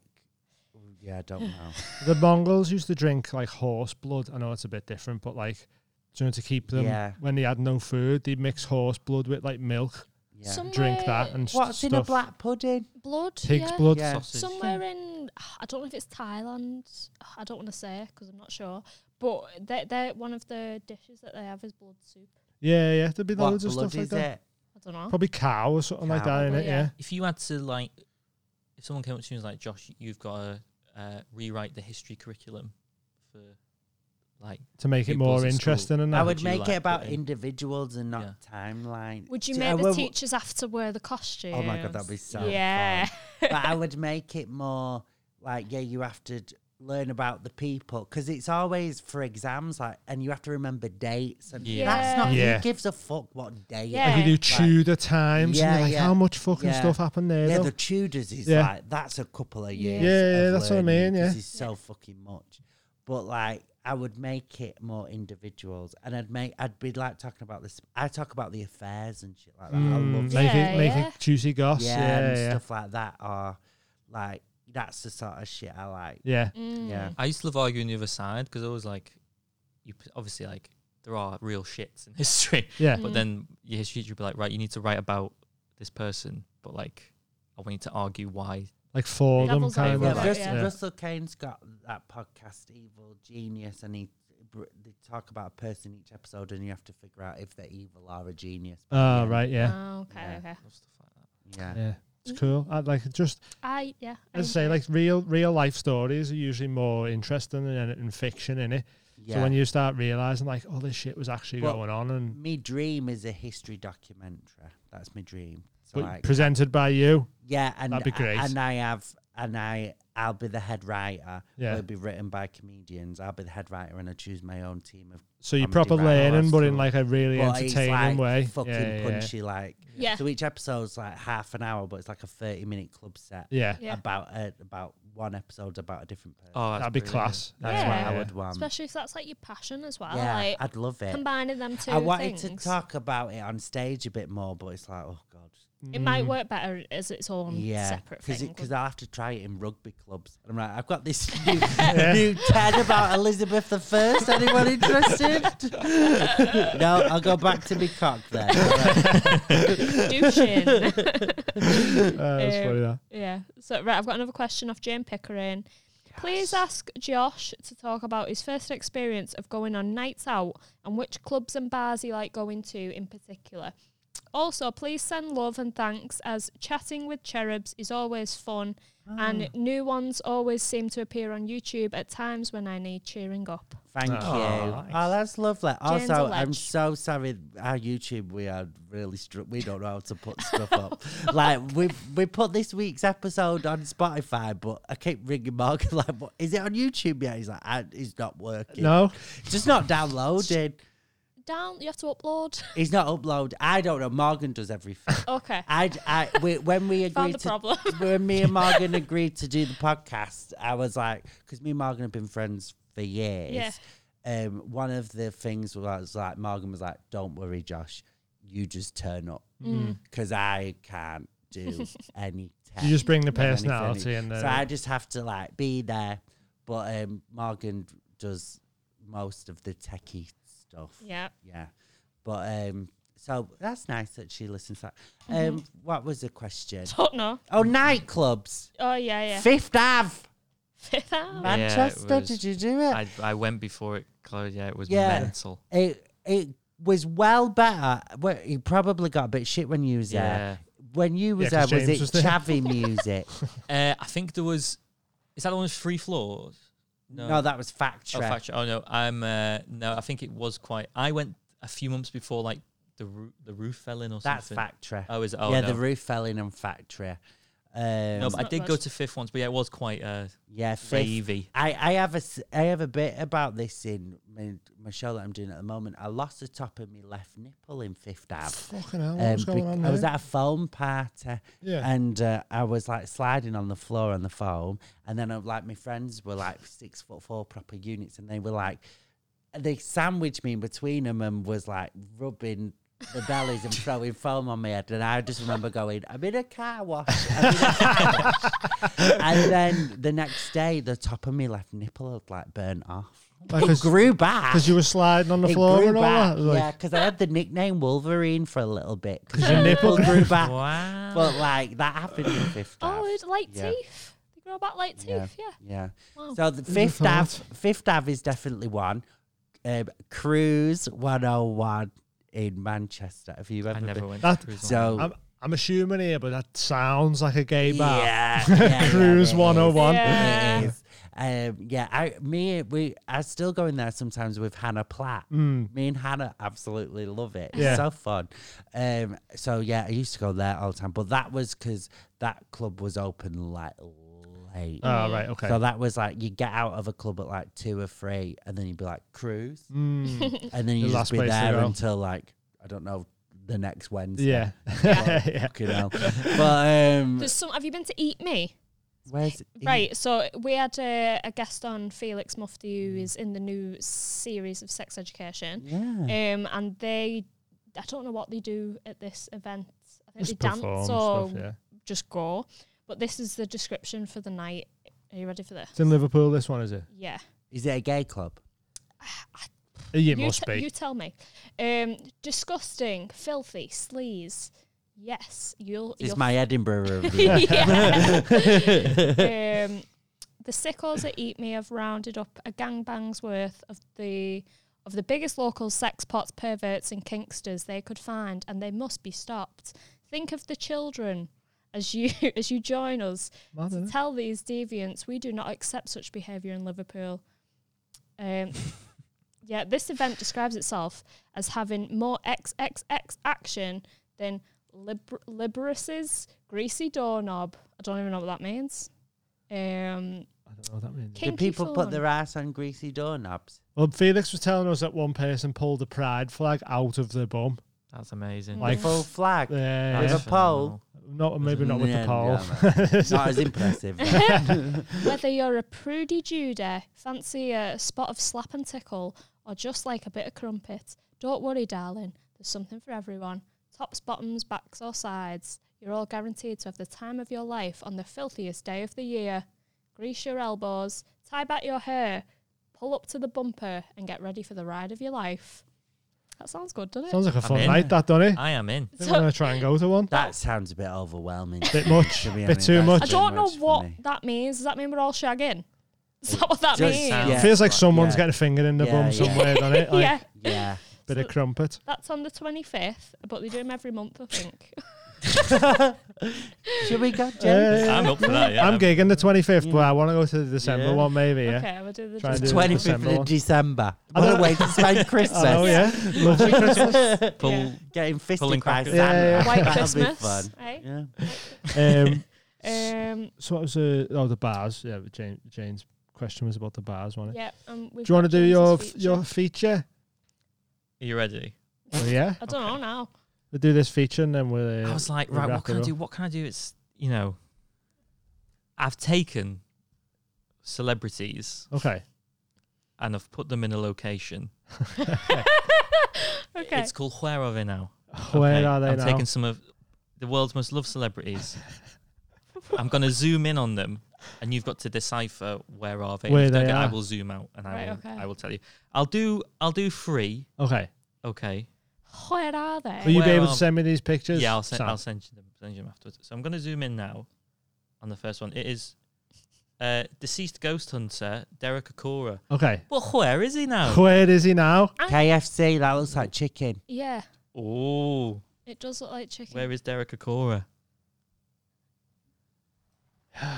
yeah, I don't know.
The Mongols used to drink like horse blood. I know it's a bit different, but like, you know, to keep them
Yeah.
when they had no food, they mix horse blood with like milk,
Yeah.
Somewhere
drink that, and st-
What's
stuff.
in a black pudding?
blood.
Pig's
yeah.
blood.
Yeah.
Sausage.
Somewhere in, I don't know if it's Thailand. I don't want to say because I'm not sure. But they're, they're one of the dishes that they have is blood soup.
Yeah, yeah. There'd be
What
loads of
blood
stuff like
is
that.
it?
I don't know.
Probably cow or something like
Cow.
that, innit?
Probably,
Yeah.
yeah.
If you had to like, if someone came up to you and was like, "Josh, you've got to uh, rewrite the history curriculum for like
To make it
People's
more
at school.
interesting and
I
that.
would
would
you
make
like
it about
putting?
individuals and not
Yeah.
timeline.
Would you
Do-
make
uh,
the
well,
teachers have to wear the costume?
Oh my god, that'd be so.
Yeah.
fun. but I would make it more like yeah, you have to d- learn about the people because it's always for exams like, and you have to remember dates and
Yeah.
that's not
Yeah.
who gives a fuck what day. it
Yeah.
Like you do
Like-
Tudor times,
Yeah,
and you're like,
yeah.
how much fucking
Yeah.
stuff happened there?
is. Yeah,
though?
the Tudors is
Yeah.
like that's a couple of years.
Yeah, yeah,
of
that's what I
learning
mean,
'cause
yeah.
it's so fucking much. But like, I would make it more individuals, and I'd make I'd be like talking about this. I talk about the affairs and shit like that. I
Mm,
love
make it
Yeah,
make
yeah.
it juicy goss.
yeah,
Yeah,
and
yeah.
stuff like that or like that's the sort of shit I like.
Yeah.
Mm.
Yeah.
I used to love arguing the other side because I was like, you p- obviously like there are real shits in history,
Yeah.
but then your history teacher would be like, right, you need to write about this person, but like I want you to argue why.
Like for them
Devil's
kind
Yeah,
advocate,
of.
Right,
Russell,
yeah.
Russell Kane's got that podcast, Evil Genius, and he br- they talk about a person each episode, and you have to figure out if they're evil or a genius. by the
Oh
end.
right, yeah.
Oh, okay.
Yeah.
Okay.
Yeah.
Yeah. It's cool. I'd like just
I yeah. I
As I say,
enjoy
like real real life stories are usually more interesting than anything fiction in it.
yeah.
So when you start realizing like, oh, this shit was actually
Well,
going on, and
me dream is a history documentary. That's my dream. So
but
like,
presented by you,
yeah, and
That'd be
I-
great.
and I have, and I, I'll be the head writer.
Yeah.
it'll be written by comedians. I'll be the head writer, and I choose my own team of
so you're
Comedy
proper
writer,
learning,
that's
but in
cool.
like a really
But it's,
entertaining
like,
way.
Fucking
yeah, yeah,
punchy, like.
it. yeah.
So each episode's like half an hour, but it's like a thirty-minute club set
yeah.
Yeah.
about a, about one episode about a different person.
Oh, that's
that'd be
brilliant.
class.
That's
Yeah.
what I would want.
Especially if that's like your passion as well.
yeah,
Like
I'd love it.
combining them two
I wanted
things.
to talk about it on stage a bit more, but it's like, oh god,
It might work better as its own
Mm. yeah,
separate
because
thing.
because I have to try it in rugby clubs. And I'm like, I've got this new, new TED about Elizabeth the First. Anyone interested? no, I'll go back to me cock then.
douching.
Uh, that's
Um,
funny, that.
Yeah. So right, I've got another question off Jane Pickering. Please ask Josh to talk about his first experience of going on nights out and which clubs and bars he liked going to in particular. Also, please send love and thanks as chatting with cherubs is always fun
Ah.
and new ones always seem to appear on YouTube at times when I need cheering up.
Thank you. Oh, that's lovely.
Jane's
also,
a
I'm
ledge.
so sorry. Our YouTube, we are really str- we don't know how to put stuff up. Like we we put this week's episode on Spotify, but I keep ringing Mark like, what, "Is it on YouTube yet?" He's like, I, "It's not working.
No,
It's just not downloaded.
Down, you have to upload.
It's not uploaded. I don't know. Morgan does everything."
okay.
I, I we, when we
Found
agreed
the problem.
to, when me and Morgan agreed to do the podcast, I was like, because me and Morgan have been friends for years.
Yeah.
Um, one of the things was like Morgan was like, "Don't worry, Josh, you just turn up
Mm.
because I can't do any." Tech,
you just bring the
or anything."
personality and
So I
the
just have to like be there, but um, Morgan does most of the techie stuff.
yeah.
Yeah. But um So that's nice that she listens to that.
Mm-hmm.
Um, what was the question?
Don't know.
Oh, nightclubs.
Oh yeah,
Fifth Ave.
yeah.
it
Manchester,
was-
did you do it?
I, I went before it closed. Yeah, it was
Yeah.
mental.
it it was well better. Well, you probably got a bit shit when you was
Yeah.
there. When you was
Yeah, 'cause
there, was
James
it
was there.
chavvy music?
Uh, I think there was. Is that the one with three floors?
no. that was
Oh,
factory.
fact- oh no, I'm uh, no. I think it was quite. I went a few months before, like the roo- the roof fell in or
That's
something.
factory.
Oh, is it? Oh,
yeah,
no.
the roof fell in on factory. Um,
No, but I
not
did
bad.
go to fifth once, but yeah, it was quite uh,
yeah, fifth.
ravey.
I, I have a s- I have a bit about this in my, my show that I'm doing at the moment. I lost the top of my left nipple in Fifth Ave.
Fucking hell,
Um,
Oh, what's going
bec-
on
I was
there?
at a foam party,
Yeah.
and uh, I was like sliding on the floor on the foam, and then uh, like my friends were like six foot four proper units, and they were like, they sandwiched me in between them and was like rubbing the bellies and throwing foam on my head, and I just remember going, "I'm in a car wash." I'm in a car wash." and then the next day, the top of me left nipple had like burnt off.
Like,
It grew back.
Because you were sliding on the
It
floor
grew
and all
back,
that. Like,
yeah, because I had the nickname Wolverine for a little bit. Because
your nipple
grew back.
Wow.
But like that happened in Fifth
Oh,
Ave.
it's like
Yeah.
teeth. They grow back like teeth. Yeah.
yeah.
Wow.
So the Fifth
thought?
Ave, Fifth Ave is definitely one. Um, Cruise 101 in Manchester. Have you ever
I never
been?
went.
That-
to cruise on
So
I'm, I'm assuming here, but that sounds like a gay bar.
yeah, yeah,
Cruise
yeah, it
101.
is.
Yeah.
It is. Um, yeah, I, me, we, I still go in there sometimes with Hannah Platt. Me and Hannah absolutely love it.
Hmm. Yeah.
It's so fun. Um, so yeah, I used to go there all the time, but that was because that club was open like late.
Oh, right, okay.
So that was like you get out of a club at like two or three, and then you'd be like cruise,
Mm.
and then
The
you
last
just be
place to
there
go.
until like I don't know the next Wednesday.
yeah. yeah.
you know. But um,
There's some. Have you been to Eat Me?
where's
Right, so we had a, a guest on Felix Mufti,
Mm.
who is in the new series of Sex Education,
Yeah.
um, and they, I don't know what they do at this event. I think
Just
they dance
perform
or
stuff, yeah.
just go. But this is the description for the night. Are you ready for this?
It's in Liverpool, this one, is it?
Yeah,
Is it a gay club?
It
you
must
te-
be.
You tell me. Um, disgusting, filthy, sleaze. Yes, you'll.
This
you'll
is my Edinburgh review.
yeah. um, the sickles that eat me have rounded up a gangbang's worth of the of the biggest local sex pots, perverts, and kinksters they could find, and they must be stopped. Think of the children as you as you join us
Mad,
to
innit?
tell these deviants we do not accept such behaviour in Liverpool. Um, yeah, this event describes itself as having more XXX action than Liber- Liberus's greasy doorknob. I don't even know what that means. Um,
I don't know what that means.
Do
kinky
people put
fun.
their ass on greasy doorknobs?
Well, Felix was telling us that one person pulled the pride flag out of their bum.
That's amazing.
Like-
Full flag.
Yeah,
That's
With a pole.
phenomenal.
Not maybe not with the
Yeah,
pole.
yeah, man. Not as impressive.
Whether you're a prudy Judah, fancy a spot of slap and tickle, or just like a bit of crumpet, don't worry, darling. There's something for everyone. Tops, bottoms, backs, or sides. You're all guaranteed to have the time of your life on the filthiest day of the year. Grease your elbows, tie back your hair, pull up to the bumper, and get ready for the ride of your life. That sounds good, doesn't it?
Sounds like a fun
in.
night, that, doesn't it? I
I am in.
think we're gonna try and go to one.
That sounds a bit overwhelming.
Bit much,
to be
bit
honest.
too
That's
much.
I
too
don't know
much for
what
me.
that means. Does that mean we're all shagging? Is that what that
does
means?
sound- Yeah.
Feels like
Yeah.
someone's got a finger in the
Yeah,
bum
yeah.
somewhere, doesn't it? Like
yeah.
Yeah.
bit of crumpet.
That's on the 25th, but they do them every month, I think.
Should we go, James?
I'm up for that. Yeah.
I'm gigging the 25th, but I want to go to the December
Yeah.
one, maybe. Yeah.
Okay, we'll do the
Try and
just-
do it.
25th
December.
of December.
I
What
don't-
a way to spend Christmas.
Oh yeah, lovely Christmas.
Pull-
Yeah.
Getting
Pulling
fisted by
crackers.
Yeah,
Santa.
yeah, yeah.
White
That'll
Christmas.
be fun.
eh?
Yeah.
Um,
Um,
so what was uh, oh the bars? Yeah, Jane, Jane's question was about the bars, wasn't it?
yeah. Um, we've
Do you want to
got James's
do your
feature.
your feature?
Are you ready?
Well, yeah,
I don't know now.
we'll do this feature and then we'll. Uh,
I was like,
we'll
right,
wrap
what can
it
I
up.
do? What can I do? It's you know, I've taken celebrities
Okay.
and I've put them in a location.
Okay.
It's called Where Are They Now?
Where
Okay,
are they
I'm
now?
taking some of the world's most loved celebrities. I'm going to zoom in on them, and you've got to decipher where are they. And
Where
if you don't
they
get- I
are.
will zoom out, and I
Right,
will.
okay.
I will tell you. I'll do. I'll do three.
Okay.
Okay.
Where are
Will
they?
you be
Where
able to
are-
send me these pictures?
yeah, I'll send,
Sam?
I'll send you them. Send you them afterwards. So I'm going to zoom in now on the first one. It is uh, deceased ghost hunter Derek Akura.
Okay.
Well, where is he now?
Where is he now?
KFC, that looks like chicken.
Yeah,
Oh,
it does look like chicken.
where is Derek Akura?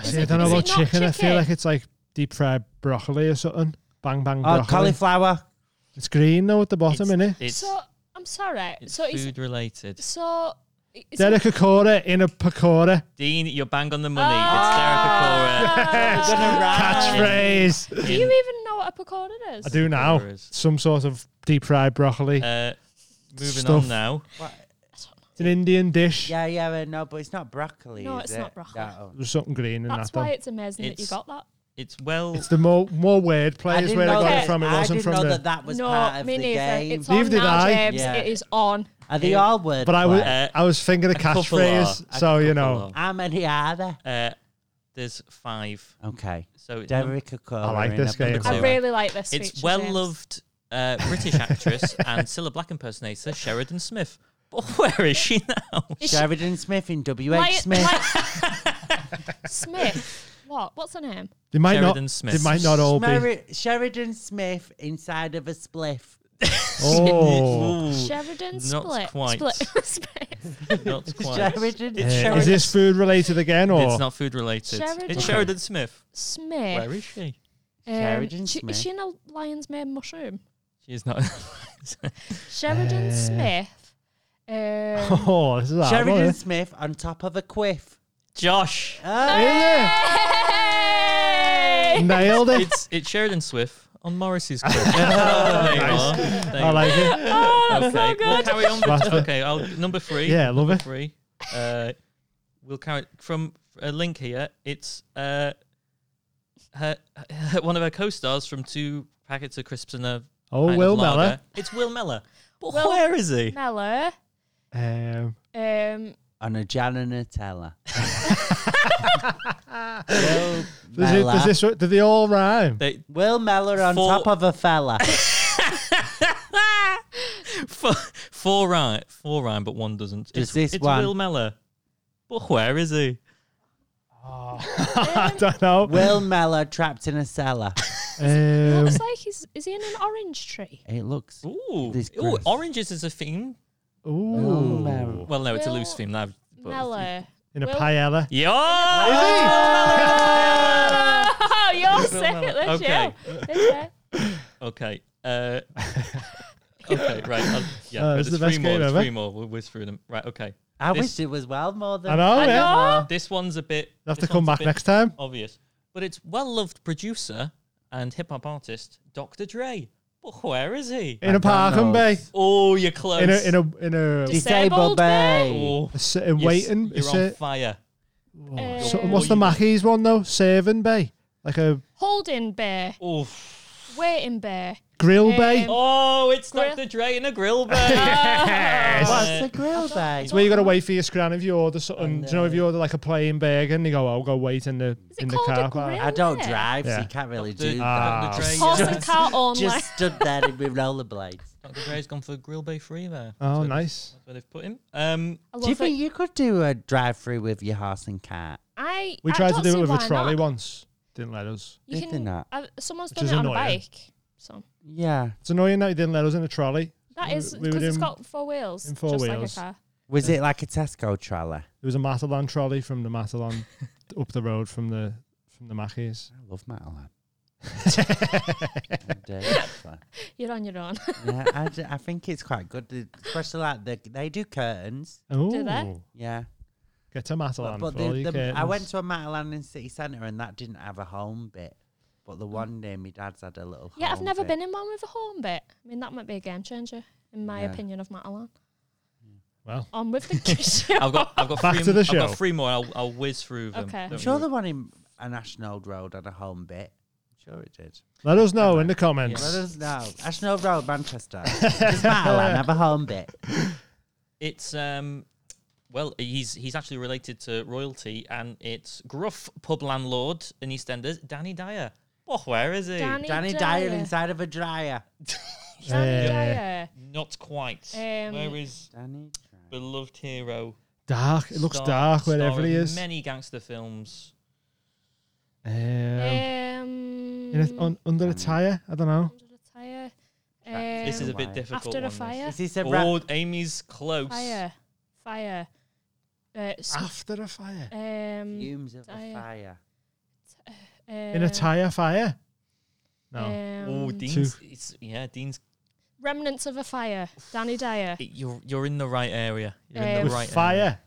See, I
it-
don't know
is it not
about chicken. I feel
chicken?
like it's like deep fried broccoli or something. Bang bang
Oh,
broccoli.
cauliflower.
It's green though at the bottom, innit?
It's,
so I'm sorry.
it's
so is
food related.
so is
Derek Akora in a pakora.
Dean, you're bang on the money. It's
Ah!
Derek Akura.
Catchphrase.
Do you even know what a pakora is?
I do now.
Pakora is-
Some sort of deep fried broccoli.
Uh, moving
Stuff.
on now.
it's an Indian dish.
Yeah, yeah, uh, no, but it's not broccoli.
No,
is
it's
it?
not broccoli.
No.
There's something green in
That's
that.
why
though.
it's amazing that you
It's-
got that.
It's well.
It's the more more word
I
plays
didn't
where I
know
got
that,
it from. It
I
wasn't
didn't
from
know
the.
that that was
no,
part of
me
the
neither.
game.
It's
Neither
on
did
now,
I.
James.
Yeah.
It is on.
Are they all word?
but I was
play?
Uh,
I was thinking a
a couple
catchphrase,
are. A
so you
couple
know.
are.
How many are there?
Uh, there's five.
Okay.
So it's num-
Derek Akora.
I like
in
this
a
game.
pakora.
I
So-
really like this.
It's
feature,
well
James.
loved uh, British actress and Cilla Black impersonator Sheridan Smith. But where is she now?
Is she-
Sheridan Smith in WH
Like-
Smith.
like- Smith. What? What's her name?
They might
Sheridan
not.
Smith.
They might not all be.
Smeri- Sheridan Smith inside of a spliff.
Oh,
Sheridan
not
Split.
quite.
Split. Smith.
not quite.
Sheridan
It's
Uh,
Smith.
is this food related again or?
It's not food related.
Sheridan-
It's Sheridan Smith.
Smith.
Where is she?
Um,
Sheridan
she-
Smith.
Is she in a lion's mane mushroom?
She is not.
Sheridan
Uh,
Smith. Um,
Oh, this is a hard one,
Sheridan
isn't
Smith on top of a quiff.
Josh.
Ah,
Oh, it?
hey!
Nailed it.
It's it's Sheridan Swift on Morrissey's clip. nice.
I like it.
Oh,
okay.
that's so
We'll
good.
carry on. With,
That's it.
okay, I'll, number three.
Yeah, love
number
it.
Three. Uh, we'll carry from a link here. It's uh, her, one of her co-stars from Two Packets of Crisps and a
Oh,
Pint
Will
of Lager.
Meller.
It's Will Meller. But
Will-
where is he?
Mella.
Um,
Um,
on a Gianna Nutella. Will
does, it, does
Mellor.
this? Do they all rhyme?
They,
Will Mellor on
Four-
top of a fella.
four, four rhyme, four rhyme, but one doesn't.
Does
it's
this
it's
one-
Will Meller. But where is he?
I don't know.
Will Mellor trapped in a cellar.
Um,
looks like he's is he in an orange tree?
It looks.
Ooh,
This
ooh,
gross.
oranges is a theme.
Will
ooh,
Mellor.
Well, no, it's a
Will
loose theme. That, but-
Mella.
in a
Will-
paella.
Yeah.
Oh, you're sick at
Mella.
this,
Okay.
yeah. This, yeah.
Okay. Uh, okay, right. I'll, yeah,
Oh,
no,
it's
there's
the
three
best
more.
game
There's
ever.
three more. We'll whiz through them. Right, okay.
I
This-
wish it was well more than.
I know.
I
Yeah.
know.
This one's a bit.
They have to
this
come
one's a
back
bit
next time.
Obvious. But it's well loved producer and hip hop artist, Dr. Dre. But where is he?
In a parking bay.
McDonald's.
Oh, you're close.
In a in a in a,
Just- Disabled
Disabled bay.
Oh,
a s- a
you're s-
waiting.
You're
is
on
it-
fire.
so-
Um,
what's the Mackey's one though? Serving bay, like a
Holding bear.
Oh,
Waiting bear.
grill bay.
Um,
oh it's
Grill-
Dr. Dre in a grill
Ah.
bag.
What's the grill bay?
It's where you got to wait for your scran if you order something. Do you know if you order like a plain burger and you go, "I'll go wait in the
Is it
in the
called
car
a
park."
grill?
I don't
Yeah.
drive, so
Yeah.
you can't really
Dr.
do that.
Ah.
Dr. Dre,
Horse
yeah.
and cart only.
Just stood there in with rollerblades.
Dr. Dre's gone for Grill Bay Free there.
Oh,
That's where-
nice.
That's where they've put him. Um,
I
Do you
love
think
it.
you could do a drive-through with your horse and cart?
I
We
I
tried to
don't
do
see
it with
why
a
not.
trolley once. Didn't let us.
You
Did they
can.
not?
uh, someone's
Which
done
is
it on a
annoying.
bike. So
Yeah.
It's annoying that he didn't let us in a trolley.
that
We-
is
we were
because it's
in-
got four wheels.
in four
just
wheels.
Like a car.
Was it like a Tesco trolley?
It was a Matalan trolley from the Matalan up the road from the from the Mackey's.
I love Madeline.
You're on your own.
yeah, I, d- I think it's quite good, the- especially like the, they do curtains.
Oh,
they?
Yeah,
get to Matalan
but
for all
the,
your
the, I
curtains.
went to a Matalan in city centre and that didn't have a home bit. But the one day my dad's had a little.
yeah,
Oh,
I've
home
never
bit.
been in one with a horn bit. I mean, that might be a game changer, in my
Yeah.
opinion of Matalan.
Well.
on with the show.
I've got, I've got
Back
three,
to the
I've
show.
got three more. I'll, I'll whiz through them.
Okay. I'm
I'm
Don't
sure
worry.
the one in a National Road had a home bit. I'm sure it did.
Let us know in the comments.
Let us know. National Road, Manchester. Does Matalan have a home bit?
It's um, well, he's he's actually related to royalty, and it's gruff pub landlord in EastEnders, Danny Dyer. Oh, where is he?
Danny,
Danny Dyer inside of a dryer.
Yeah, yeah.
Yeah.
Not quite.
Um,
Where is
Danny Craig.
beloved hero?
Dark. It looks
star-
dark wherever
starring
he is.
Many gangster films.
Um,
Um,
in a, on, under a tire. I don't know.
under the tire.
Track.
This is a
Um,
bit
Why?
difficult.
After a
one, this.
fire.
Is this a rap?
Oh, Amy's close.
Fire. Fire. Uh, sp-
Ah.
After a fire.
um,
Fumes of the
Dire.
fire.
In
Um,
a tire fire. No.
Oh,
Um,
Dean's. It's, yeah, Dean's.
Remnants of a Fire. Danny Dyer.
it- you're you're in the right area. You're in the
Um,
With
right
fire.
Area.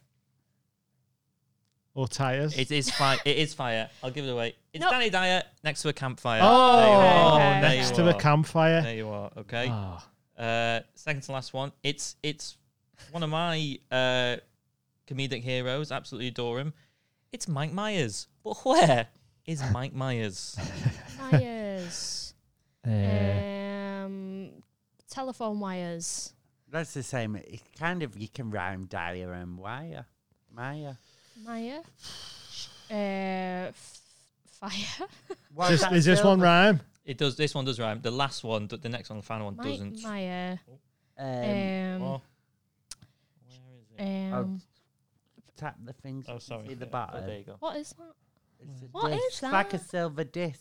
Or tires.
It is fire. it is fire. I'll give it away. It's
Nope.
Danny Dyer next to a campfire.
Oh,
there you are.
Okay.
There
Next
you
to a
are.
campfire.
There you are. Okay.
Ah.
Uh, second to last one. It's it's one of my uh, comedic heroes. Absolutely adore him. It's Mike Myers. But where is Mike Myers?
Myers.
Uh,
um, telephone wires.
That's the same. It's kind of you can rhyme Dyer and Wire. Maya.
Maya. Uh, f- fire.
What
Just-
that
is this one
film?
rhyme?
It does. This one does rhyme. The last one, th- the next one, the final one
Mike
doesn't.
Maya.
Um,
Um,
Oh,
um,
tap the things.
oh,
you can
sorry.
See the
Yeah. Oh,
bottom.
there you go.
what is that?
It's a
What
disc.
is
It's like a
that?
silver disc.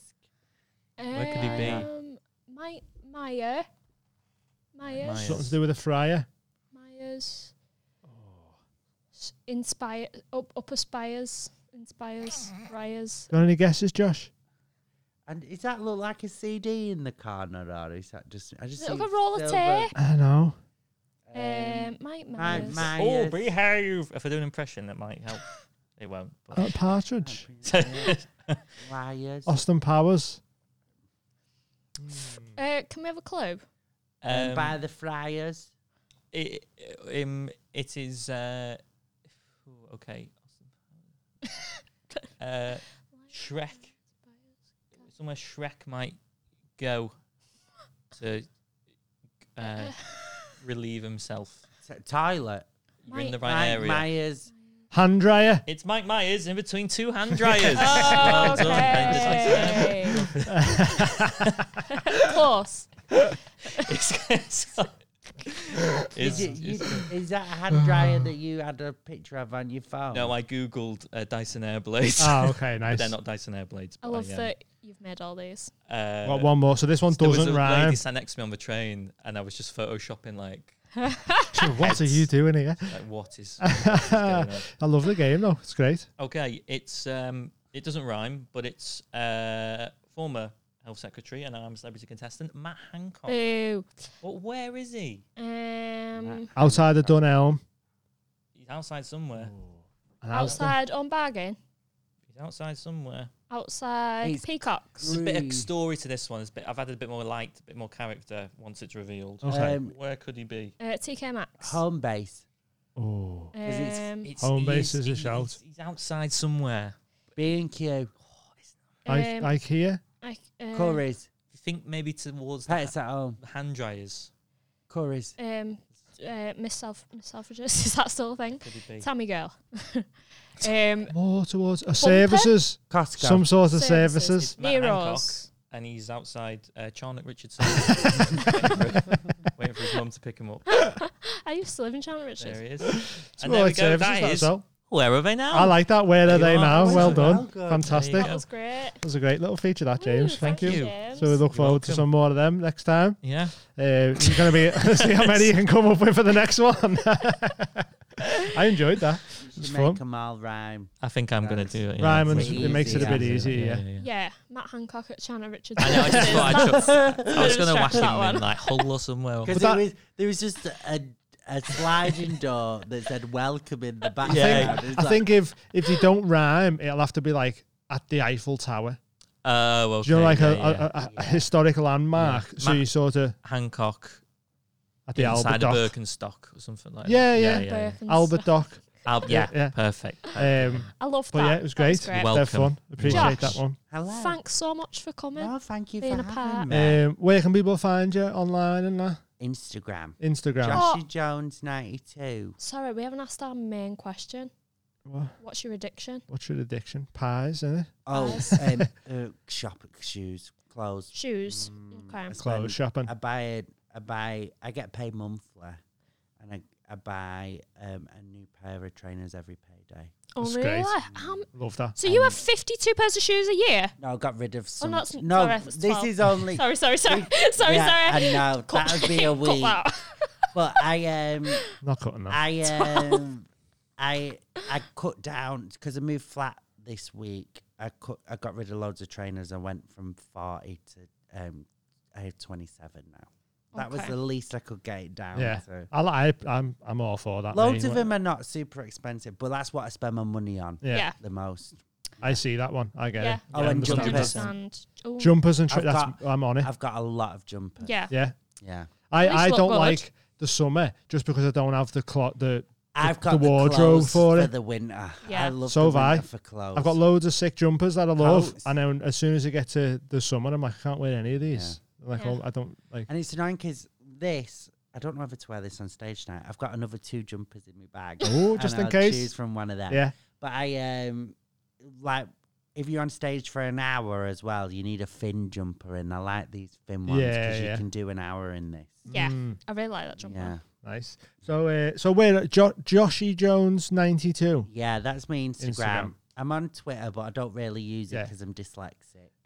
Where could he be?
Um, Mike Maya. Myers.
Something to do with a fryer.
Myers. S- Inspire. Up, upper spires. Inspires. Ryers.
Got any guesses, Josh?
And is that look like a CD in the corner, or is that just? I just
Is it like
see
a roll of
silver,
I don't know.
Um, Mike
My,
Myers.
my,
Oh,
yes.
behave! If I do an impression, that might help. it won't. But.
Uh, Partridge.
Wires.
Austin Powers.
Uh, can we have a clue?
um, by
Um,
the friars.
it, um, it is. Uh, ooh, okay. Uh, Shrek. Somewhere Shrek might go to uh, relieve himself.
T- toilet.
You're in the
Mike-
right
Mike
area.
Myers.
Hand dryer.
It's Mike Myers in between two hand dryers. Well done. Ben Dickinson.
Oh, Okay. Close.
It's- it's-
Did you, you, is that a hand dryer that you had a picture of on your phone?
no, I googled uh, Dyson Airblades.
Ah,
Oh, okay, nice.
They're not Dyson Airblades.
I
but
love
am.
that you've made all these.
Uh,
Got one more. So this one
there was a
doesn't rhyme.
lady sat next to me on the train, and I was just photoshopping like,
what are you doing here?
like what is, what is going on?
I love the game though. It's great.
Okay, it's um, it doesn't rhyme, but it's uh, former health secretary and I'm a celebrity contestant Matt Hancock.
Boo.
But where is he?
Um,
Outside the Dunelm.
He's outside somewhere.
And outside.
outside on bargain.
He's outside somewhere.
Outside
He's-
peacocks.
There's a bit
Three.
of story to this one. There's a bit, I've added a bit more light, a bit more character once it's revealed.
Okay.
Um,
Where could he be?
Uh, TK Maxx. Um,
home base.
oh.
It's-
Home
he
base is a
he
shout.
He's outside somewhere.
B and Q.
I-
um,
IKEA.
I, uh,
Curries.
You think maybe towards the,
Pets at home.
ha- hand dryers?
Curries.
Um, uh, Miss Self, Miss Selfridges. Is that still a thing?
Could he be?
Tommy girl. um,
More towards uh, services.
Costco.
Some sort of
Services.
services.
Matt Hancock.
Nero's.
and he's outside uh, Charnock Richardson, waiting for his mum to pick him up.
I used to live in Chandler
There
Richards.
he is.
It's
and
more
there we
like
go.
services,
That
that's
is.
all.
Where are they now?
I like that. Where are
There
they
you are.
now?
Well
Well
done.
done.
Well done.
Fantastic.
There
That
you go.
That
was great.
was a great little feature, that, James.
Ooh,
Thank you.
James.
So we look
You're
forward to
welcome.
some more of them next time.
yeah.
Uh, you're going to be see how many you can come up with for the next one. I enjoyed that.
You
fun.
make them all rhyme.
I think I'm going to
Nice.
do it. Yeah.
Rhyme and
it's
it makes it a bit
easy,
easier.
Yeah,
Yeah.
yeah, yeah.
Yeah, Matt Hancock at Chandler Richards.
I know, I just thought I'd chuck- I was
Just
going
chuck
to whack him
that one.
in like Hull or somewhere.
Because
that-
there was there was just a a sliding door that said welcome in the background. It's
I
like,
think if if they don't rhyme, it'll have to be like at the Eiffel Tower.
Oh, okay.
Do you know, like
yeah,
a,
yeah.
a, a, a historic landmark?
Yeah.
So
Ma-
you sort of
Hancock
at the Albert
inside
Dock.
a Birkenstock or something like
Yeah,
that.
yeah.
yeah.
Albert Dock.
Al- yeah,
Yeah, yeah.
perfect.
Um,
I love that.
but yeah, it was
That
great.
great.
They're
Welcome.
fun. Appreciate that
Josh.
one.
hello.
Thanks so much for coming.
No, thank you
being
for
a part.
having me.
Um, where can people find you online and that?
Instagram.
Instagram.
Oh.
Joshy Jones ninety two.
Sorry, we haven't asked our main question.
What?
What's your addiction?
What's your addiction? Pies, isn't it?
Oh, um, uh, shop shoes, clothes.
Shoes. Okay.
Mm,
I spend-
Clothes shopping.
I buy a, I buy. I get paid monthly, and I I buy um, a new pair of trainers every payday.
Oh,
That's
really?
great.
Um,
Love that.
so you have 52 pairs of shoes a year?
No, I got rid of some.
that's-
no,
Oh, sorry, that's
this
12.
is only.
Sorry, sorry, sorry. sorry,
Yeah,
sorry.
I know,
Cut-
that would be a
cut
week.
that.
But I um
Not cutting that.
I um I I cut down because I moved flat this week. I cut. I got rid of loads of trainers. I went from forty to um I have twenty seven now. That was
Okay.
the least I could get it down
yeah,
to.
I, li- I, I'm I'm all for that.
Loads
mate.
of them are not super expensive, but that's what I spend my money on
Yeah,
Yeah.
the most.
I see that one. I get
Yeah.
it.
Oh,
Yeah,
and
understand that.
jumpers.
understand. Oh,
Jumpers and tri-
I've
that's
got-
I'm on it.
I've got a lot of jumpers.
yeah.
yeah,
Yeah.
At least
I, I
look
don't
good.
like the summer just because I don't have the clock. The
I've
the
got the
wardrobe
clothes
for
for,
it.
the winter.
Yeah.
I love
So
the
have I.
winter for clothes.
I've got loads of sick jumpers that I love,
Coats.
and then as soon as I get to the summer, I'm like, I can't wear any of these. Like,
Yeah.
all, I don't like.
And it's annoying because this, I don't know whether to wear this on stage now. I've got another two jumpers in my bag.
Oh,
and
just in
I'll
case.
choose from one of them.
Yeah,
But I, um, like, if you're on stage for an hour as well, you need a fin jumper. And I like these fin ones because
Yeah,
you
yeah.
can do an hour in this.
Yeah.
Mm,
I really like that jumper.
Yeah.
nice. So, uh, so where jo- Joshy Jones ninety two?
Yeah, that's my Instagram.
Instagram.
I'm on Twitter, but I don't really use it
Yeah.
because I'm dyslexic.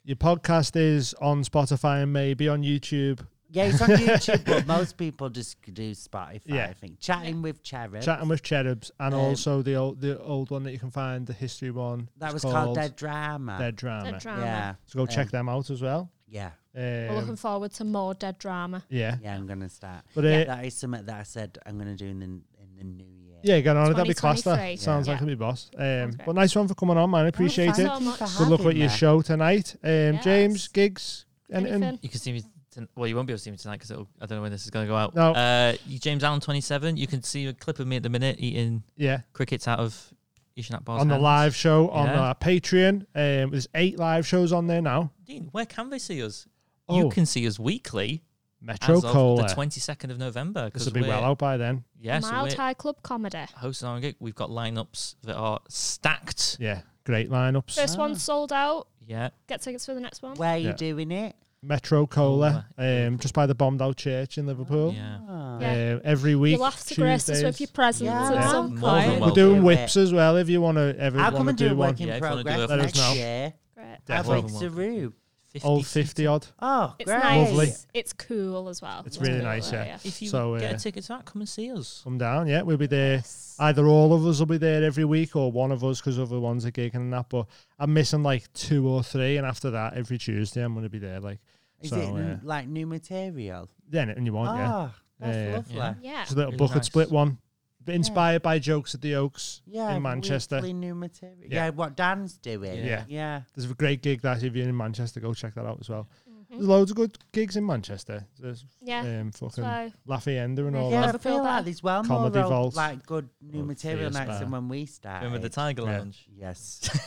Your podcast is on Spotify and maybe on YouTube.
Yeah, it's on YouTube, but most people just do Spotify,
Yeah.
I think. Chatting with Cherub.
Chatting with Cherubs, and
Um,
also the old the old one that you can find the history one.
That
It's
was called Dead Drama.
Dead Drama.
Dead drama.
Yeah.
So go check
Um,
them out as well.
Yeah.
We're looking
Um,
forward to more dead drama.
yeah,
Yeah, I'm gonna start.
but uh, yeah,
That is something that I said I'm gonna do in the in the new year.
get on it. That'd be class. That
2023.
sounds
Yeah.
like it'd be boss. Um,
great. Oh,
but nice one for coming on, man. I Appreciate
thank
it.
you so much.
Good luck with your show tonight. Um, James
Yes.
Giggs. Anything?
Anything?
You can see me. Ton- well, you won't be able to see me tonight because I don't know when this is going to go out.
No.
Uh, you- James Allen, 27. You can see a clip of me at the minute eating
Yeah,
crickets out of Ishan Akbar's
on the
hands.
live show on
Yeah.
our Patreon. Um, there's eight live shows on there now.
Dean, where can they see us?
Oh.
You can see us weekly
Metro
as of the
Cola.
22nd of November.
This
'cause
will be
we're-
well out by then.
Yeah, so
Mild
we're
High Club Comedy.
hosting our own gig. We've got lineups that are stacked.
Yeah, great lineups.
First one sold out.
Yeah.
Get tickets for the next one.
Where are you
Yeah.
doing it?
Metro Cola,
Oh, uh,
um, just by the bombed out church in Liverpool.
Yeah.
Oh.
Yeah.
Um, every week.
You'll have to grace us with
Tuesdays.
your presents
Yeah.
at
Yeah.
some
More than
point.
We're
Well,
doing
do it.
whips as well if you want to ever
I'll come
wanna
and do a
one.
work in
Yeah, if you wanna do
progress
a-
Let us
next
know.
year.
Great.
I've
Definitely.
been to Rube.
50
Old 50 odd.
Oh,
It's
great.
nice.
Lovely.
It's cool as well.
It's really
cool,
nice, yeah.
If you
So,
get
uh,
a ticket to that, come and see us.
Come down, yeah. We'll be there. Either all of us will be there every week or one of us because other ones are gigging and that. But I'm missing like two or three. And after that, every Tuesday, I'm going to be there. Like,
Is
so,
it
uh,
n- like new material?
then and you want, yeah.
Oh, that's
Yeah, yeah.
lovely.
Yeah.
Yeah.
Yeah.
It's a little
Really
bucket
nice.
split one. Inspired by jokes at the Oaks in Manchester.
weekly new material.
Yeah.
Yeah. what Dan's doing.
Yeah.
Yeah,
There's a great gig that if you're in Manchester, go check that out as well. There's loads of good gigs in Manchester. There's
Yeah.
um, fucking
So,
Lafayette and all
Yeah,
that.
I
Liverpool
feel
better.
like there's well
Comedy
more
Vault.
old, like good new
Well,
material
Fierce
nights
Bar.
than when we started.
Oh, Remember the Tiger
Yeah.
Lounge?
Yes.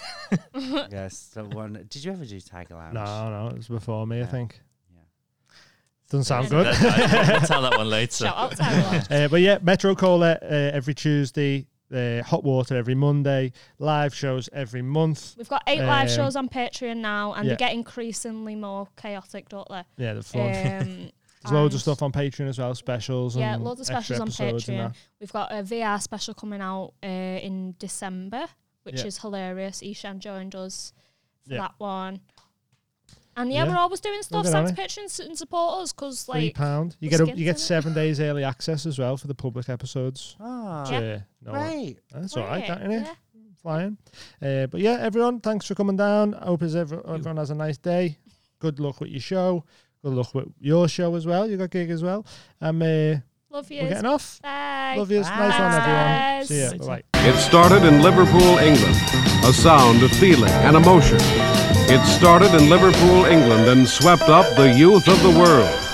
yes. The one. Did you ever do Tiger Lounge?
No, no, it was before me, I
Yeah.
think.
Yeah.
Doesn't sound
Yeah.
good.
I'll tell that one later.
shout out to everyone.
Uh, but yeah, Metro Cola uh, every Tuesday, uh, Hot Water every Monday, live shows every month.
We've got eight live
Um,
shows on Patreon now, and
yeah. Oh.
they get increasingly more chaotic, don't they?
Yeah, they're fun.
Um,
There's loads of
and-
stuff on Patreon as well, specials.
Yeah,
and
loads of
Hmm. extra
specials on
episodes and
Patreon.
that.
We've got a VR special coming out uh, in December, which
Yeah.
is hilarious. Ishan joined us for
Yeah.
that one. And yeah,
Yeah.
we're always doing stuff.
good
Sign to
on
Patreon s- and support us because,
Three
like,
pound.
the
You get a,
skins
you get
in it.
seven days early access as well for the public episodes.
Oh,
Which,
Yeah.
uh, no one-
great.
That's all
great,
right, that, innit?
Ah, yeah.
Flying. Uh, but yeah, everyone, thanks for coming down. I hope as ever, everyone has a nice day. Good luck with your show. Good luck with your show as well. You got gig as well. Um, uh, we're
love you.
getting off.
Bye.
Love you. Nice one, everyone.
Thanks,
See
guys.
ya. Bye.
It started in Liverpool, England. A sound of feeling and emotion. It started in Liverpool, England and swept up the youth of the world.